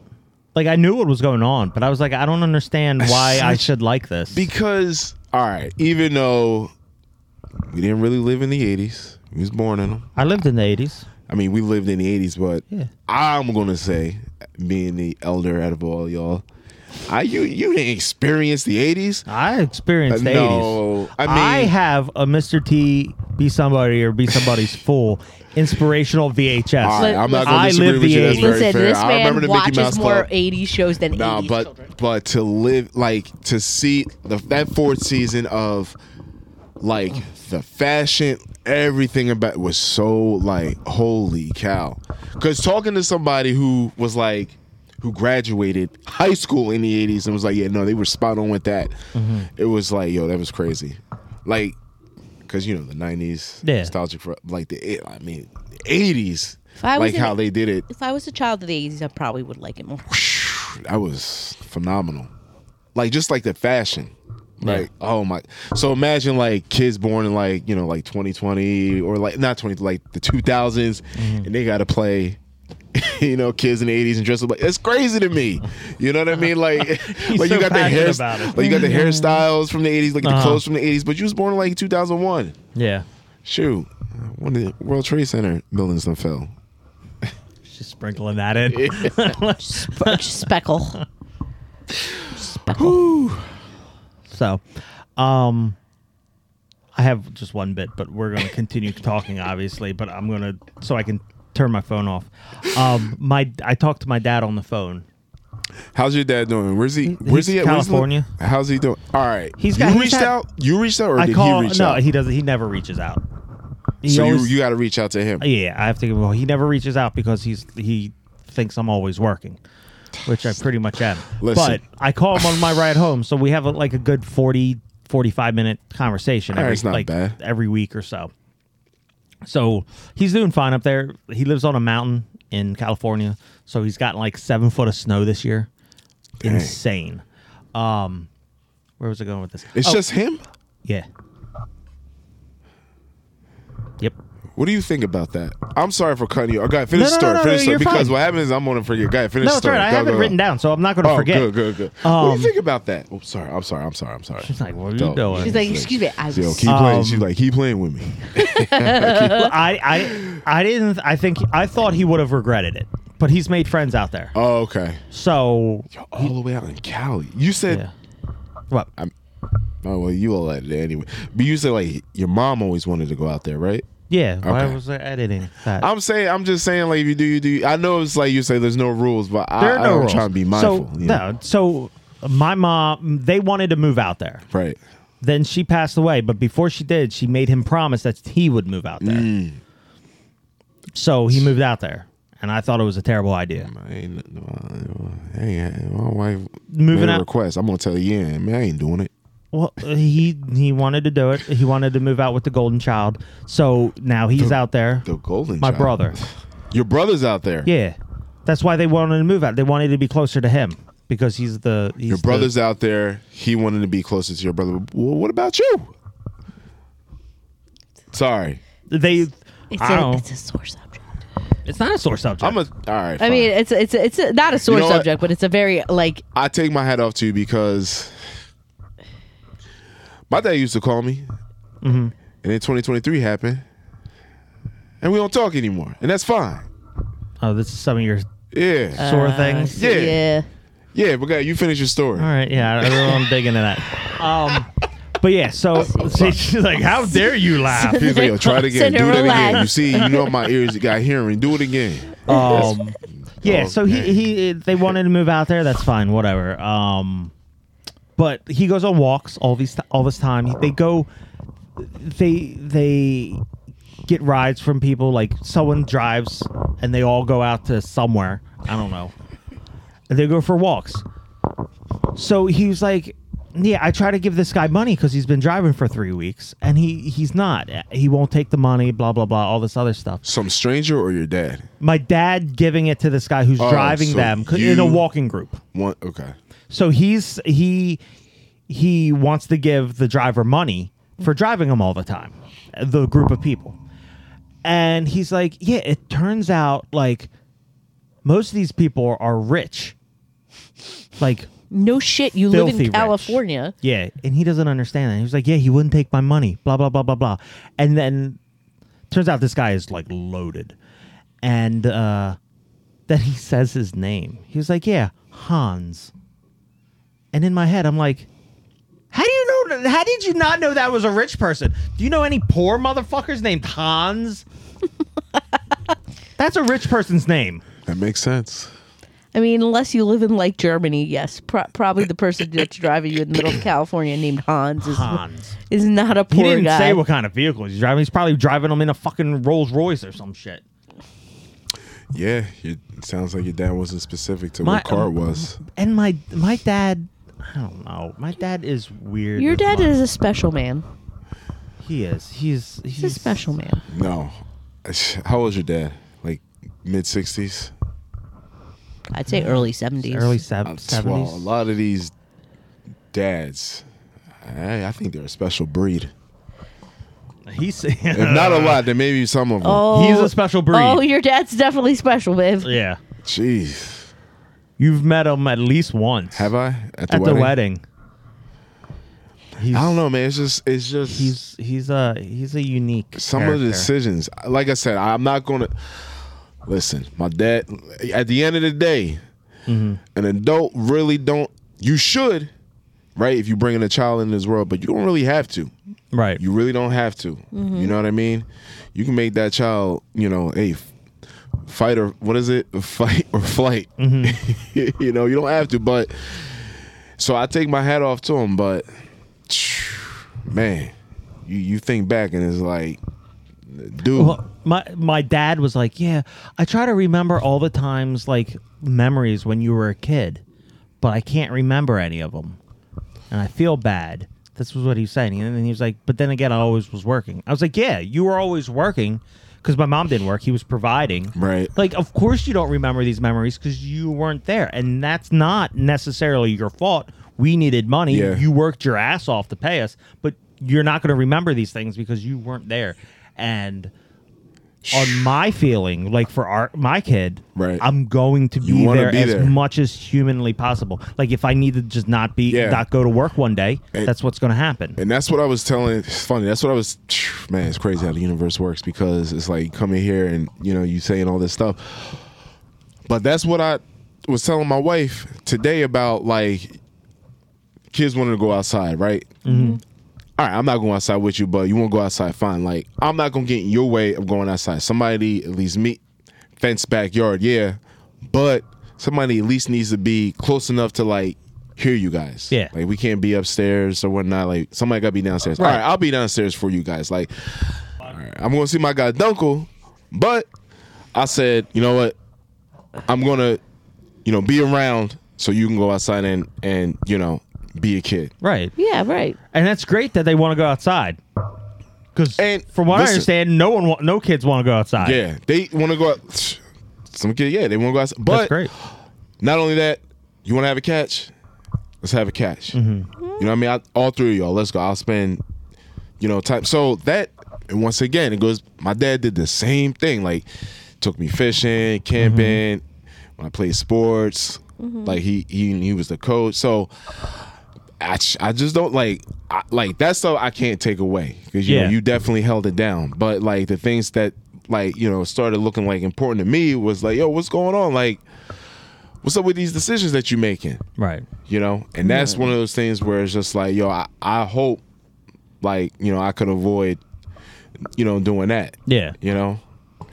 Like I knew what was going on, but I was like, I don't understand why I should like this. Because all right, even though we didn't really live in the '80s, we was born in them. I lived in the eighties. I mean, we lived in the '80s, but Yeah. I'm gonna say, being the elder out of all y'all, I you you didn't experience the '80s. I experienced the Uh, eighties. no, I mean- have a Mr. T be somebody or be somebody's fool inspirational VHS. All right, I'm not I gonna disagree lived with you. the That's 80s. very Listen, fair. this I remember man the Mickey watches Mouse more Club. 80 shows than Nah, 80s but children. but to live like to see the, that fourth season of like the fashion, everything about was so like holy cow. Because talking to somebody who was like who graduated high school in the eighties and was like, yeah, no, they were spot on with that. It was like, yo, that was crazy. Like, because you know the nineties Yeah. nostalgic for like the eight- I mean eighties. I was Like in how it- they did it. If I was a child of the 80s, I probably would like it more. that was phenomenal. Like just like the fashion. Like oh my! So imagine like kids born in like you know like 2020 or like not 20 like the 2000s, Mm-hmm. and they got to play, you know, kids in the 80s and dress up like it's crazy to me. You know what I mean? Like like so you got the passionate hair about it. Mm-hmm. like you got the hairstyles from the 80s, like the Uh-huh. clothes from the 80s, but you was born in like 2001. Yeah. Shoot, When the World Trade Center buildings done fell. Just sprinkling that in. Sp- speckle. So, um, I have just one bit, but we're going to continue talking, obviously. But I'm going to so I can turn my phone off. Um, my I talked to my dad on the phone. How's your dad doing? Where's he? Where's he at? Where's he- California. How's he doing? All right. He's you got- he's reached had- out. You reached out, or I did call. he reach no, out? he doesn't. He never reaches out. He so always- you, you got to reach out to him. yeah, I have to. Well, he never reaches out because he's he thinks I'm always working, which I pretty much am. Listen. But I call him on my ride home, so we have a, like a good 40, 45 minute conversation All right, every it's not like bad. every week or so. So he's doing fine up there. He lives on a mountain in California, so he's gotten like seven foot of snow this year. Dang. Insane. Um, where was I going with this? It's Oh, just him. yeah. Yep. What do you think about that? I'm sorry for cutting you. Oh, God, No, finish the no, story. no, no, finish the you're story. Because fine. what happens is I'm going to forget. Go ahead, finish No, the it's story. all right. I Go, have go, it go. written down, so I'm not going to Oh, forget. good, good, good. what do Um, you think about that? Oh, sorry. I'm sorry. I'm sorry. I'm sorry. She's like, "What Um, are you Don't. doing?" She's like, excuse me, I was. She's like, "Yo, keep playing. She's like, keep playing with me. Well, I, I, I didn't. I think I thought he would have regretted it, but he's made friends out there. Oh, okay. So Yo, all the way out in Cali. You said, yeah, what? oh, well, you all at it anyway. But you said, like, your mom always wanted to go out there, right? Yeah, why okay. was I editing that? I'm saying, I'm just saying, like, if you do, you do. I know it's like you say there's no rules, but I, there are I- no I'm rules. trying to be mindful. So you know? no, so my mom, they wanted to move out there. Right. Then she passed away, but before she did, she made him promise that he would move out there. Mm. So he moved out there, and I thought it was a terrible idea. I ain't, no, I- hey, my wife Moving made a out- request. I'm gonna tell you, yeah, man, I ain't doing it. Well, uh, he he wanted to do it. He wanted to move out with the golden child. So now he's out there. The golden. my child. brother. Your brother's out there. Yeah, that's why they wanted to move out. They wanted to be closer to him because he's the he's Your the- brother's out there. He wanted to be closer to your brother. Well, what about you? Sorry, they. It's I don't. a, It's, it's a sore subject. not a sore subject. I'm a. All right. I fine. mean, it's it's it's a, not a sore know what? subject, but it's a very like I take my hat off to you because my dad used to call me, Mm-hmm. and then 2023 happened, and we don't talk anymore, and that's fine. oh, this is some of your Yeah, Uh, sore things. Yeah. yeah. But God, you finish your story. All right. Yeah, I I really am digging into that. Um, but yeah. So, see, she's like, "How dare you laugh?" He's like, yo, try it again. Send her Do that again. relax. You see, you know my ears got hearing. Do it again. Um, yeah. So he Okay. he they wanted to move out there. That's fine. Whatever. Um, but he goes on walks all these all this time. They go. They they get rides from people. Like someone drives, and they all go out to somewhere. I don't know. And they go for walks. So he was like, "Yeah, I try to give this guy money because he's been driving for three weeks, and he he's not. He won't take the money. Blah blah blah. All this other stuff." Some stranger or your dad? my dad giving it to this guy who's Oh, driving so them 'cause- you- in a walking group. One. Okay. So he's he he wants to give the driver money for driving him all the time, the group of people. And he's like, "Yeah, it turns out like most of these people are rich." Like, No shit, you live Filthy in rich. California. yeah, and he doesn't understand that. He was like, "Yeah, he wouldn't take my money, blah blah blah blah blah." And then turns out this guy is like loaded. And uh then he says his name. He was like, "Yeah, Hans." And in my head, I'm like, "How do you know? How did you not know that was a rich person? Do you know any poor motherfuckers named Hans?" That's a rich person's name. That makes sense. I mean, unless you live in like Germany, yes, pro- probably the person that's driving you in the middle of California named Hans is Hans. is not a He poor didn't guy. say what kind of vehicle he's driving. He's probably driving them in a fucking Rolls Royce or some shit. Yeah. It sounds like your dad wasn't specific to My- what car it was. And my my dad, I don't know. My dad is weird. Your with dad money. is a special man. He is. He's he's, He's a special man. No. How old was your dad? Like mid 60s? I'd say early seventies. Early sev- Well, a seventies. lot of these dads, I, I think they're a special breed. He's If not a lot, then maybe some of them. Oh, He's a special breed. Oh, your dad's definitely special, babe. yeah. Jeez. You've met him at least once Have I? At the at wedding? the wedding. He's, I don't know, man. It's just it's just He's he's a he's a unique. some of character. the decisions. Like I said, I'm not going to listen. My dad. At the end of the day, an adult really don't. You should, right? If you bring in a child in this world, but you don't really have to. right. You really don't have to. You know what I mean? You can make that child, you know, a f- fight or what is it? Fight or flight. Mm-hmm. you know, you don't have to, but so I take my hat off to him, but man, you you think back and it's like dude, Well, my my dad was like, "Yeah, I try to remember all the times like memories when you were a kid, but I can't remember any of them, and I feel bad." This was what he was saying, and then he was like, "But then again, I always was working." I was like, "Yeah, you were always working." Because my mom didn't work, he was providing. Right. Like, of course, you don't remember these memories because you weren't there, and that's not necessarily your fault. We needed money. Yeah. You worked your ass off to pay us, but you're not going to remember these things because you weren't there. And on my feeling, like for our my kid, Right. I'm going to be You wanna there be as there. much as humanly possible. Like if I need to just not be, Yeah. not go to work one day, And- that's what's going to happen. And that's what I was telling. It's funny. That's what I was. Man, it's crazy how the universe works because it's like coming here and you know you saying all this stuff. But that's what I was telling my wife today about like kids wanting to go outside, right? All right, I'm not going outside with you, but you want to go outside, fine. Like I'm not gonna get in your way of going outside. Somebody at least meet fence backyard, yeah, but somebody at least needs to be close enough to like hear you guys. Yeah. like we can't be upstairs or whatnot. Like somebody gotta be downstairs. All Right. right, I'll be downstairs for you guys. Like, all right, I'm gonna see my guy Dunkel, but I said, you know what? I'm gonna, you know, be around so you can go outside and and you know be a kid. Right. Yeah, right. And that's great that they want to go outside. Because And from what I listen- understand, no one, wa- no kids want to go outside. Yeah, they want to go out. Some kid, yeah, they want to go outside. That's But great. not only that, you want to have a catch? Let's have a catch. You know what I mean? I, all three of y'all, let's go. I'll spend, you know, time. So that, and once again, it goes, my dad did the same thing. Like, took me fishing, camping, when I played sports. Like, he, he he was the coach. So I, ch- I just don't like, I, like, that stuff I can't take away because, you Yeah. know, you definitely held it down. But, like, the things that, like, you know, started looking like important to me was like, yo, what's going on? Like, what's up with these decisions that you're making? Right. You know, and that's one of those things where it's just like, yo, I, I hope, like, you know, I could avoid, you know, doing that. Yeah. You know,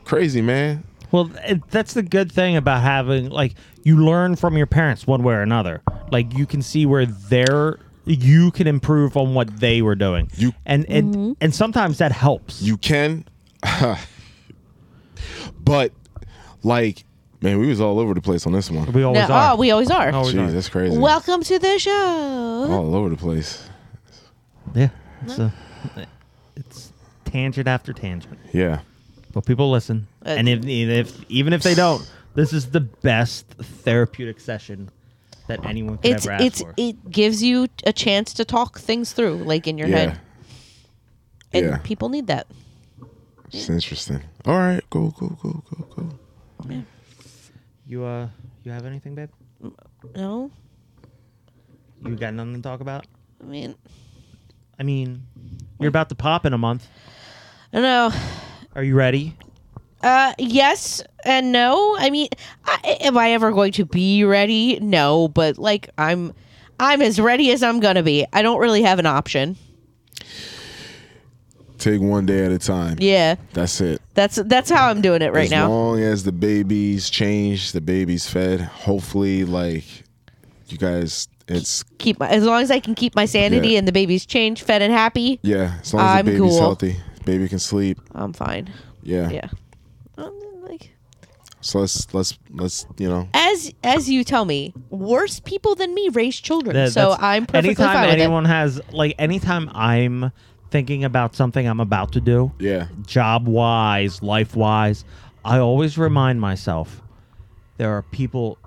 crazy man. Well, th- that's the good thing about having like you learn from your parents one way or another. Like you can see where their you can improve on what they were doing. You- and and Mm-hmm. and sometimes that helps. You can, but like, man, we was all over the place on this one. we always No, are. oh, we always are. Always Jeez, are. that's crazy. Welcome to the show. all over the place. Yeah. It's, a- it's tangent after tangent. Yeah. But people listen, Uh, and if, even if even if they don't, this is the best therapeutic session that anyone could It's ever ask it's for. it gives you a chance to talk things through, like in your Yeah. head, and yeah. people need that. It's interesting. All right, go, go, go, go, go. you uh, you have anything, babe? No, You got nothing to talk about? I mean, I mean, you're about to pop in a month. I don't know. Are you ready? Uh, yes and no. I mean, I, am I ever going to be ready? No, but like I'm, I'm as ready as I'm gonna be. I don't really have an option. Take one day at a time. Yeah, That's it. that's that's how I'm doing it right as now. long as the baby's changed, the baby's fed, hopefully, like you guys, it's Keep my, as long as I can keep my sanity Yeah. and the baby's changed, fed, and happy. yeah. As long as I'm the baby's cool. healthy, baby can sleep. I'm fine. Yeah. Yeah, I'm like So let's let's let's you know. as as you tell me, worse people than me raise children. That- so that's- I'm perfectly anytime fine with anyone has like anytime I'm thinking about something I'm about to do, Yeah. job wise, life wise, I always remind myself there are people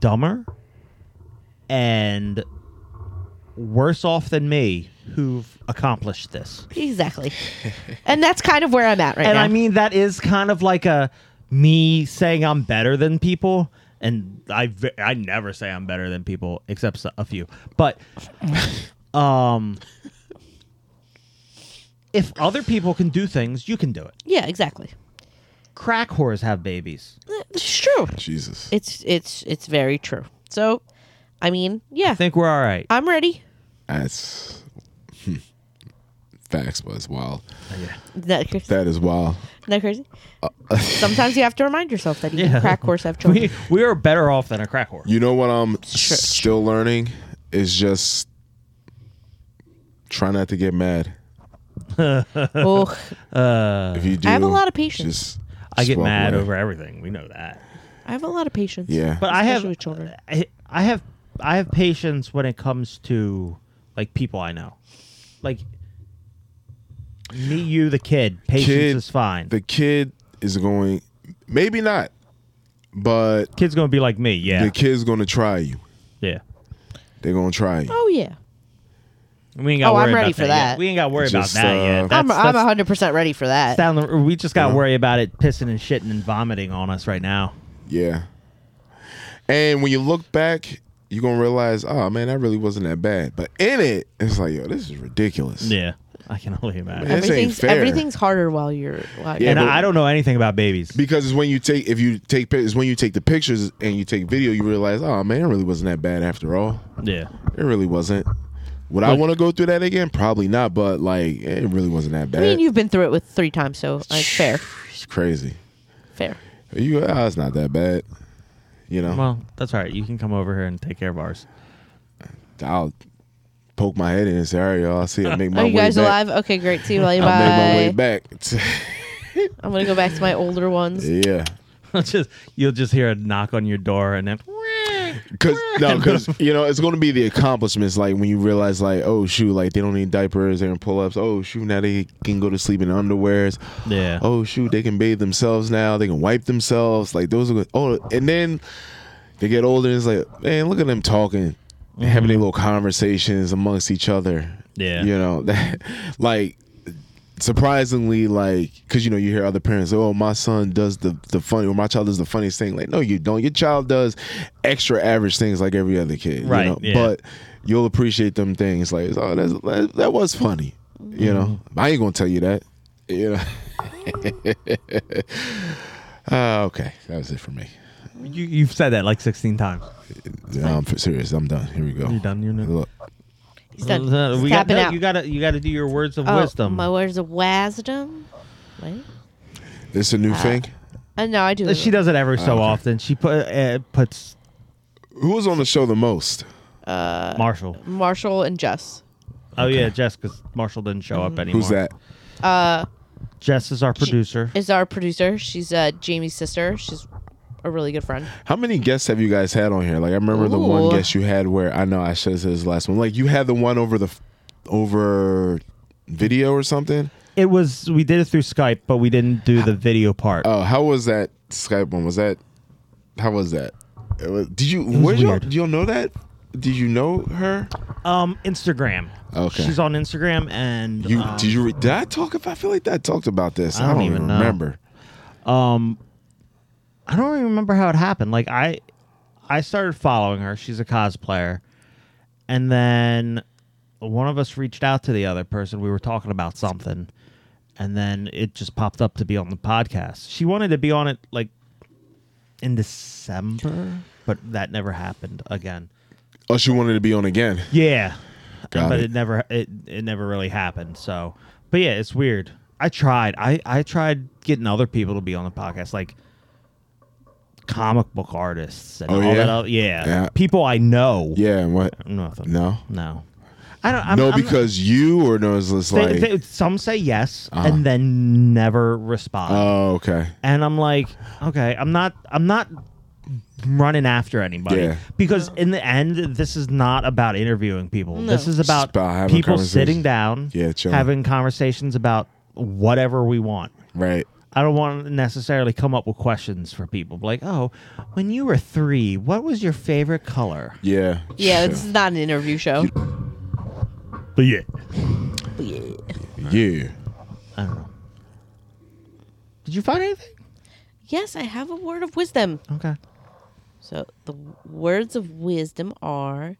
dumber and worse off than me who've accomplished this. it. Exactly, and that's kind of where I'm at right And now. I mean, that is kind of like a me saying I'm better than people. And I, ve- I never say I'm better than people, except so- a few. But Um, if other people can do things, you can do it. Yeah, exactly. Crack whores have babies. It's true. Jesus. It's it's it's very true. So, I mean, yeah, I think we're all right. I'm ready. That's hmm. facts, but it's wild. Isn't that crazy? That Uh, is wild. Isn't that crazy? Sometimes you have to remind yourself that even Yeah. crack horse have children. We, we are better off than a crack whore. You know what I'm Sure. still learning is just try not to get mad. oh, If you do, I have a lot of patience. just I get just walk mad away. over everything. We know that. I have a lot of patience. Yeah, But I have Especially with children. I, I have I have patience when it comes to like people I know. Like me, you, the kid. Patience Kid- is fine. the kid is going. Maybe not, but kid's gonna be like me. Yeah, the kid's gonna try you. yeah. They're gonna try you. Oh yeah. We ain't got. Oh, worry I'm ready about for that. yet. that. We ain't got to worry Just, about that uh, yet. I'm That's, I'm that's 100 percent ready for that. down the, we just got to Uh-huh. worry about it pissing and shitting and vomiting on us right now. Yeah. And when you look back, you're gonna realize, oh man, that really wasn't that bad. But in it, it's like, yo, this is ridiculous. Yeah, I can only imagine. this ain't everything's fair. everything's harder while you're. While Yeah, and you're but- I, I don't know anything about babies. Because it's when you take if you take pic- it's when you take the pictures and you take video, you realize, oh man, it really wasn't that bad after all. yeah, It really wasn't. Would I want to go through that again? Probably not. But like, it really wasn't that I mean, bad. you've been through it with three times, so like, fair, It's crazy. fair. You, ah, it's not that bad. You know, well, that's all right. You can come over here and take care of ours. I'll poke my head in and say, all right, y'all, I'll see. I make my Are way you guys back. alive? Okay, great. See you later. I'll make my way Bye. back. I'm gonna go back to my older ones. yeah. just you'll just hear a knock on your door and then Cause no, cause you know it's going to be the accomplishments. Like when you realize, like, oh shoot, like they don't need diapers, they're in pull ups. Oh shoot, now they can go to sleep in underwears. yeah. Oh shoot, they can bathe themselves now. They can wipe themselves. Like those are good. oh, and then they get older. and It's like, man, look at them talking, They're having their little conversations amongst each other. Mm-hmm. Yeah. you know, that, like surprisingly, like because you know you hear other parents, oh, my son does the the funny or my child does the funniest thing. Like, no, you don't. Your child does extra average things like every other kid. you Right, know? yeah. But you'll appreciate them things like, oh, that's, that, that was funny. You know, Mm-hmm. I ain't gonna tell you that. You know. Uh, okay, that was it for me. You, you've said that like 16 times. Yeah, I'm serious. I'm done. Here we go. You done? You're done. Look, He's done. Uh, He's we got, tapping no, out. You gotta, you gotta do your words of Oh, wisdom. My words of wisdom. Wait. it's a new thing. Uh, no, I do. it. she does it every so okay. often. She put uh, puts Who was on the show the most? Uh, Marshall. Marshall and Jess. Oh yeah, Jess, because Marshall didn't show Mm-hmm. up anymore. Who's that? Jess is our producer. Is our producer. She's uh, Jamie's sister. She's a really good friend. How many guests have you guys had on here? Like I remember the one Ooh. guest you had where I know I should have said his last one. Like you had the one over the f- over video or something. It was we did it through Skype, but we didn't do the video part. Oh, how was that Skype one? Was that how was that? It was, did you where y'all weird. do y'all know that? Did you know her? Um, Instagram. Okay. She's on Instagram, and You um, did you re- did I talk about? I feel like I talked about this. I I don't, don't even know. remember. I don't even remember how it happened. Like I, I started following her. She's a cosplayer, and then one of us reached out to the other person. We were talking about something, and then it just popped up to be on the podcast. She wanted to be on it like in December, but that never happened again. Oh, she wanted to be on again. Yeah, Got but it. it. never it it never really happened. So, but yeah, it's weird. I tried. I I tried getting other people to be on the podcast, like comic book artists and Oh, all yeah? that. Other, yeah. Yeah. people I know. Yeah, and what? Nothing. No. No. I don't. I'm, no, I'm- because you or no, it's just they- like Uh-huh. they- some say yes and then never respond, oh, okay, and I'm like, okay, I'm not. I'm not running after anybody Yeah. because in the end this is not about interviewing people this is about, about having people conversations. sitting down Yeah, chilling. having conversations about whatever we want right. i don't want to necessarily come up with questions for people like oh when you were three what was your favorite color Yeah. Yeah, this is not an interview show. but yeah Yeah. yeah. i don't know did you find anything Yes, I have a word of wisdom. okay So the words of wisdom are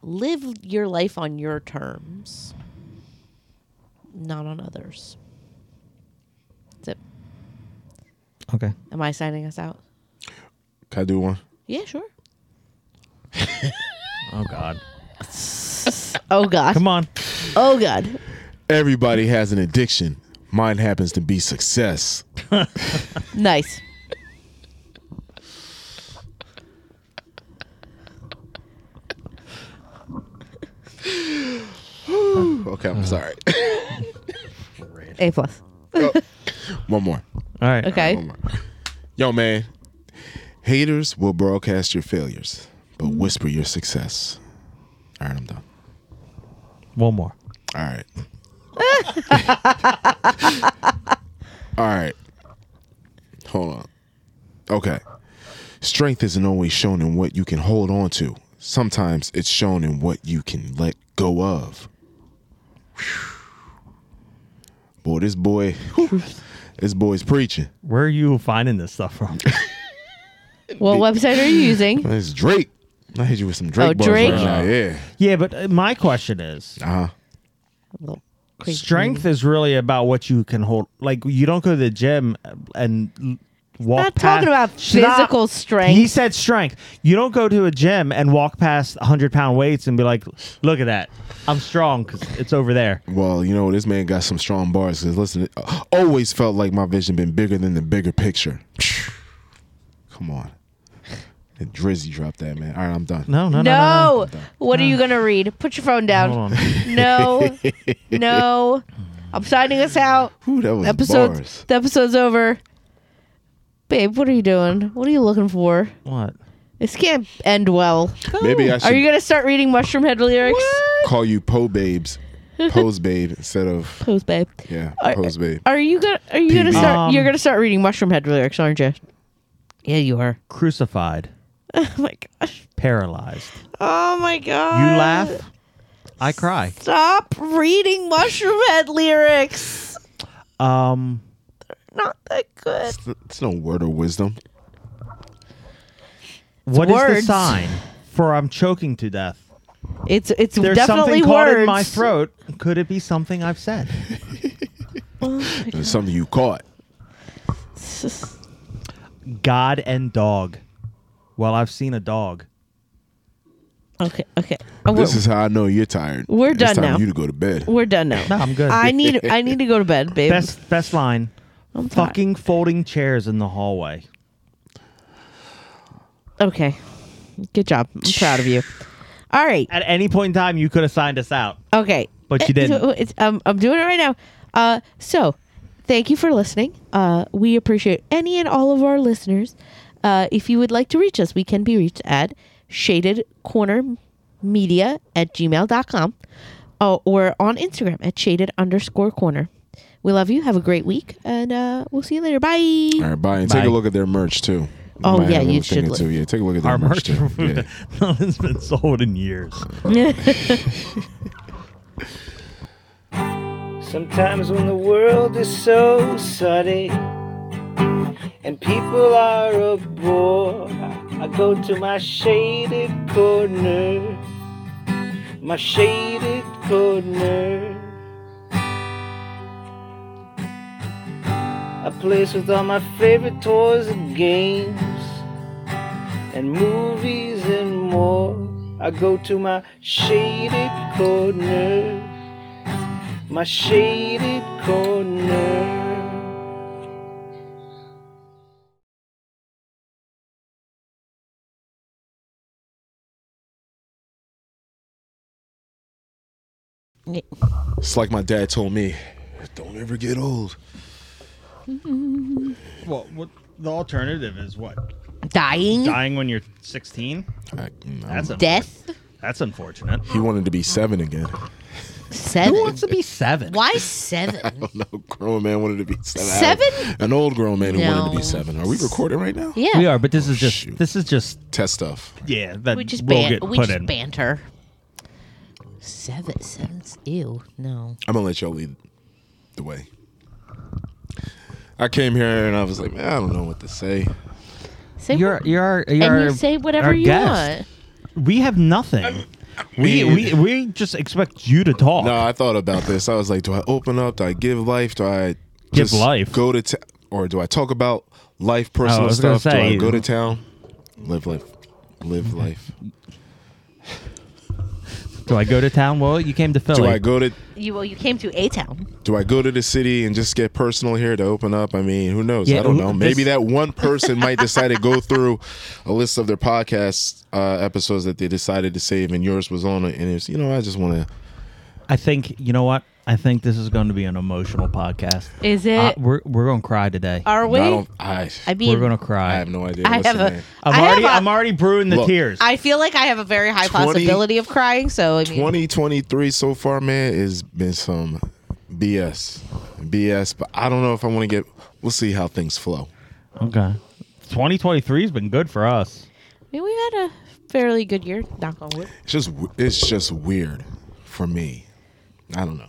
live your life on your terms, not on others. That's it. Okay. Am I signing us out? Can I do one? Yeah, sure. Oh God. Oh God. Come on. Oh God. Everybody has an addiction. Mine happens to be success. Nice. Okay, I'm sorry. A plus. one more. All right. Okay. One more. Yo, man. Haters will broadcast your failures, but whisper your success. All right, I'm done. One more. All right. All right. Hold on. Okay. Strength isn't always shown in what you can hold on to. Sometimes it's shown in what you can let go of. Boy, this boy, this boy's preaching. Where are you finding this stuff from? What website are you using? This is Drake. I hit you with some Drake. Oh, bars Drake? Right now. Yeah. yeah, but uh, my question is, Uh huh. Little crazy strength is really about what you can hold. Like you don't go to the gym uh, and l- walk. not past- talking about Stop. physical strength. He said strength. You don't go to a gym and walk past hundred pound weights and be like, "Look at that, I'm strong because it's over there." Well, you know this man got some strong bars. Cause listen, it always felt like my vision been bigger than the bigger picture. Come on, the Drizzy dropped that man. All right, I'm done. No, no, no, no. No. What are you going to read? Put your phone no. down. Hold on. No. no. I'm signing us out. Whew, that was Episode bars. the episode's over. Babe, what are you doing? What are you looking for? What? This can't end well. Maybe I should Are you going to start reading Mushroom Head lyrics? call you Po Babes, Pose Babe instead of Pose, babe. yeah Are- Pose Babe. Are you going to Are you going to PB. start Um, You're going to start reading Mushroom Head lyrics, aren't you? Yeah, you are. Crucified, Oh my gosh. paralyzed. Oh my god. You laugh, I cry. Stop reading Mushroom Head lyrics. Um, Not that good. It's no word of wisdom. what is words. the sign for I'm choking to death? It's it's There's definitely something caught words. in my throat. Could it be something I've said? It's something you caught. God and dog. Well, I've seen a dog. Okay, okay. Oh, we're, This is how I know you're tired. We're it's done time now. You to go to bed. we're done now. No, I'm good. I need I need to go to bed, babe. best best line. I'm tired. Fucking folding chairs in the hallway. Okay. Good job. I'm proud of you. All right. At any point in time, you could have signed us out. Okay. But you Uh, didn't. so It's, um, I'm doing it right now. Uh, so, thank you for listening. Uh, we appreciate any and all of our listeners. Uh, if you would like to reach us, we can be reached at shadedcornermedia at gmail.com uh, or on Instagram at shaded underscore corner. We love you. Have a great week, and uh, we'll see you later. Bye. All right, bye. And Bye. take a look at their merch too. Oh, Might yeah, have a you little thing should or two. look. Yeah, take a look at their Our merch. too. Yeah. Nothing's been sold in years. Sometimes when the world is so sunny and people are a bore, I go to my shaded corner, my shaded corner. A place with all my favorite toys and games and movies and more. I go to my shaded corner my shaded corner. It's like my dad told me, don't ever get old. Well, what the alternative is what? Dying, Dying when you're 16? I- mm, I'm- That's a, death, That's unfortunate. he wanted to be seven again. Who seven. wants to be seven? Why seven? No grown man wanted to be seven. Seven? An old grown man who wanted to No. be seven. Are we recording right now? Yeah. We are, but this is just shoot. this is just Test stuff. yeah that We just will ban- get we put just in. banter. Seven cents. Ew. No. I'm gonna let y'all lead the way. I came here and I was like, man, I don't know what to say. Say You're you're you're and our- you say whatever our you guest. We have nothing. We, we we just expect you to talk. Um, No, I thought about this. I was like, do I open up? Do I give life? Do I Give just life. Oh, Go to t- or do I talk about life, personal was gonna stuff? do I say- go to town? Live life. Live life. Do I go to town? Well, you came to Philly. Do I go to You well, you came to a town. do I go to the city and just get personal here to open up? I mean, who knows? Yeah, I don't who- know. Maybe this- that one person might decide to go through a list of their podcast uh, episodes that they decided to save, and yours was on it. And it's you know, I just want to. I think you know what? I think this is going to be an emotional podcast. Is it? I- we're we're gonna cry today. Uh, Are we? I I, don't. I. mean, We're gonna I cry. have no idea. I Listen, have a- man. I'm I have already a- I'm already brewing the Look. tears. I feel like I have a very high 20 possibility of crying. So I mean, 2023 so far, man, has been some BS. BS, but I don't know if I want to get. We'll see how things flow. okay. 2023 has been good for us. I mean, we had a fairly good year. Knock on wood. It's just, w- it's just weird for me. I don't know.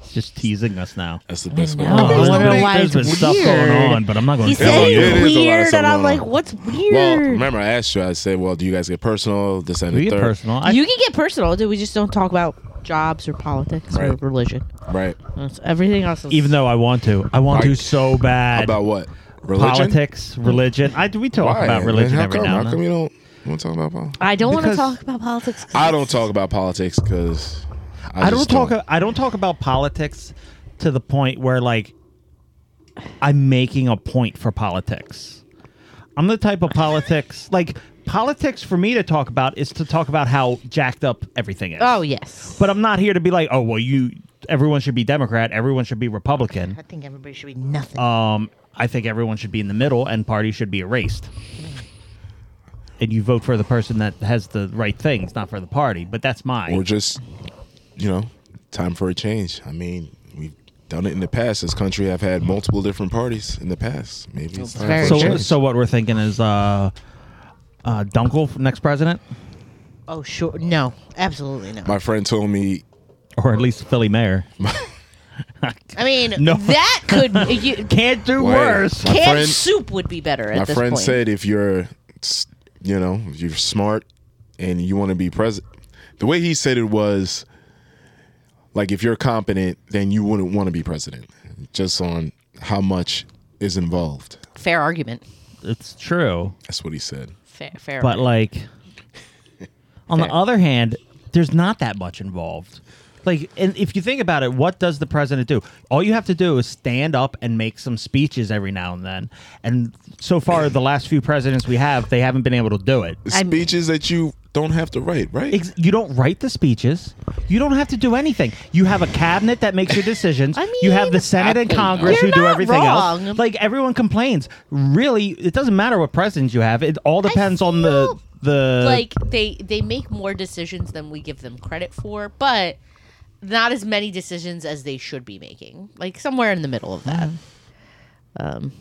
It's just teasing us now. Uh, That's the best way. know. Oh, I That's the wonder best- why there's it's been stuff going weird. on, but I'm not going He to tell said it is a lot you. of weird, stuff and I'm going on. like, what's weird? Well, remember I asked you. I said, "Well, do you guys get personal? This and We the get third, personal. I, you can get personal, dude. We just don't talk about jobs or politics or Right. religion. right? That's everything else. Is even though I want to, I want to Right. so bad. About what? Religion? politics, religion. I do we talk Why? about Man, religion how every come? now How and come then? you don't want to talk about politics? I don't want to Because- talk about politics. 'cause I don't talk about politics because I, I just don't talk. I don't talk about politics to the point where like I'm making a point for politics. I'm the type of politics like politics for me to talk about is to talk about how jacked up everything is. Oh yes. but I'm not here to be like, oh well, you everyone should be Democrat, everyone should be Republican. I think everybody should be nothing. Um, I think everyone should be in the middle, and parties should be erased. And you vote for the person that has the right things, not for the party. But that's mine. or just you know time for a change i mean we've done it in the past this country have had multiple different parties in the past maybe it's time very for a So, true. change. so what we're thinking is uh, uh, Dunkel for next president, oh sure, no, absolutely no. my friend told me or at least Philly mayor. I mean, No. that could you, Can't do Wait. worse. My canned friend- soup would be better. At my this friend point. said if you're s- you know if you're smart and you want to be president the way he said it was like if you're competent then you wouldn't want to be president just on how much is involved fair argument. It's true, that's what he said Fair, fair. but like, on the Fair. other hand, there's not that much involved. Like, and if you think about it, what does the president do? All you have to do is stand up and make some speeches every now and then. And so far, the last few presidents we have, they haven't been able to do it. I'm- speeches that you don't have to write right Ex- you don't write the speeches. You don't have to do anything. You have a cabinet that makes your decisions. I mean, you have the Senate and Congress you're who do not everything wrong. else. Like everyone complains. Really, it doesn't matter what presidents you have. It all depends on the feel the like they they make more decisions than we give them credit for, but not as many decisions as they should be making. Like somewhere in the middle of that. Um,